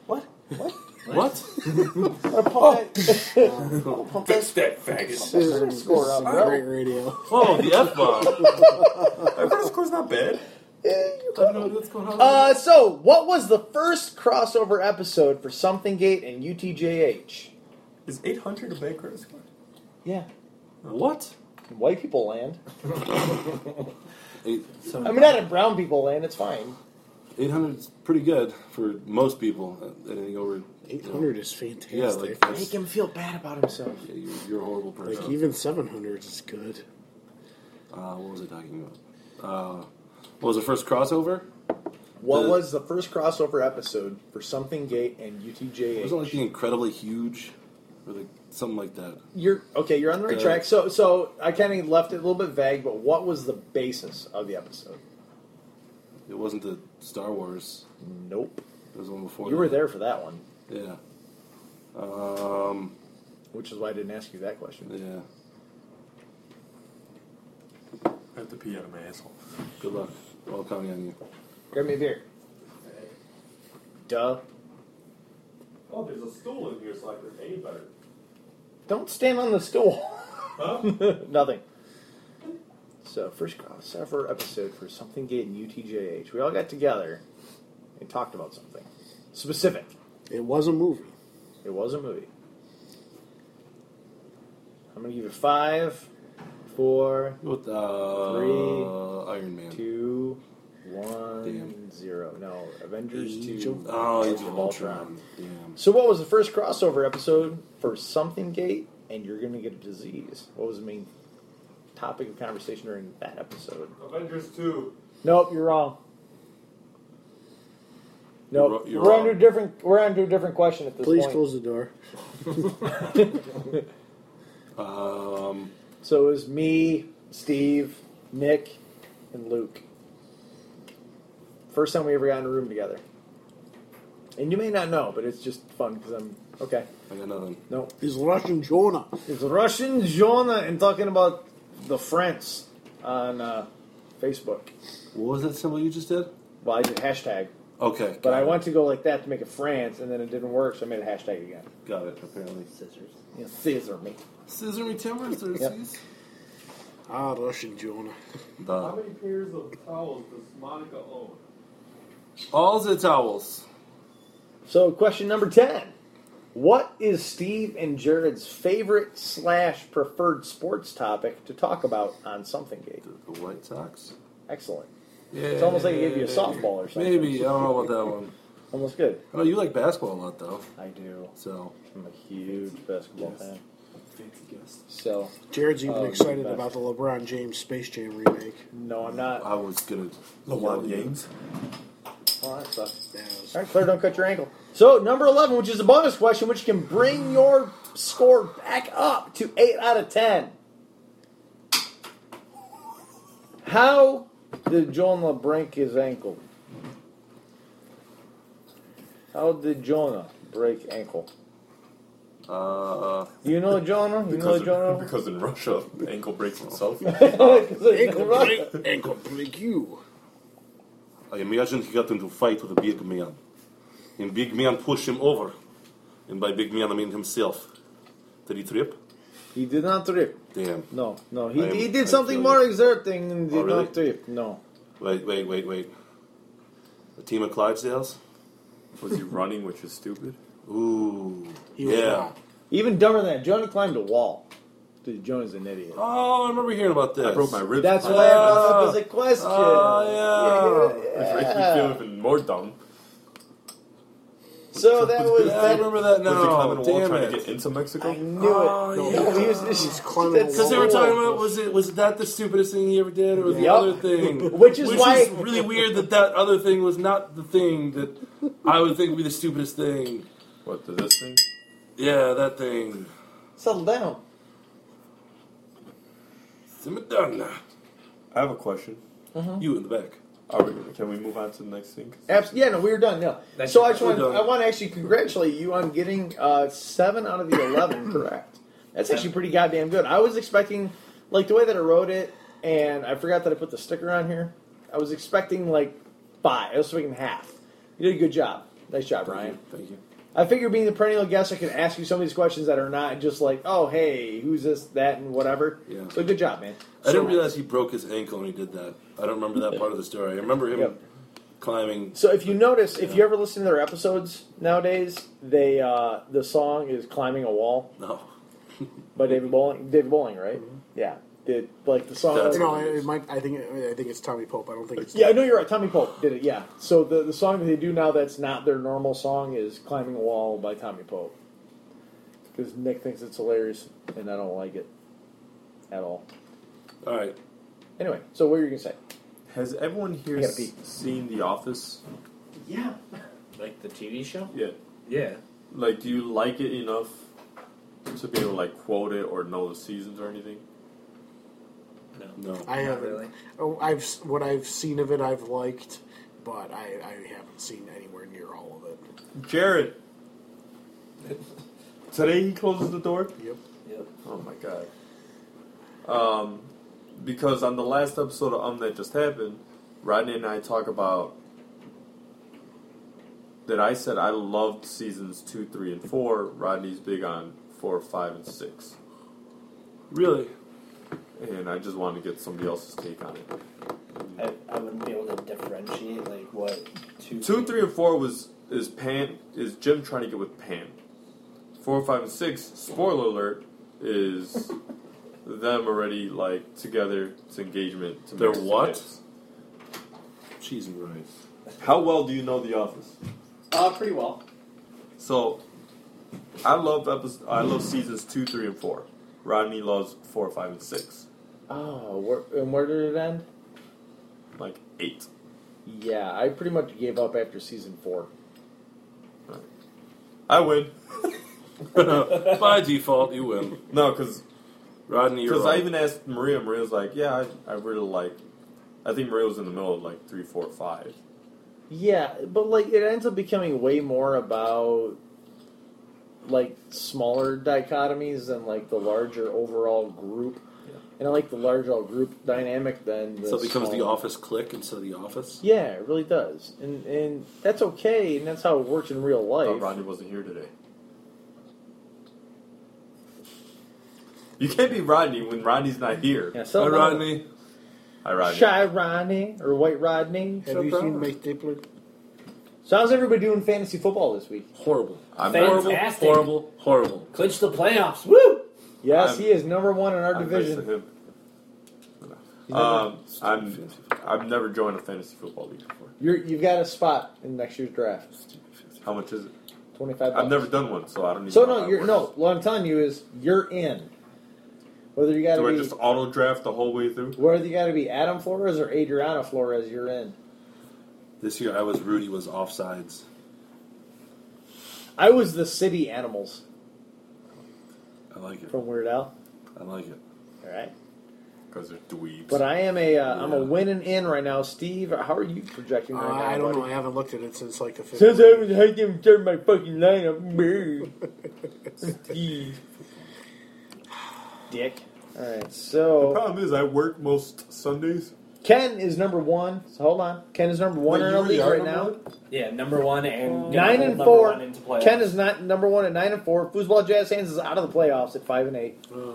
Speaker 3: What? What?
Speaker 1: Pump oh. that,
Speaker 5: Fix that faggot.
Speaker 2: This is
Speaker 1: score up,
Speaker 2: some
Speaker 1: bro.
Speaker 2: great radio.
Speaker 3: Oh, the F bomb.
Speaker 5: I thought the score's not bad.
Speaker 1: *laughs*
Speaker 3: I don't know what's going on.
Speaker 1: Uh, so, what was the first crossover episode for Something Gate and UTJH?
Speaker 5: Is 800 a bad credit score?
Speaker 1: Yeah.
Speaker 3: what?
Speaker 1: White people land.
Speaker 3: Eight-
Speaker 1: I mean, not in brown people land, it's fine.
Speaker 3: 800 is pretty good for most people. Uh, I didn't go over.
Speaker 2: 800 is fantastic.
Speaker 3: Yeah, like,
Speaker 1: Make
Speaker 3: that's,
Speaker 1: him feel bad about himself.
Speaker 3: yeah, you're, you're a horrible person.
Speaker 2: Like, even 700 is good.
Speaker 3: Uh, what was I talking about? Uh, what was the first crossover?
Speaker 1: What
Speaker 3: The-
Speaker 1: was the first crossover episode for Something Gate and UTJH?
Speaker 3: Wasn't it like the incredibly huge, or like something like that?
Speaker 1: You're okay. You're on the right
Speaker 3: Uh,
Speaker 1: track. So, so I kind of left it a little bit vague. But what was the basis of the episode?
Speaker 3: It wasn't the Star Wars.
Speaker 1: Nope.
Speaker 3: It was the one before.
Speaker 1: You were
Speaker 3: that.
Speaker 1: there for that one,
Speaker 3: Yeah. Um.
Speaker 1: which is why I didn't ask you that question.
Speaker 3: Yeah.
Speaker 5: I have to pee out of my asshole.
Speaker 3: Good luck. All counting on you.
Speaker 1: Grab me a beer. Duh.
Speaker 5: Oh, there's a stool in here, so I can aim better.
Speaker 1: Don't stand on the stool.
Speaker 5: Huh?
Speaker 1: *laughs* Nothing. So, first crossover episode for Something Gate and UTJH. We all got together and talked about something specific.
Speaker 2: It was a movie.
Speaker 1: It was a movie. I'm going to give it five, four,
Speaker 3: With uh,
Speaker 1: Three,
Speaker 3: Iron Man.
Speaker 1: two, one,
Speaker 3: Damn.
Speaker 1: zero. No, Avengers
Speaker 2: Age
Speaker 1: 2.
Speaker 2: of-
Speaker 3: Oh, Age
Speaker 1: Ultron.
Speaker 3: of Ultron. Damn.
Speaker 1: So, what was the first crossover episode for Something Gate and You're Gonna Get a Disease? What was the main topic of conversation during that episode?
Speaker 5: Avengers 2.
Speaker 1: Nope, you're wrong. Nope,
Speaker 3: You're ro- you're
Speaker 1: we're
Speaker 3: wrong.
Speaker 1: under a different. We're under a different question at this
Speaker 2: Please
Speaker 1: point.
Speaker 2: close the door.
Speaker 3: Um,
Speaker 1: So it was me, Steve, Nick, and Luke. First time we ever got in a room together. And you may not know, but it's just fun because I'm okay.
Speaker 3: I got nothing.
Speaker 1: No,
Speaker 2: Is Russian Jonah.
Speaker 1: it's Russian Jonah and talking about the French on uh, Facebook.
Speaker 3: What was that symbol you just did?
Speaker 1: Well, I did hashtag,
Speaker 3: Okay.
Speaker 1: but
Speaker 3: got
Speaker 1: I
Speaker 3: it.
Speaker 1: wanted to go like that to make it France, and then it didn't work, so I made a hashtag again.
Speaker 3: Got it, apparently.
Speaker 4: Scissors.
Speaker 1: You know, scissor me.
Speaker 3: Scissor me timbers, Xerxes.
Speaker 2: Ah, Russian Jonah.
Speaker 3: Duh.
Speaker 5: many pairs of towels does Monica own?
Speaker 3: All the towels.
Speaker 1: So, question number 10. What is Steve and Jared's favorite slash preferred sports topic to talk about on Something Gate?
Speaker 3: The White Sox.
Speaker 1: Excellent. It's almost like he gave you a softball or something.
Speaker 3: Maybe I don't know about that one.
Speaker 1: Almost good.
Speaker 3: Oh, you like basketball a lot though,
Speaker 1: I do.
Speaker 3: so
Speaker 1: I'm a huge basketball fan. So
Speaker 2: Jared's even
Speaker 1: Oh,
Speaker 2: excited
Speaker 1: back.
Speaker 2: about the LeBron James Space Jam remake.
Speaker 1: no, I'm not.
Speaker 3: I was gonna.
Speaker 5: LeBron James.
Speaker 1: Well, that sucks.
Speaker 2: Yeah, it was-
Speaker 1: All right, Claire, don't cut your ankle. So number eleven, which is a bonus question, which can bring your score back up to eight out of ten. How did Jonah break his ankle? How did Jonah break ankle?
Speaker 3: Uh,
Speaker 1: You know Jonah. You know
Speaker 3: *laughs*
Speaker 5: Because, in,
Speaker 1: Jonah.
Speaker 5: *laughs* because in Russia, ankle breaks himself.
Speaker 1: *laughs* Because-
Speaker 2: *laughs* Ankle break you.
Speaker 3: I imagine he got into a fight with a big man, and big man pushed him over, and by big man I mean himself. Did he trip?
Speaker 1: he did not trip.
Speaker 3: Damn.
Speaker 1: No, no. He,
Speaker 3: I am-
Speaker 1: he
Speaker 3: I
Speaker 1: did something
Speaker 3: feel
Speaker 1: more
Speaker 3: you.
Speaker 1: exerting and did
Speaker 3: Oh, really?
Speaker 1: not trip. No.
Speaker 3: Wait, wait, wait, wait. A team of Clydesdales?
Speaker 5: Was he running, which is stupid?
Speaker 3: Ooh.
Speaker 2: He was
Speaker 3: yeah.
Speaker 2: not.
Speaker 1: Even dumber than that, Jonah climbed a wall. Dude, Jonah's an idiot.
Speaker 3: Oh, I remember hearing about this.
Speaker 5: I broke my ribs.
Speaker 1: That's
Speaker 5: I,
Speaker 1: why I put this as a question.
Speaker 3: Oh, yeah.
Speaker 5: Which makes me feel even more dumb.
Speaker 1: So that was.
Speaker 3: Yeah, I remember that
Speaker 5: was he climbing
Speaker 3: now.
Speaker 5: a wall
Speaker 3: Damn
Speaker 5: trying to
Speaker 3: it.
Speaker 5: get into Mexico?
Speaker 1: I knew it.
Speaker 3: Oh,
Speaker 1: no,
Speaker 3: yeah.
Speaker 1: he was just
Speaker 2: He's climbing
Speaker 1: that's-
Speaker 2: a
Speaker 3: Because they were
Speaker 2: wall.
Speaker 3: talking about was it was that the stupidest thing he ever did or was the
Speaker 1: Oh. Yep.
Speaker 3: other thing?
Speaker 1: *laughs* Which is why-
Speaker 3: really weird that that other thing was not the thing that I would think would be the stupidest thing.
Speaker 5: What, did this thing?
Speaker 3: Yeah, that thing.
Speaker 1: Settle down.
Speaker 3: Simadonna.
Speaker 5: I have a question.
Speaker 1: Uh-huh.
Speaker 3: You in the back.
Speaker 5: Are we, can we move on to the next thing?
Speaker 1: Abs- yeah, no, we were done. No.
Speaker 4: That's-
Speaker 1: So I just
Speaker 3: we're
Speaker 1: want
Speaker 3: done.
Speaker 1: I want to actually congratulate you on getting uh, seven out of
Speaker 3: *coughs*
Speaker 1: the eleven correct. That's actually pretty goddamn good. I was expecting like the way that I wrote it, and I forgot that I put the sticker on here. I was expecting like five. I was expecting half. You did a good job. Nice job, Ryan.
Speaker 3: Thank you.
Speaker 1: I figure being the perennial guest, I can ask you some of these questions that are not just like, oh, hey, who's this, that, and whatever.
Speaker 3: Yeah.
Speaker 1: So good job, man.
Speaker 3: I didn't realize he broke his ankle when he did that. I don't remember that part of the story. I remember him
Speaker 1: Yep.
Speaker 3: climbing.
Speaker 1: So if you notice, if
Speaker 3: Yeah.
Speaker 1: you ever listen to their episodes nowadays, they uh, the song is "Climbing a Wall"
Speaker 3: No.
Speaker 1: by David Bowling. David Bowling, right? Yeah. Did like the song?
Speaker 3: That's-
Speaker 2: No, it, it might. I think. I think it's Tommy Pope. I don't think it's.
Speaker 1: yeah, I know you're right. Tommy Pope did it. Yeah. So the the song that they do now that's not their normal song is "Climbing a Wall" by Tommy Pope because Nick thinks it's hilarious and I don't like it at all.
Speaker 3: All right.
Speaker 1: Anyway, so what were you gonna say?
Speaker 5: Has everyone here
Speaker 1: I gotta
Speaker 5: s-
Speaker 1: pee.
Speaker 5: seen The Office?
Speaker 4: Yeah. Like the TV show?
Speaker 5: Yeah.
Speaker 4: Yeah.
Speaker 5: Like, do you like it enough to be able to, like, quote it or know the seasons or anything?
Speaker 3: No.
Speaker 2: I
Speaker 4: Not
Speaker 2: haven't.
Speaker 4: really.
Speaker 2: Oh, I've s- what I've seen of it. I've liked, but I, I haven't seen anywhere near all of
Speaker 5: *laughs*
Speaker 2: it.
Speaker 5: Jared! Today he closes the door?
Speaker 2: Yep.
Speaker 4: Yep.
Speaker 5: Oh my god. Um, because on the last episode of Um That Just Happened, Rodney and I talk about that I said I loved seasons two, three, and four. Rodney's big on four, five, and six.
Speaker 3: Really?
Speaker 5: And I just wanted to get somebody else's take on it.
Speaker 4: I, I wouldn't be able to differentiate like what two
Speaker 5: Two, three, and four was is Pam is Jim trying to get with Pam. Four, five, and six. Spoiler alert is them already like together. It's engagement. To
Speaker 3: They're
Speaker 5: make some
Speaker 3: what?
Speaker 5: hits.
Speaker 3: Cheese and rice. *laughs*
Speaker 5: How well do you know The Office?
Speaker 4: Uh, pretty well.
Speaker 5: So, I love episode, I love seasons two, three, and four. Rodney loves four, five, and six.
Speaker 1: Oh, where, and where did it end?
Speaker 5: Like eight.
Speaker 1: Yeah, I pretty much gave up after season four.
Speaker 5: I win.
Speaker 3: By default, you win.
Speaker 5: No, because
Speaker 3: Rodney, you're
Speaker 5: I
Speaker 3: wrong.
Speaker 5: even asked Maria. Maria's like, yeah, I, I really like. I think Maria was in the middle of like three, four, five.
Speaker 1: Yeah, but like it ends up becoming way more about like smaller dichotomies than like the larger overall group.
Speaker 5: Yeah.
Speaker 1: And I like the large all group dynamic than the
Speaker 3: So it becomes the
Speaker 1: small-
Speaker 3: office click instead of the office.
Speaker 1: Yeah, it really does. And and that's okay and that's how it works in real
Speaker 5: I
Speaker 1: life.
Speaker 5: thought Rodney wasn't here today. You can't be Rodney when Rodney's not here.
Speaker 1: Yeah, so
Speaker 3: Hi, Rodney.
Speaker 5: Hi, Rodney.
Speaker 1: Shy Rodney or White Rodney.
Speaker 2: Have
Speaker 3: Shut
Speaker 2: you
Speaker 3: down.
Speaker 2: seen Mike Dippler?
Speaker 1: So how's everybody doing in fantasy football this week?
Speaker 3: Horrible.
Speaker 5: I'm
Speaker 4: Thanks.
Speaker 3: Horrible.
Speaker 5: horrible.
Speaker 4: Fantastic.
Speaker 3: Horrible. Horrible.
Speaker 4: Clinch the playoffs. Woo!
Speaker 1: Yes,
Speaker 5: I'm-
Speaker 1: he is number one in our
Speaker 5: I'm next to
Speaker 1: division.
Speaker 5: him. Um, I'm I've never joined a fantasy football league before.
Speaker 1: You're, you've got a spot in next year's draft.
Speaker 5: How much is it?
Speaker 1: Twenty five.
Speaker 5: I've never done one, so I don't. Even
Speaker 1: So
Speaker 5: know how
Speaker 1: no,
Speaker 5: it
Speaker 1: you're no.
Speaker 5: works.
Speaker 1: What I'm telling you is you're in. Whether you got
Speaker 5: Do I
Speaker 1: to be
Speaker 5: just auto draft the whole way through?
Speaker 1: whether you got to be Adam Flores or Adriana Flores, you're in.
Speaker 3: This year I was Rudy was offsides.
Speaker 1: I was the city animals
Speaker 3: I like it.
Speaker 1: from Weird Al.
Speaker 3: I like it.
Speaker 1: All right,
Speaker 5: Because they're dweebs.
Speaker 1: but I am a uh, I'm a
Speaker 3: Yeah.
Speaker 1: winning in right now, Steve. How are you projecting
Speaker 2: Uh,
Speaker 1: right now?
Speaker 2: I don't know. I
Speaker 1: buddy?
Speaker 2: haven't looked at it since like the 50s.
Speaker 1: Since I was hiding turn my fucking lineup,
Speaker 5: *laughs*
Speaker 1: Steve, dick. All right,
Speaker 5: the
Speaker 1: so
Speaker 5: problem is, I work most Sundays.
Speaker 1: Ken is number one. So hold on, Ken is number one
Speaker 5: Wait,
Speaker 1: in
Speaker 5: you
Speaker 1: our
Speaker 5: really
Speaker 1: league
Speaker 5: are
Speaker 1: right
Speaker 5: number
Speaker 1: now.
Speaker 5: one?
Speaker 4: Yeah, number one and
Speaker 1: Nine
Speaker 4: gonna
Speaker 1: and
Speaker 4: hold number
Speaker 1: four.
Speaker 4: one into playoffs.
Speaker 1: Ken is not number one at nine and four. Foosball Jazz Hands is out of the playoffs at five and eight.
Speaker 5: Mm.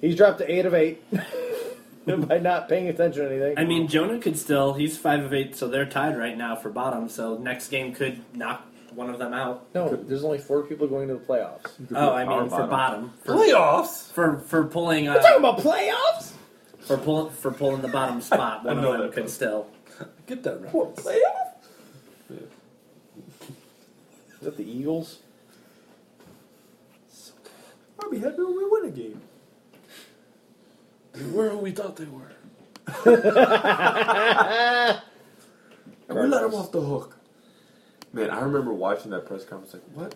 Speaker 1: He's dropped to eight of eight *laughs* by not paying attention to anything.
Speaker 4: I mean, Jonah could still. He's five of eight, so they're tied right now for bottom. So next game could knock one of them out.
Speaker 1: no, there's only four people going to the playoffs.
Speaker 5: *laughs*
Speaker 4: Oh, I mean for
Speaker 5: bottom.
Speaker 4: bottom
Speaker 3: Playoffs?
Speaker 4: for for pulling
Speaker 1: We're talking
Speaker 4: uh,
Speaker 1: about playoffs.
Speaker 4: for pulling for pulling the *laughs* bottom spot. One
Speaker 3: know
Speaker 4: of them
Speaker 3: that
Speaker 4: could still.
Speaker 3: Get that right.
Speaker 1: What playoffs? Is that the Eagles?
Speaker 5: I'll be happy when we win a game.
Speaker 3: They were who we thought they were. and we let them off the hook.
Speaker 5: Man, I remember watching that press conference. Like, what?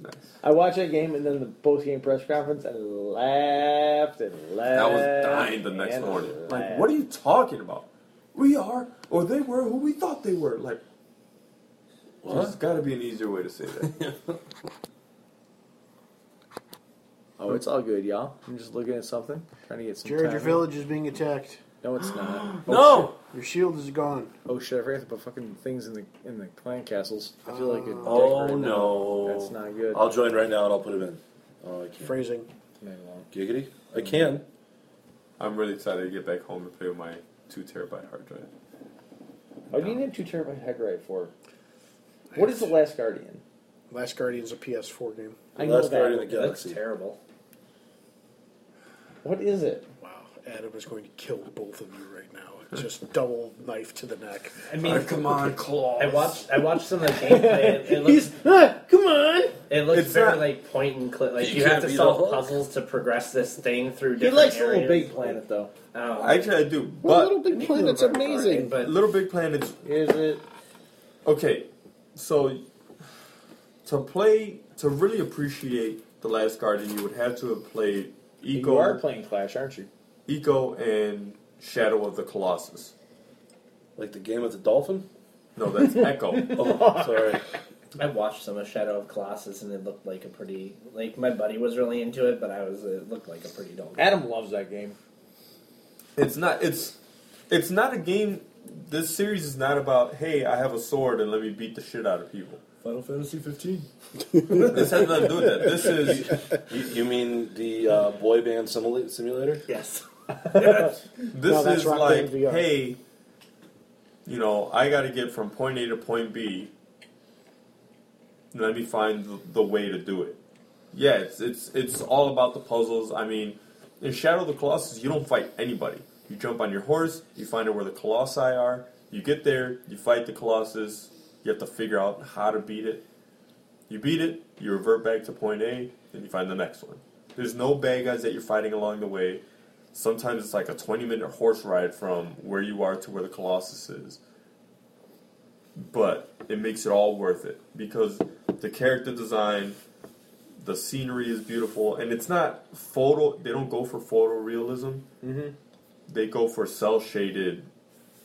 Speaker 5: Nice.
Speaker 1: I watched that game and then the post game press conference and laughed and laughed.
Speaker 5: I was dying the next
Speaker 1: and uh,
Speaker 5: morning. Like,
Speaker 1: laughed.
Speaker 5: what are you talking about? We are, or they were who we thought they were. Like, there's got to be an easier way to say that. *laughs*
Speaker 1: Oh, it's all good, y'all. I'm just looking at something, trying to get some.
Speaker 2: Jared, your
Speaker 1: timing.
Speaker 2: village is being attacked.
Speaker 1: No, it's not.
Speaker 3: No!
Speaker 2: Your shield is gone.
Speaker 1: Oh shit! I forgot to put fucking things in the in the clan castles. I feel like a dick
Speaker 3: Oh,
Speaker 1: right now.
Speaker 3: no.
Speaker 1: that's not good.
Speaker 3: I'll join right now and I'll put him in. Oh, I can't.
Speaker 2: Phrasing.
Speaker 1: Maybe not.
Speaker 3: Giggity? I can.
Speaker 5: I'm really excited to get back home and play with my two terabyte hard drive.
Speaker 1: Why do Oh, you need two terabyte head right for? What is the last guardian?
Speaker 2: Last Guardian's a PS4 game.
Speaker 1: I
Speaker 3: The Last Guardian of the
Speaker 4: That's
Speaker 3: Galaxy.
Speaker 4: terrible.
Speaker 1: What is *laughs* it?
Speaker 2: Wow. Adam is going to kill both of you right now. *laughs* Just double knife to the neck.
Speaker 4: I mean,
Speaker 8: Come on, Claw.
Speaker 4: I watched I watched some of *laughs* the gameplay. It, it looks
Speaker 1: ah, come on.
Speaker 4: it looks
Speaker 5: It's
Speaker 4: very
Speaker 5: not-
Speaker 4: like point and click. Like
Speaker 3: You
Speaker 4: you, have
Speaker 3: can't
Speaker 4: to
Speaker 3: be the
Speaker 4: solve
Speaker 3: Hulk.
Speaker 4: puzzles to progress this thing through.
Speaker 1: He
Speaker 4: Different
Speaker 1: likes the
Speaker 4: areas.
Speaker 1: little big planet though.
Speaker 4: Oh,
Speaker 5: Actually, I do,
Speaker 1: Well,
Speaker 5: but
Speaker 1: little big planet's amazing.
Speaker 4: But
Speaker 5: Little Big Planet is
Speaker 1: Is it?
Speaker 5: okay. So, to play, to really appreciate The Last Guardian, you would have to have played
Speaker 1: You are
Speaker 5: Eco,
Speaker 1: playing Clash, aren't you?
Speaker 5: Eco, and Shadow of the Colossus.
Speaker 3: Like the game with the dolphin?
Speaker 5: No, that's Echo.
Speaker 3: Oh,
Speaker 1: *laughs*
Speaker 3: sorry.
Speaker 4: I watched some of Shadow of Colossus, and it looked like a pretty like my buddy was really into it, but I was it looked like a pretty dull. game.
Speaker 1: Adam loves that game.
Speaker 5: It's not. It's it's not a game. This series is not about hey, I have a sword and let me beat the shit out of people.
Speaker 4: Final Fantasy 15.
Speaker 5: This has nothing to do with that. This is
Speaker 3: You, you mean the uh, boy band simula- simulator?
Speaker 4: Yes.
Speaker 2: No,
Speaker 5: this
Speaker 2: that's
Speaker 5: is
Speaker 2: Rock
Speaker 5: like
Speaker 2: Band VR.
Speaker 5: hey, you know, I got to get from point A to point B. Let me find the, the way to do it. Yeah, it's it's it's all about the puzzles. I mean, in Shadow of the Colossus, you don't fight anybody. You jump on your horse, you find out where the colossi are. You get there, you fight the colossus. You have to figure out how to beat it. You beat it, you revert back to point A, then you find the next one. There's no bad guys that you're fighting along the way. Sometimes it's like a 20 minute horse ride from where you are to where the Colossus is. But it makes it all worth it because the character design, the scenery is beautiful, and it's not photo, they don't go for photorealism. They go for cell shaded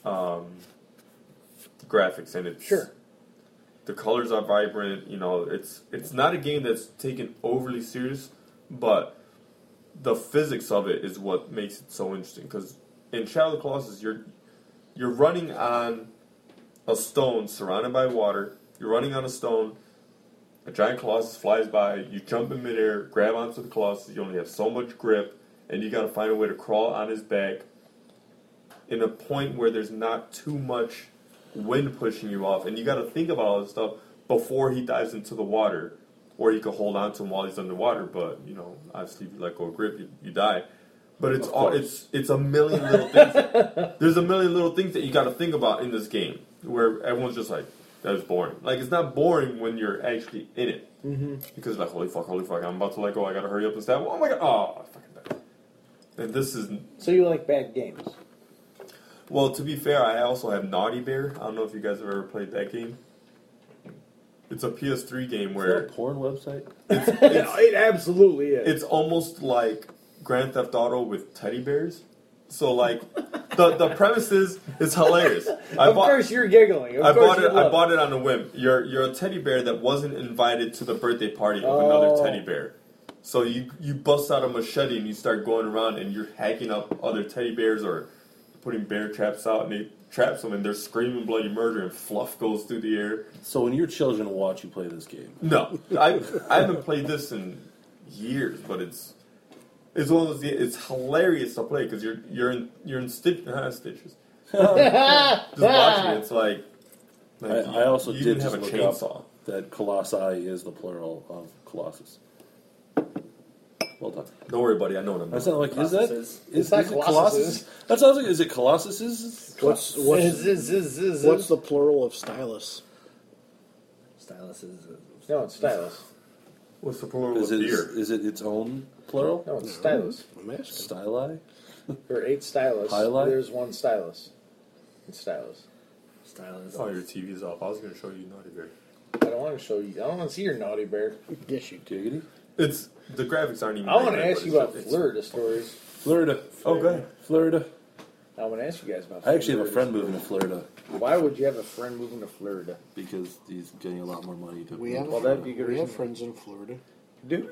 Speaker 5: um, graphics, and it's
Speaker 1: Sure.
Speaker 5: the colors are vibrant. You know, it's it's not a game that's taken overly serious, but the physics of it is what makes it so interesting. Because in Shadow of the Colossus, you're you're running on a stone surrounded by water. You're running on a stone. A giant colossus flies by. You jump in midair, grab onto the colossus. You only have so much grip, and you got to find a way to crawl on his back in a point where there's not too much wind pushing you off, and you got to think about all this stuff before he dives into the water, or you could hold on to him while he's underwater. But you know, obviously, if you let go of grip, you, you die. But it's all it's it's a million little things. there's a million little things that you got to think about in this game where everyone's just like, "That is boring." Like it's not boring when you're actually in it
Speaker 1: Mm-hmm.
Speaker 5: because like, "Holy fuck, holy fuck, I'm about to let go. I gotta hurry up and stab." Oh my god! Oh, I fucking died. And this is
Speaker 1: So you like bad games?
Speaker 5: well. To be fair, I also have Naughty Bear. I don't know if you guys have ever played that game. It's a PS3 game
Speaker 3: Is that
Speaker 5: where
Speaker 3: a porn website?
Speaker 1: *laughs* it absolutely is.
Speaker 5: it's almost like Grand Theft Auto with teddy bears. So like the the premise is
Speaker 1: *laughs*
Speaker 5: is hilarious. I
Speaker 1: of
Speaker 5: bought
Speaker 1: course, you're giggling. Of
Speaker 5: I
Speaker 1: course
Speaker 5: bought
Speaker 1: you
Speaker 5: it I
Speaker 1: love
Speaker 5: bought it on a whim. You're you're a teddy bear that wasn't invited to the birthday party of
Speaker 1: Oh.
Speaker 5: another teddy bear. So you you bust out a machete and you start going around and you're hacking up other teddy bears or putting bear traps out and they traps them and they're screaming bloody murder and fluff goes through the air.
Speaker 3: So when your children watch you play this game,
Speaker 5: No, I I haven't played this in years, but it's it's one of those. It's hilarious to play because you're you're in you're in stitch,
Speaker 1: *laughs*
Speaker 5: uh, stitches. Just watching it, it's like, like
Speaker 3: I, I also
Speaker 5: you
Speaker 3: did
Speaker 5: even
Speaker 3: just
Speaker 5: have a
Speaker 3: look
Speaker 5: chainsaw.
Speaker 3: up that colossi is the plural of colossus. Well done.
Speaker 5: Don't worry, buddy. I know what I'm
Speaker 3: That's
Speaker 5: doing.
Speaker 3: not like is that
Speaker 4: Colossuses.
Speaker 3: is,
Speaker 1: It's
Speaker 3: is
Speaker 1: not
Speaker 3: it
Speaker 1: colossuses.
Speaker 3: colossus? That sounds like is it colossuses?
Speaker 2: What's what's, what's
Speaker 4: What's
Speaker 2: the plural of stylus?
Speaker 4: *laughs* Stylus is.
Speaker 1: No, it's stylus.
Speaker 5: What's the plural
Speaker 3: Is
Speaker 5: of
Speaker 3: it
Speaker 5: beer?
Speaker 3: is it its own plural?
Speaker 1: No, it's stylus.
Speaker 2: I'm asking.
Speaker 3: Styli?
Speaker 1: There are eight stylus.
Speaker 3: Highlight?
Speaker 1: There's one stylus. It's stylus.
Speaker 4: Stylus.
Speaker 5: Oh, your TV's off. I was going to show you Naughty Bear.
Speaker 1: I don't want to show you. I don't want to see your naughty bear.
Speaker 2: Yes, you do.
Speaker 3: Giggity?
Speaker 5: It's the graphics aren't even.
Speaker 1: I want
Speaker 5: that
Speaker 1: to
Speaker 5: great,
Speaker 1: ask
Speaker 5: but
Speaker 1: you
Speaker 5: it's-
Speaker 1: about
Speaker 5: it's-
Speaker 1: Florida stories.
Speaker 3: Florida.
Speaker 5: Oh, good.
Speaker 3: Florida.
Speaker 1: I want to ask you guys about.
Speaker 3: I actually have a
Speaker 1: Florida
Speaker 3: friend moving to Florida
Speaker 1: stories. Why would you have a friend moving to Florida?
Speaker 3: because he's getting a lot more money to
Speaker 2: We have
Speaker 1: Well, that'd be a good
Speaker 2: we have
Speaker 1: reason.
Speaker 2: friends in Florida.
Speaker 1: Do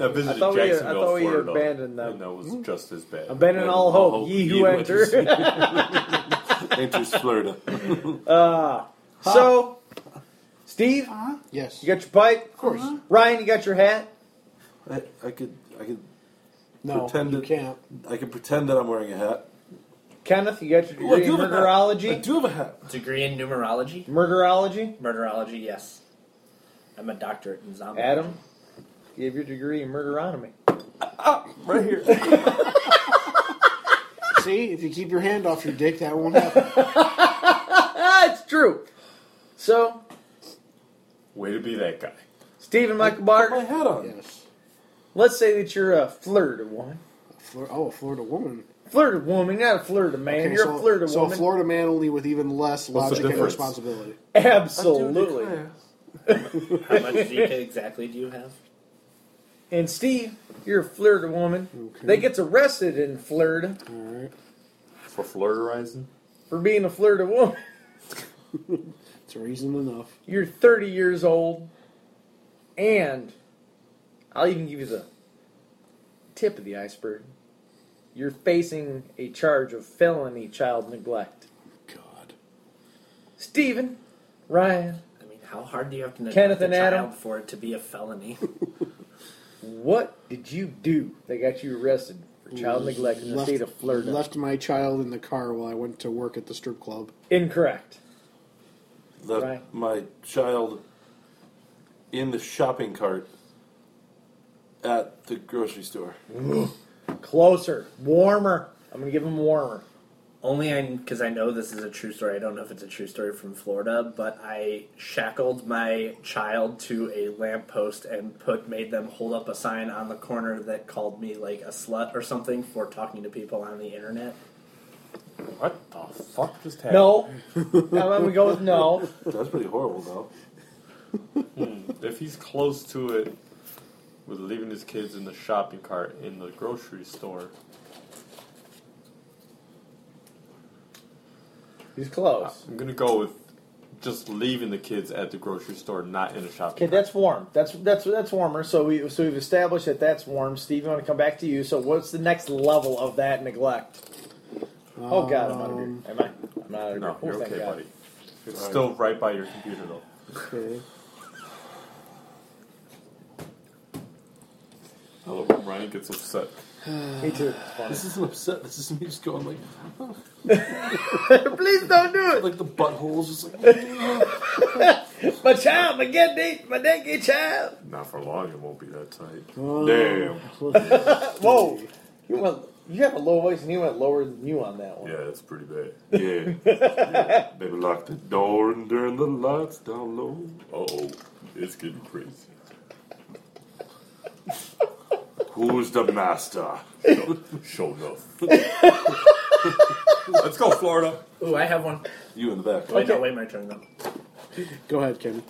Speaker 5: I visited
Speaker 1: I thought we- I
Speaker 5: Jacksonville,
Speaker 1: thought we
Speaker 5: Florida,
Speaker 1: abandoned them.
Speaker 5: and that was just as bad.
Speaker 1: abandon all hope, ye who enter.
Speaker 3: enters Florida.
Speaker 1: *laughs* So, Steve,
Speaker 2: Yes.
Speaker 1: you got your pipe.
Speaker 2: Uh-huh. of course.
Speaker 1: Ryan, you got your hat.
Speaker 3: I, I could I could
Speaker 2: No,
Speaker 3: Pretend
Speaker 2: you
Speaker 3: it-
Speaker 2: can't.
Speaker 3: I could pretend that I'm wearing a hat.
Speaker 1: Kenneth, you got your
Speaker 3: Well, I
Speaker 1: degree in
Speaker 3: do have a hat. I
Speaker 1: murderology.
Speaker 3: do have a hat.
Speaker 4: Degree in numerology?
Speaker 1: Murderology.
Speaker 4: Murderology, yes. I'm a doctorate in zombie.
Speaker 1: Adam, you have your degree in murderonomy.
Speaker 3: Right here.
Speaker 2: See, if you keep your hand off your dick, that
Speaker 1: *laughs*
Speaker 2: won't happen.
Speaker 1: Ah, it's true. So,
Speaker 5: Way to be that guy.
Speaker 1: Steve and Michael
Speaker 3: Put my
Speaker 1: Bart,
Speaker 3: hat on.
Speaker 2: yes.
Speaker 1: let's say that you're a Florida woman.
Speaker 2: Flor- oh, a Florida woman.
Speaker 1: Florida woman, not a Florida man.
Speaker 2: Okay,
Speaker 1: you're
Speaker 2: so,
Speaker 1: a Florida
Speaker 2: so
Speaker 1: woman.
Speaker 2: a Florida man only with even less
Speaker 5: What's the
Speaker 2: logic and
Speaker 5: difference?
Speaker 2: responsibility.
Speaker 1: Absolutely.
Speaker 4: How much Zika exactly do you have?
Speaker 1: And Steve, you're a Florida woman.
Speaker 2: Okay.
Speaker 1: They gets arrested in Florida
Speaker 2: All right.
Speaker 5: For flirterizing?
Speaker 1: for being a Florida woman. *laughs*
Speaker 2: It's reason enough.
Speaker 1: You're 30 years old, and I'll even give you the tip of the iceberg. You're facing a charge of felony child neglect.
Speaker 2: God.
Speaker 1: Stephen, Ryan,
Speaker 4: I mean, how hard do you have to
Speaker 1: Kenneth
Speaker 4: neglect a
Speaker 1: and Adam.
Speaker 4: child for it to be a felony?
Speaker 1: what did you do that got you arrested for child neglect in the
Speaker 2: Left-
Speaker 1: state of Florida?
Speaker 2: Left my child in the car while I went to work at the strip club.
Speaker 1: Incorrect.
Speaker 3: Left
Speaker 1: Right.
Speaker 3: my child in the shopping cart at the grocery store.
Speaker 1: Closer. Warmer. I'm going to give him warmer.
Speaker 4: Only I, because I know this is a true story. I don't know if it's a true story from Florida, but I shackled my child to a lamppost and put made them hold up a sign on the corner that called me like a slut or something for talking to people on the internet.
Speaker 5: What the fuck just happened?
Speaker 1: No. Now I'm going to go with no.
Speaker 3: That's pretty horrible, though.
Speaker 5: If he's close to it with leaving his kids in the shopping cart in the grocery store,
Speaker 1: He's close.
Speaker 5: I'm gonna go with just leaving the kids at the grocery store, not in a
Speaker 1: Okay,
Speaker 5: shopping cart.
Speaker 1: that's warm. That's that's that's warmer. So we so we've established that that's warm. Steve, I want to come back to you. So what's the next level of that neglect? Oh God, I'm out of here.
Speaker 2: Um,
Speaker 1: Am I? I'm out of here.
Speaker 5: No,
Speaker 1: Oh,
Speaker 5: you're
Speaker 1: thank
Speaker 5: okay,
Speaker 1: God.
Speaker 5: buddy. It's still right by your computer though.
Speaker 2: Okay.
Speaker 5: I love when Ryan gets upset.
Speaker 1: Me too. It's funny.
Speaker 3: This isn't upset. This is me just going like, oh,
Speaker 1: Please don't do it.
Speaker 3: like the buttholes, just like
Speaker 1: My child, my get date, my naked child.
Speaker 3: Oh.
Speaker 5: Not for long, it won't be that tight.
Speaker 2: Um,
Speaker 5: Damn.
Speaker 1: Whoa. You went You have a low voice, and he went lower than you on that one.
Speaker 5: Yeah, that's pretty bad.
Speaker 1: *laughs*
Speaker 3: Yeah. yeah. Baby, lock the door and turn the lights down low.
Speaker 5: Uh oh, it's getting crazy.
Speaker 3: Who's the master?
Speaker 5: Show enough. Let's go, Florida.
Speaker 4: Ooh, I have one.
Speaker 3: You in the back.
Speaker 4: Wait, no, wait, my turn though.
Speaker 2: Go ahead, Kenny.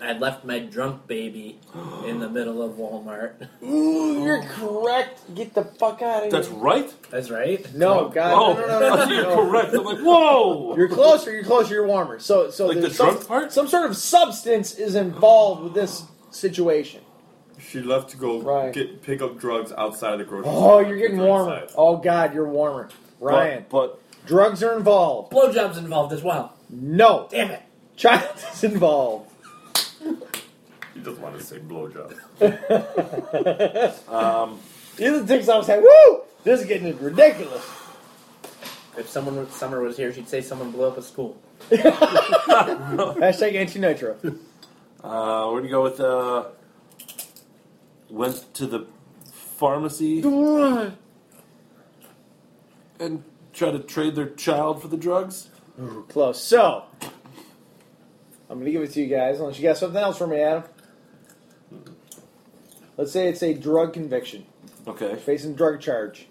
Speaker 4: I left my drunk baby in the middle of Walmart.
Speaker 1: Ooh, you're correct. Get the fuck out of
Speaker 3: That's right.
Speaker 4: *laughs* That's right.
Speaker 1: No, God,
Speaker 3: Oh,
Speaker 1: no, no, no, no,
Speaker 3: you're
Speaker 1: no.
Speaker 3: correct. I'm like, whoa.
Speaker 1: You're closer. You're closer. You're warmer. So, so
Speaker 3: Like the
Speaker 1: there's
Speaker 3: drunk
Speaker 1: some,
Speaker 3: part?
Speaker 1: some sort of substance is involved with this situation.
Speaker 5: She left to go
Speaker 1: Right.
Speaker 5: get pick up drugs outside of the grocery
Speaker 1: Oh,
Speaker 5: store.
Speaker 1: you're getting
Speaker 5: Outside.
Speaker 1: warmer. Oh God, you're warmer. Ryan,
Speaker 3: But,
Speaker 1: drugs are involved.
Speaker 4: Blowjobs involved as well.
Speaker 1: No,
Speaker 4: Damn it.
Speaker 1: child *laughs* is involved.
Speaker 5: You just want to say blowjob.
Speaker 1: Either things I was like, woo, this is getting ridiculous.
Speaker 4: If someone with Summer was here, she'd say someone blew up a school.
Speaker 1: Hashtag anti nitro.
Speaker 3: uh, where do you go with, uh, went to the pharmacy and tried to trade their child for the drugs?
Speaker 1: Close. So, I'm going to give it to you guys, unless you got something else for me, Adam. Let's say it's a drug conviction,
Speaker 3: Okay.
Speaker 1: facing drug charge,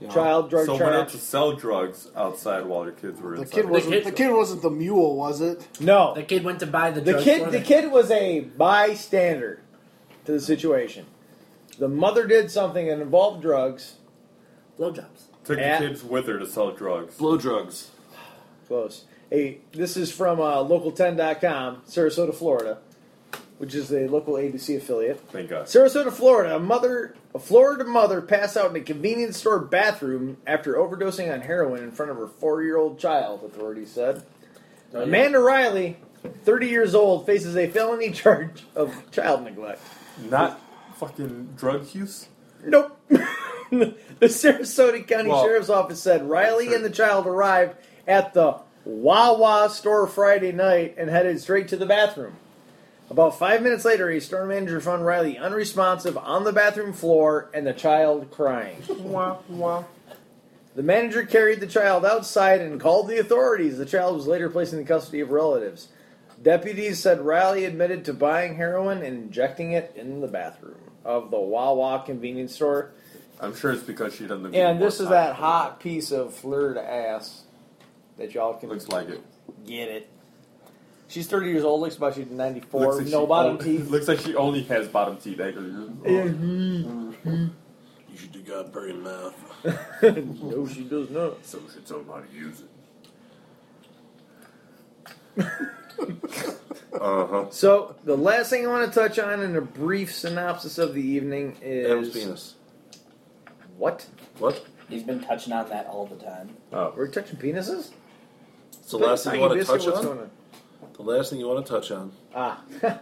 Speaker 3: Yeah.
Speaker 1: child drug
Speaker 5: So went out
Speaker 1: charge.
Speaker 5: to sell drugs outside while their kids were
Speaker 2: The
Speaker 5: inside.
Speaker 2: kid wasn't
Speaker 4: kid-
Speaker 2: the kid wasn't the mule, was it?
Speaker 1: No,
Speaker 4: The kid went to buy the
Speaker 1: The
Speaker 4: drugs
Speaker 1: kid,
Speaker 4: for
Speaker 1: the
Speaker 4: them.
Speaker 1: kid was a bystander to the situation. The mother did something that involved drugs.
Speaker 4: Blowjobs.
Speaker 5: Took
Speaker 1: Yeah.
Speaker 5: the kids with her to sell drugs.
Speaker 3: Blow drugs.
Speaker 1: Close. A, this is from uh, local10.com, Sarasota, Florida, which is a local ABC affiliate.
Speaker 5: Thank God.
Speaker 1: Sarasota, Florida. A mother, a Florida mother, passed out in a convenience store bathroom after overdosing on heroin in front of her four-year-old child. Authorities said.
Speaker 4: Oh, yeah.
Speaker 1: Amanda Riley, 30 years old, faces a felony *laughs* charge of child neglect.
Speaker 5: Not fucking drug use.
Speaker 1: Nope. *laughs* the Sarasota County
Speaker 5: Well-
Speaker 1: Sheriff's Office said Riley and the child arrived at the Wawa store Friday night and headed straight to the bathroom. About five minutes later, a store manager found Riley unresponsive on the bathroom floor and the child crying. The manager carried the child outside and called the authorities. The child was later placed in the custody of relatives. Deputies said Riley admitted to buying heroin and injecting it in the bathroom of the Wawa convenience store.
Speaker 5: I'm sure it's because she doesn't.
Speaker 1: And this is that hot piece of flirt ass that y'all can
Speaker 5: Looks like it.
Speaker 1: get it. She's 30 years old, looks about she's 94,
Speaker 5: Looks like
Speaker 1: no
Speaker 5: she
Speaker 1: bottom
Speaker 5: only-
Speaker 1: *laughs* teeth.
Speaker 5: *laughs* Looks like she only has bottom teeth. Actually.
Speaker 3: You should do Godberry math.
Speaker 1: no, she does not.
Speaker 5: So she tell them how to use it.
Speaker 3: Uh-huh.
Speaker 1: So, the last thing I want to touch on in a brief synopsis of the evening is.
Speaker 3: Adam's penis.
Speaker 1: What?
Speaker 3: What?
Speaker 4: He's been touching on that all the time.
Speaker 5: Oh,
Speaker 1: We're touching penises?
Speaker 3: It's the last thing you want to touch
Speaker 1: What's
Speaker 3: on?
Speaker 1: going on?
Speaker 3: The last thing you want to touch on.
Speaker 1: Ah, *laughs*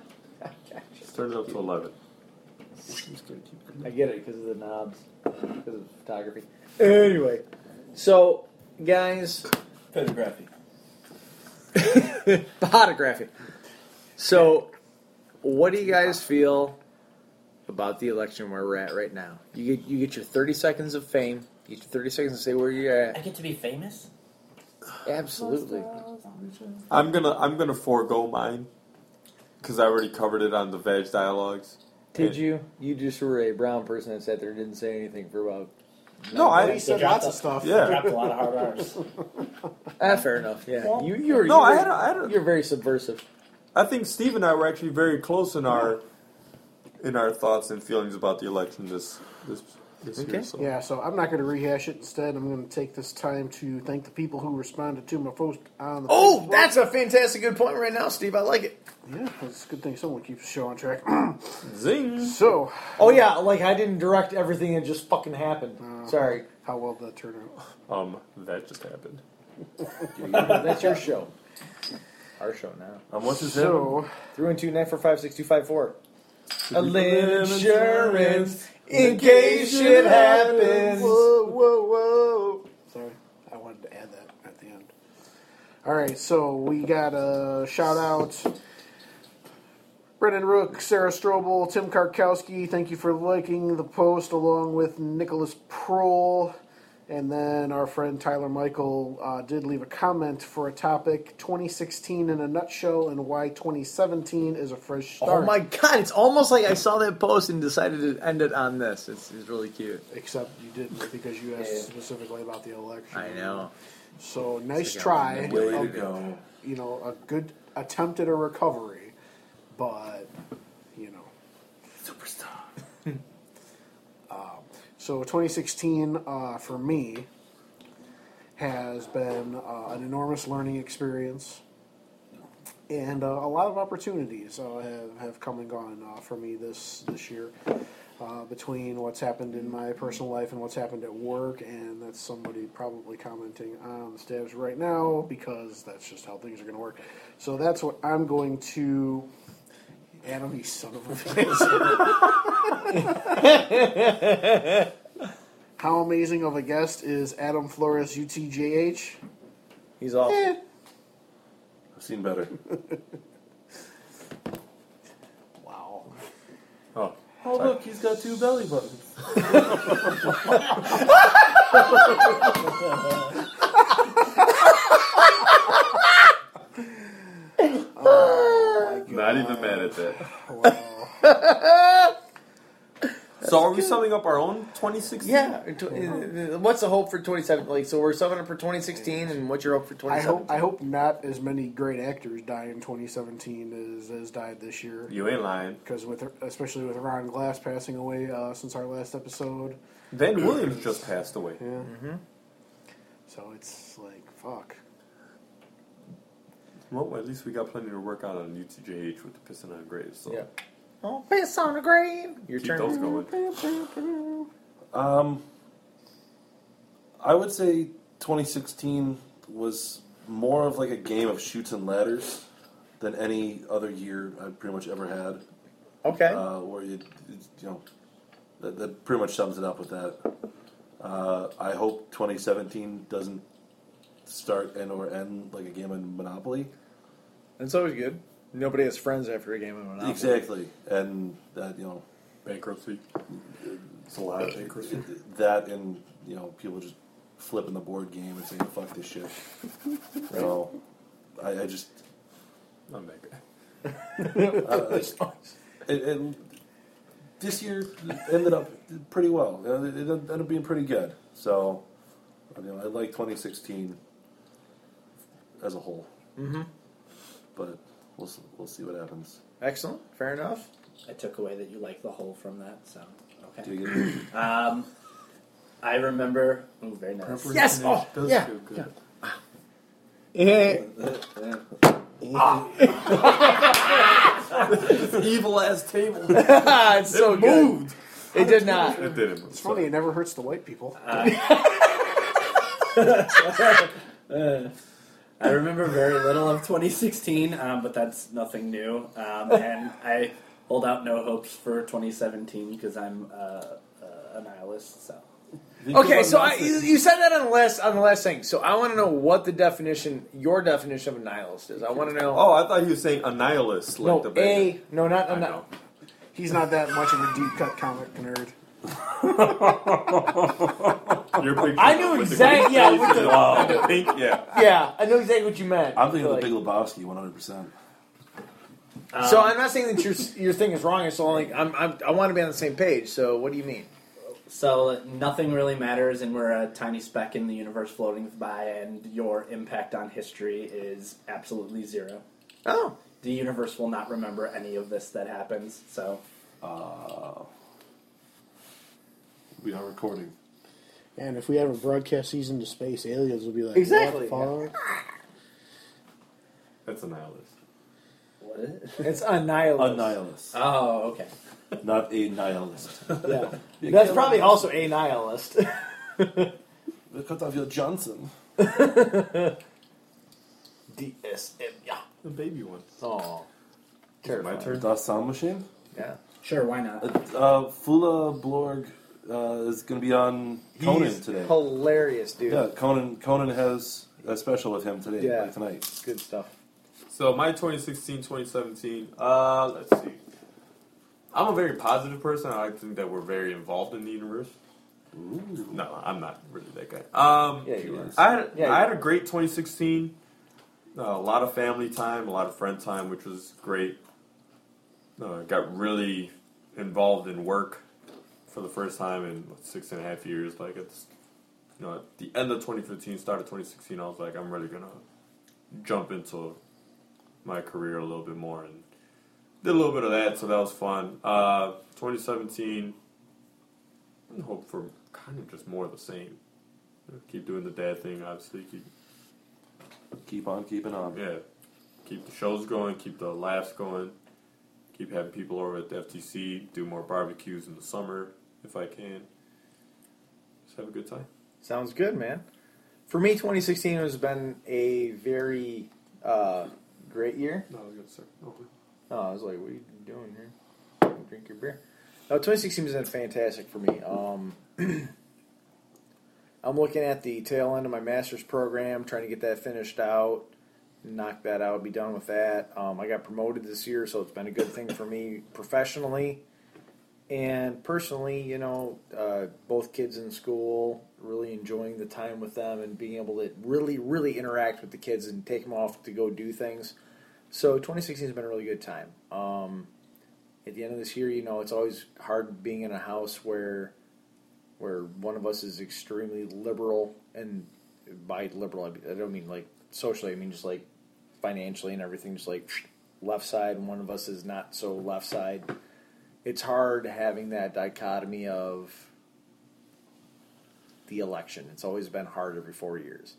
Speaker 5: she's turned it up to eleven.
Speaker 1: I get it because of the knobs, because of photography. Anyway, so *laughs* guys,
Speaker 4: Photography.
Speaker 1: photography. So, what do you guys feel about the election where we're at right now? You get you get your thirty seconds of fame. You get your thirty seconds to say where you're
Speaker 4: I
Speaker 1: at.
Speaker 4: get to be famous?
Speaker 1: Absolutely.
Speaker 5: I'm gonna I'm gonna forego mine because I already covered it on the veg dialogues.
Speaker 1: Did you? You just were a brown person that sat there and didn't say anything for about.
Speaker 5: No, I
Speaker 2: He said
Speaker 4: dropped
Speaker 2: lots of
Speaker 4: the-
Speaker 2: stuff.
Speaker 5: Yeah.
Speaker 4: Dropped a lot of hard R's.
Speaker 1: Ah, fair enough. Yeah, you you were.
Speaker 5: No,
Speaker 1: you
Speaker 5: I
Speaker 1: were-
Speaker 5: had a- I had a-
Speaker 1: You're very subversive.
Speaker 5: I think Steve and I were actually very close in our in our thoughts and feelings about the election this this this
Speaker 1: Okay.
Speaker 5: year. So.
Speaker 2: Yeah, so I'm not going to rehash it. Instead, I'm going to take this time to thank the people who responded to my post on the.
Speaker 1: Oh,
Speaker 2: Facebook.
Speaker 1: that's a fantastic good point right now, Steve. I like it.
Speaker 2: yeah, it's a good thing someone keeps the show on track. *clears throat*
Speaker 5: Zing.
Speaker 2: so,
Speaker 1: Oh yeah, like I didn't direct everything that just fucking happened. *laughs* Sorry,
Speaker 2: how well did that turn out?
Speaker 5: Um, that just happened.
Speaker 1: that's your show. Our show now.
Speaker 3: How much is that?
Speaker 2: So,
Speaker 1: Three one two nine four five six two five four. A
Speaker 3: live insurance
Speaker 1: in
Speaker 3: case shit happens.
Speaker 2: whoa, whoa, whoa! Sorry, I wanted to add that at the end. All right, so we got a shout out. Brendan Rook, Sarah Strobel, Tim Karkowski, thank you for liking the post along with Nicholas Prohl. And then our friend Tyler Michael uh, did leave a comment for a topic 2016 in a nutshell and why 2017 is a fresh
Speaker 1: Oh
Speaker 2: start.
Speaker 1: my god, it's almost like I saw that post and decided to end it on this. It's, it's really cute.
Speaker 2: Except you didn't because you asked specifically about the election.
Speaker 1: I know.
Speaker 2: So
Speaker 1: It's
Speaker 2: nice
Speaker 1: like a
Speaker 2: try.
Speaker 3: Way to
Speaker 2: Um,
Speaker 3: go.
Speaker 2: You know, a good attempt at a recovery, but you know. *laughs*
Speaker 3: Superstar.
Speaker 2: Um, So 2016 uh, for me has been uh, an enormous learning experience, and uh, a lot of opportunities uh, have have come and gone uh, for me this this year. Uh, between what's happened in my personal life and what's happened at work, and that's somebody probably commenting on the stabs right now because that's just how things are going to work. So that's what I'm going to. Adam, you son of a bitch. *laughs* How amazing of a guest is Adam Flores UTJH?
Speaker 1: He's awful.
Speaker 2: Eh,
Speaker 3: I've seen better.
Speaker 2: Wow.
Speaker 3: Oh.
Speaker 5: Oh look, he's got two belly buttons. Not even mad at that.
Speaker 2: Wow.
Speaker 5: So are we summing up our own 2016?
Speaker 1: Yeah. and tw- uh, uh, What's the hope for 27? Like, so we're summing up for 2016, and what's your hope for
Speaker 2: I
Speaker 1: 2017?
Speaker 2: hope I hope not as many great actors die in 2017 as, as died this year.
Speaker 5: You ain't lying.
Speaker 2: Because with especially with Ron Glass passing away uh, since our last episode,
Speaker 5: Van Williams just passed away.
Speaker 2: yeah. So it's like fuck.
Speaker 5: Well, at least we got plenty to work on on UTJH with the Piston on Graves. So
Speaker 1: Yeah. Oh, piss on the grave. Your
Speaker 5: keep those
Speaker 1: turn.
Speaker 5: going.
Speaker 3: Um, I would say 2016 was more of like a game of shoots and ladders than any other year I pretty much ever had.
Speaker 1: Okay.
Speaker 3: Uh, where you, it's, you know, that, that pretty much sums it up with that. Uh, I hope 2017 doesn't start and or end like a game of Monopoly.
Speaker 1: That's always good. Nobody has friends after a game of Monopoly.
Speaker 3: Exactly, and that you know,
Speaker 5: Bankruptcy.
Speaker 3: it's a lot of that, and you know, people just flipping the board game and saying "fuck this shit." So, I, I just,
Speaker 5: I'm back.
Speaker 1: *laughs*
Speaker 3: I- I- it, it, this year ended up pretty well. Uh, It ended up being pretty good. So, I mean, I like 2016 as a whole. Mm-hmm. But we'll s- we'll see what happens.
Speaker 1: Excellent. Fair enough.
Speaker 4: I took away that you like the whole from that, so
Speaker 3: Do
Speaker 4: okay.
Speaker 3: you *coughs* get it?
Speaker 4: Um, I remember. Ooh, very nice.
Speaker 1: Yes! Oh,
Speaker 5: does
Speaker 1: yeah.
Speaker 5: feel good. Ah. *laughs* Evil ass table.
Speaker 1: *laughs* it's so good. It did not.
Speaker 5: It didn't.
Speaker 2: It's funny. It never hurts the white people.
Speaker 4: Uh, I remember very little of 2016, um, but that's nothing new. Um, and I hold out no hopes for 2017 because I'm uh, uh, a nihilist. So
Speaker 1: Okay, so I, you, you said that on the last on the last thing. So I want to know what the definition, your definition of a nihilist is. I want to know.
Speaker 5: Oh, I thought he was saying a nihilist. Like
Speaker 1: no,
Speaker 5: the
Speaker 1: a no, not
Speaker 5: I
Speaker 1: a
Speaker 5: know.
Speaker 1: no.
Speaker 2: He's not that much of a deep cut comic nerd.
Speaker 5: Your picture
Speaker 1: I knew
Speaker 5: with the
Speaker 1: exact-
Speaker 5: green
Speaker 1: yeah,
Speaker 5: face
Speaker 1: with the-
Speaker 5: and all the pink, yeah.
Speaker 1: Yeah, I know exactly what you meant.
Speaker 3: I'm thinking of
Speaker 1: Like-
Speaker 3: the Big Lebowski 100. percent
Speaker 1: So I'm not saying that your your thing is wrong. It's only I'm, I'm I want to be on the same page. So what do you mean?
Speaker 4: So nothing really matters, and we're a tiny speck in the universe floating by, and your impact on history is absolutely zero.
Speaker 1: Oh,
Speaker 4: The universe will not remember any of this that happens. So
Speaker 3: Uh, We are recording.
Speaker 8: And if we ever broadcast these into space, aliens will be like,
Speaker 1: Exactly.
Speaker 8: What the fuck?
Speaker 2: *laughs*
Speaker 5: That's a nihilist.
Speaker 4: what is it?
Speaker 1: it's a nihilist.
Speaker 3: A nihilist,
Speaker 4: Oh, okay.
Speaker 3: not a nihilist.
Speaker 1: Yeah. That's probably also a nihilist. *laughs*
Speaker 3: Cut off your Johnson.
Speaker 1: DSM. Yeah.
Speaker 5: The baby one.
Speaker 1: Oh.
Speaker 5: My turn.
Speaker 3: Das Sound Machine.
Speaker 1: Yeah.
Speaker 4: Sure, why not?
Speaker 3: Uh, Fula Blorg uh, is going to be on Conan
Speaker 1: He's
Speaker 3: today.
Speaker 1: Hilarious, dude.
Speaker 3: yeah, Conan. Conan has a special with him today,
Speaker 1: Yeah.
Speaker 3: like tonight.
Speaker 1: Good stuff.
Speaker 5: So my 2016, 2017. Uh, let's see. I'm a very positive person. I like to think that we're very involved in the universe. No, I'm not really that guy. Um,
Speaker 3: Yeah, you are.
Speaker 5: I had,
Speaker 1: Yeah,
Speaker 5: I had a great 2016. Uh, a lot of family time, a lot of friend time, which was great. Uh, got really involved in work for the first time in what, six and a half years. Like it's, you know, at the end of 2015, start of 2016, I was like, I'm really gonna jump into my career a little bit more and did a little bit of that, so that was fun. Uh, 2017, I hope for kind of just more of the same. Keep doing the dad thing, obviously. Keep,
Speaker 3: Keep on keeping on.
Speaker 5: yeah, keep the shows going, keep the laughs going, keep having people over at the FTC, do more barbecues in the summer if I can. Just have a good time.
Speaker 1: Sounds good, man. For me, 2016 has been a very uh, great year.
Speaker 5: No, I was gonna say. okay.
Speaker 1: Oh, I was like, what are you doing here? Drink your beer. No, 2016 has been fantastic for me. Um, *clears throat* I'm looking at the tail end of my master's program, trying to get that finished out, knock that out, be done with that. Um, I got promoted this year, so it's been a good thing for me professionally. And personally, you know, uh, both kids in school, really enjoying the time with them and being able to really, really interact with the kids and take them off to go do things. So 2016 has been a really good time. Um, at the end of this year, you know, it's always hard being in a house where where one of us is extremely liberal, and by liberal, I mean- I don't mean like socially, I mean just like financially and everything, just like left side, and one of us is not so left side. It's hard having that dichotomy of the election. It's always been hard every four years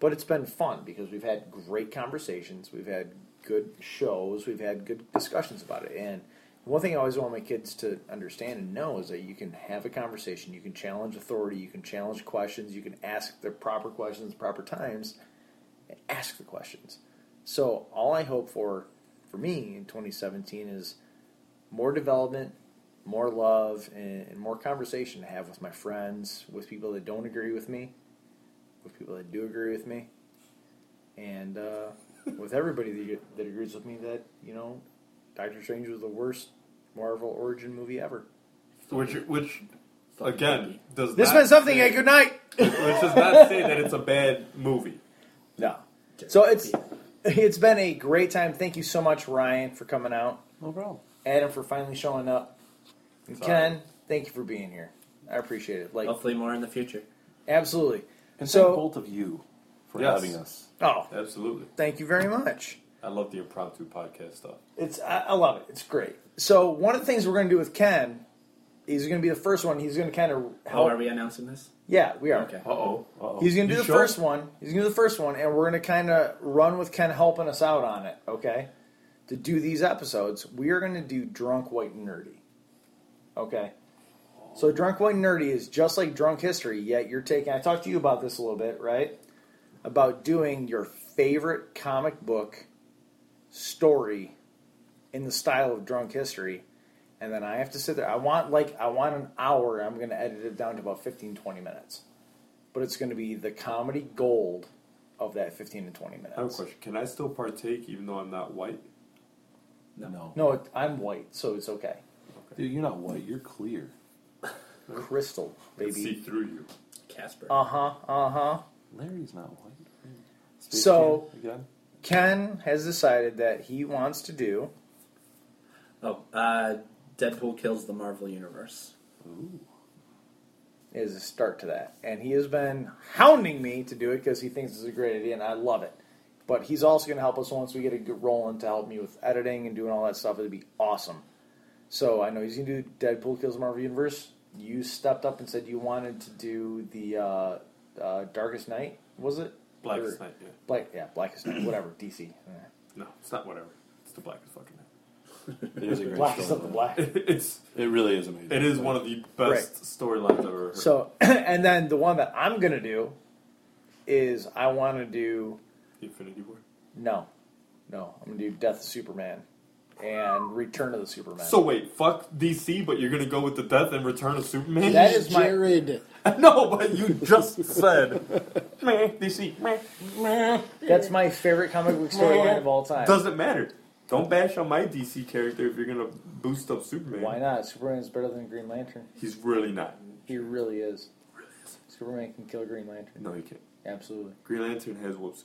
Speaker 1: but it's been fun because we've had great conversations, we've had good shows, we've had good discussions about it. And one thing I always want my kids to understand and know is that you can have a conversation, you can challenge authority, you can challenge questions, you can ask the proper questions, proper times, and ask the questions. So all I hope for for me in 2017 is more development, more love, and, and more conversation to have with my friends, with people that don't agree with me with people that do agree with me, and uh, with everybody that, that agrees with me that you know, Doctor Strange was the worst Marvel origin movie ever.
Speaker 5: Which, which, again, does
Speaker 1: This
Speaker 5: not
Speaker 1: has been something.
Speaker 5: say-
Speaker 1: Hey, good night.
Speaker 5: which does not say that it's a bad movie.
Speaker 1: No, so it's it's been a great time. Thank you so much, Ryan, for coming out.
Speaker 8: No problem.
Speaker 1: Adam for finally showing up. And
Speaker 5: Sorry.
Speaker 1: Ken, thank you for being here. I appreciate it. Like
Speaker 4: Hopefully, more in the future.
Speaker 1: absolutely.
Speaker 3: And
Speaker 1: So-
Speaker 3: thank both of you for
Speaker 5: Yes.
Speaker 3: having us.
Speaker 1: Oh,
Speaker 5: Absolutely.
Speaker 1: thank you very much.
Speaker 5: I love the impromptu podcast stuff.
Speaker 1: It's I, I love it. It's great. So one of the things we're going to do with Ken, he's going to be the first one. He's going to kind of
Speaker 4: How
Speaker 1: help.
Speaker 4: Oh, are we announcing this?
Speaker 1: Yeah, we are.
Speaker 4: Okay.
Speaker 5: Uh oh. Uh oh.
Speaker 1: He's going to do the first one. He's going to do the first one, and we're going to kind of run with Ken helping us out on it. Okay, to do these episodes, we are going to do drunk, white, and nerdy. Okay. So drunk, white, and nerdy is just like drunk history. Yet you're taking. I talked to you about this a little bit, right? About doing your favorite comic book story in the style of drunk history and then i have to sit there i want like i want an hour i'm going to edit it down to about 15 20 minutes but it's going to be the comedy gold of that 15 to 20 minutes
Speaker 5: I have a question. Can I still partake even though I'm not white?
Speaker 3: No.
Speaker 1: no it, i'm white so it's okay
Speaker 3: Dude, you're not white. You're clear.
Speaker 1: crystal
Speaker 5: See
Speaker 1: baby
Speaker 5: through you.
Speaker 4: Casper.
Speaker 1: uh-huh uh-huh
Speaker 3: Larry's not white.
Speaker 1: So-
Speaker 3: Jam again,
Speaker 1: ken has decided that he wants to do
Speaker 4: oh, uh, Deadpool kills the Marvel Universe.
Speaker 1: is a start to that. And he has been hounding me to do it because he thinks it's a great idea, and I love it. But he's also going to help us once we get it good rolling to help me with editing and doing all that stuff. It'd be awesome. So I know he's going to do Deadpool Kills Marvel Universe. You stepped up and said you wanted to do the uh, uh, Darkest Night, was it? Or-
Speaker 5: Blackest night, yeah.
Speaker 1: Black, yeah, Blackest Night, whatever,
Speaker 5: *clears throat*
Speaker 1: DC.
Speaker 5: No, it's not whatever. It's the blackest fucking night.
Speaker 3: It is a great
Speaker 1: Blackest
Speaker 3: show,
Speaker 1: of the
Speaker 3: though.
Speaker 1: Black.
Speaker 5: *laughs* it's
Speaker 3: It really is amazing.
Speaker 5: it is one of the best storylines I've ever heard.
Speaker 1: So, *clears throat* and then the one that I'm going to do is I want to do
Speaker 5: Infinity War.
Speaker 1: No, no. I'm gonna do Death of Superman and Return of the Superman.
Speaker 5: So wait, fuck DC, but you're gonna go with the death and return of Superman?
Speaker 1: That is my-
Speaker 8: Jared.
Speaker 5: *laughs* no, but you just said
Speaker 1: *laughs*
Speaker 5: meh, DC meh.
Speaker 1: that's my favorite comic book storyline of all time.
Speaker 5: Doesn't matter. Don't bash on my DC character if you're gonna boost up Superman.
Speaker 1: Why not? Superman's better than Green Lantern.
Speaker 5: He's really not.
Speaker 1: He really is. Superman can kill Green Lantern.
Speaker 5: No, he can't.
Speaker 1: Absolutely.
Speaker 5: Green Lantern has whoops.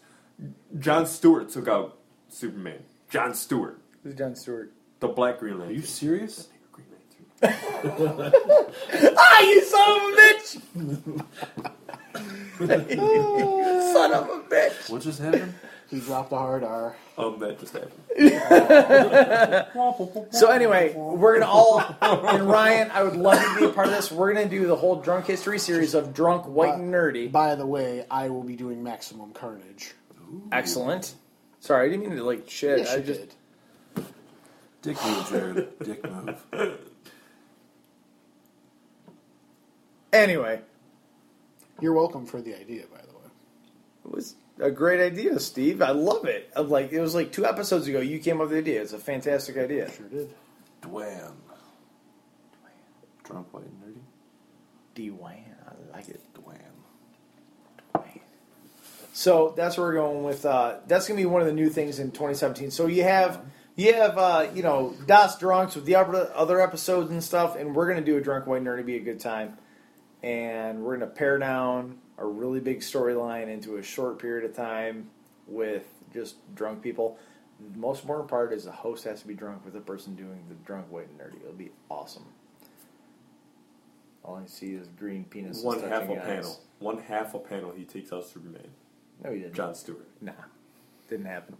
Speaker 5: John Stewart took out Superman. John Stewart,
Speaker 1: Who's John Stewart?
Speaker 5: the Black Green Lantern.
Speaker 3: Are you serious?
Speaker 5: Green Lantern.
Speaker 1: Ah, you son of a bitch! *laughs* son of a bitch!
Speaker 3: What just happened?
Speaker 2: He dropped a hard R.
Speaker 5: Um, that just happened.
Speaker 1: So anyway, we're gonna all and Ryan, I would love you to be a part of this. We're gonna do the whole drunk history series of drunk, white, and nerdy.
Speaker 2: By the way, I will be doing Maximum Carnage.
Speaker 1: Excellent. Sorry, I didn't mean to like shit.
Speaker 2: Yes,
Speaker 1: I
Speaker 2: you
Speaker 1: just
Speaker 2: did.
Speaker 3: Dick move, Jared. Dick move.
Speaker 1: anyway.
Speaker 2: You're welcome for the idea, by the way.
Speaker 1: It was a great idea, Steve. I love it. i like it was like two episodes ago. You came up with the idea. It's a fantastic idea.
Speaker 2: Sure did.
Speaker 3: Dwam. Drunk, white, and nerdy.
Speaker 1: Dwayne, I like it.
Speaker 3: Dwam.
Speaker 1: So that's where we're going with. Uh, that's going to be one of the new things in 2017. So you have you have uh, you know Das Drunks with the upper, other episodes and stuff, and we're going to do a drunk white nerd to be a good time, and we're going to pare down a really big storyline into a short period of time with just drunk people. The most important part is the host has to be drunk with the person doing the drunk white and nerdy. It'll be awesome. All I see is green penis.
Speaker 5: One half a panel. One half a panel. He takes out Superman.
Speaker 1: No, he didn't.
Speaker 5: John Stewart.
Speaker 1: Nah, didn't happen.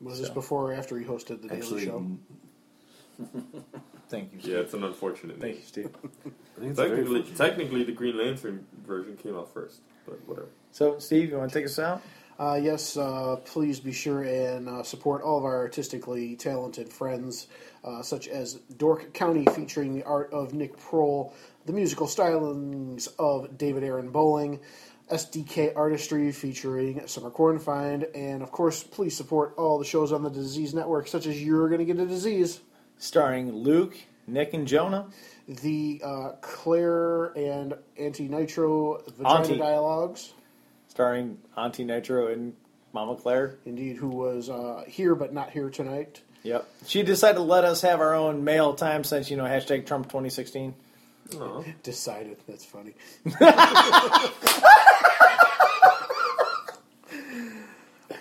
Speaker 2: Was this before or after he hosted the
Speaker 3: Actually,
Speaker 2: Daily Show?
Speaker 3: mm,
Speaker 1: Thank you.
Speaker 5: Yeah, it's an unfortunate
Speaker 1: Thank
Speaker 5: name.
Speaker 1: you, Steve.
Speaker 3: I think it's very
Speaker 5: Technically,
Speaker 3: funny.
Speaker 5: technically, the Green Lantern version came out first, but whatever.
Speaker 1: So, Steve, you want to take us out?
Speaker 2: Uh, yes, uh, please be sure and uh, support all of our artistically talented friends, uh, such as Dork County featuring the art of Nick Prohl, the musical stylings of David Aaron Bowling, SDK Artistry featuring Summer Cornfind, and of course, please support all the shows on the Disease Network, such as You're Gonna Get a Disease,
Speaker 1: Starring Luke, Nick, and Jonah.
Speaker 2: the uh, Claire and Anti Nitro Vagina
Speaker 1: Auntie.
Speaker 2: Dialogues.
Speaker 1: Starring Auntie Nitro and Mama Claire.
Speaker 2: Indeed, who was uh, here but not here tonight.
Speaker 1: Yep. She decided to let us have our own mail time since, you know, hashtag Trump 2016.
Speaker 5: Oh,
Speaker 2: Decided. That's funny. *laughs*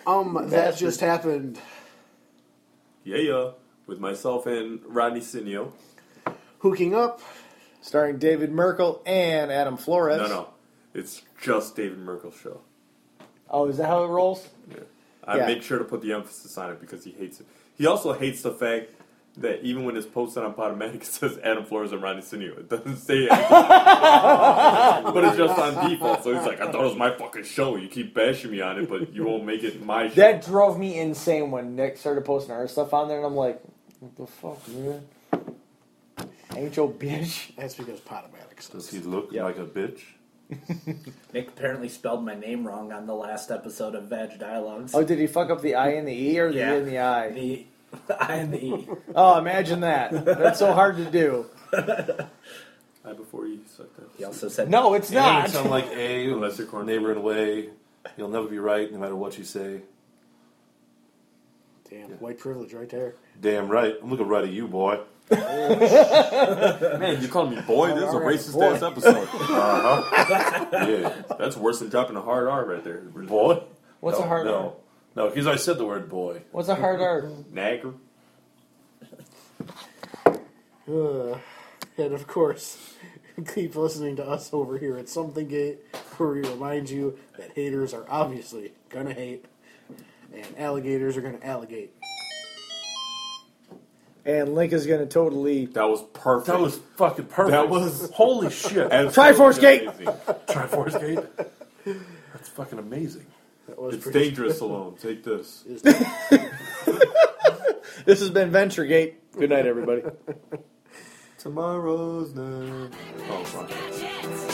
Speaker 2: um, that just happened.
Speaker 5: yeah, yeah. With myself and Rodney Sinio.
Speaker 2: Hooking up.
Speaker 1: Starring David Merkel and Adam Flores.
Speaker 5: No, no, it's just David Merkel's show.
Speaker 1: Oh, is that how it rolls?
Speaker 5: I
Speaker 1: Yeah.
Speaker 5: make sure to put the emphasis on it because he hates it. He also hates the fact that even when it's posted on Podomatic, *laughs* it says Adam Flores and Rodney Sinio. It doesn't *laughs* say it. but it's just on default. So he's like, I thought it was my fucking show. You keep bashing me on it, but you won't make it my show.
Speaker 1: That drove me insane when Nick started posting our stuff on there, and I'm like, what the fuck, man? Ain't your bitch.
Speaker 2: That's because Potomatics.
Speaker 3: Does he look
Speaker 1: Yeah.
Speaker 3: like a bitch?
Speaker 4: Nick apparently spelled my name wrong on the last episode of Vag Dialogues.
Speaker 1: Oh, did he fuck up the I and the E or the
Speaker 4: Yeah.
Speaker 1: E and the I?
Speaker 4: The I and the E.
Speaker 1: Oh, imagine that. That's so hard to do.
Speaker 5: I before you sucked that.
Speaker 4: He also said
Speaker 1: No, it's
Speaker 3: Yeah,
Speaker 1: not.
Speaker 3: you sound like A,
Speaker 5: *laughs* Unless you're corny.
Speaker 3: neighbor in a way. You'll never be right, no matter what you say.
Speaker 2: Damn, white privilege right there.
Speaker 3: Damn right. I'm looking right at you, boy.
Speaker 5: Man, you called me boy? This is a
Speaker 1: Alright,
Speaker 5: racist
Speaker 1: boy. *laughs*
Speaker 5: ass episode.
Speaker 3: Yeah,
Speaker 5: That's worse than dropping a hard R right
Speaker 3: *laughs*
Speaker 5: there.
Speaker 3: boy.
Speaker 1: What's
Speaker 3: no,
Speaker 1: a hard
Speaker 3: no.
Speaker 1: art?
Speaker 3: No, because I said the word boy.
Speaker 1: What's a hard art?
Speaker 5: Nagger.
Speaker 2: Uh, and of course, *laughs* keep listening to us over here at Something Gate, where we remind you that haters are obviously gonna hate, and alligators are gonna alligate.
Speaker 1: And Link is going to totally.
Speaker 5: That was perfect.
Speaker 3: That was fucking perfect.
Speaker 5: That was-
Speaker 3: *laughs* holy shit.
Speaker 5: *laughs*
Speaker 1: Triforce Gate!
Speaker 5: amazing.
Speaker 3: Triforce Gate. That's fucking amazing.
Speaker 2: That was
Speaker 5: It's
Speaker 2: pretty.
Speaker 5: dangerous alone. Take this.
Speaker 1: This has been VentureGate. Good night, everybody.
Speaker 5: Tomorrow's night. Oh, fuck.
Speaker 9: Gadgets.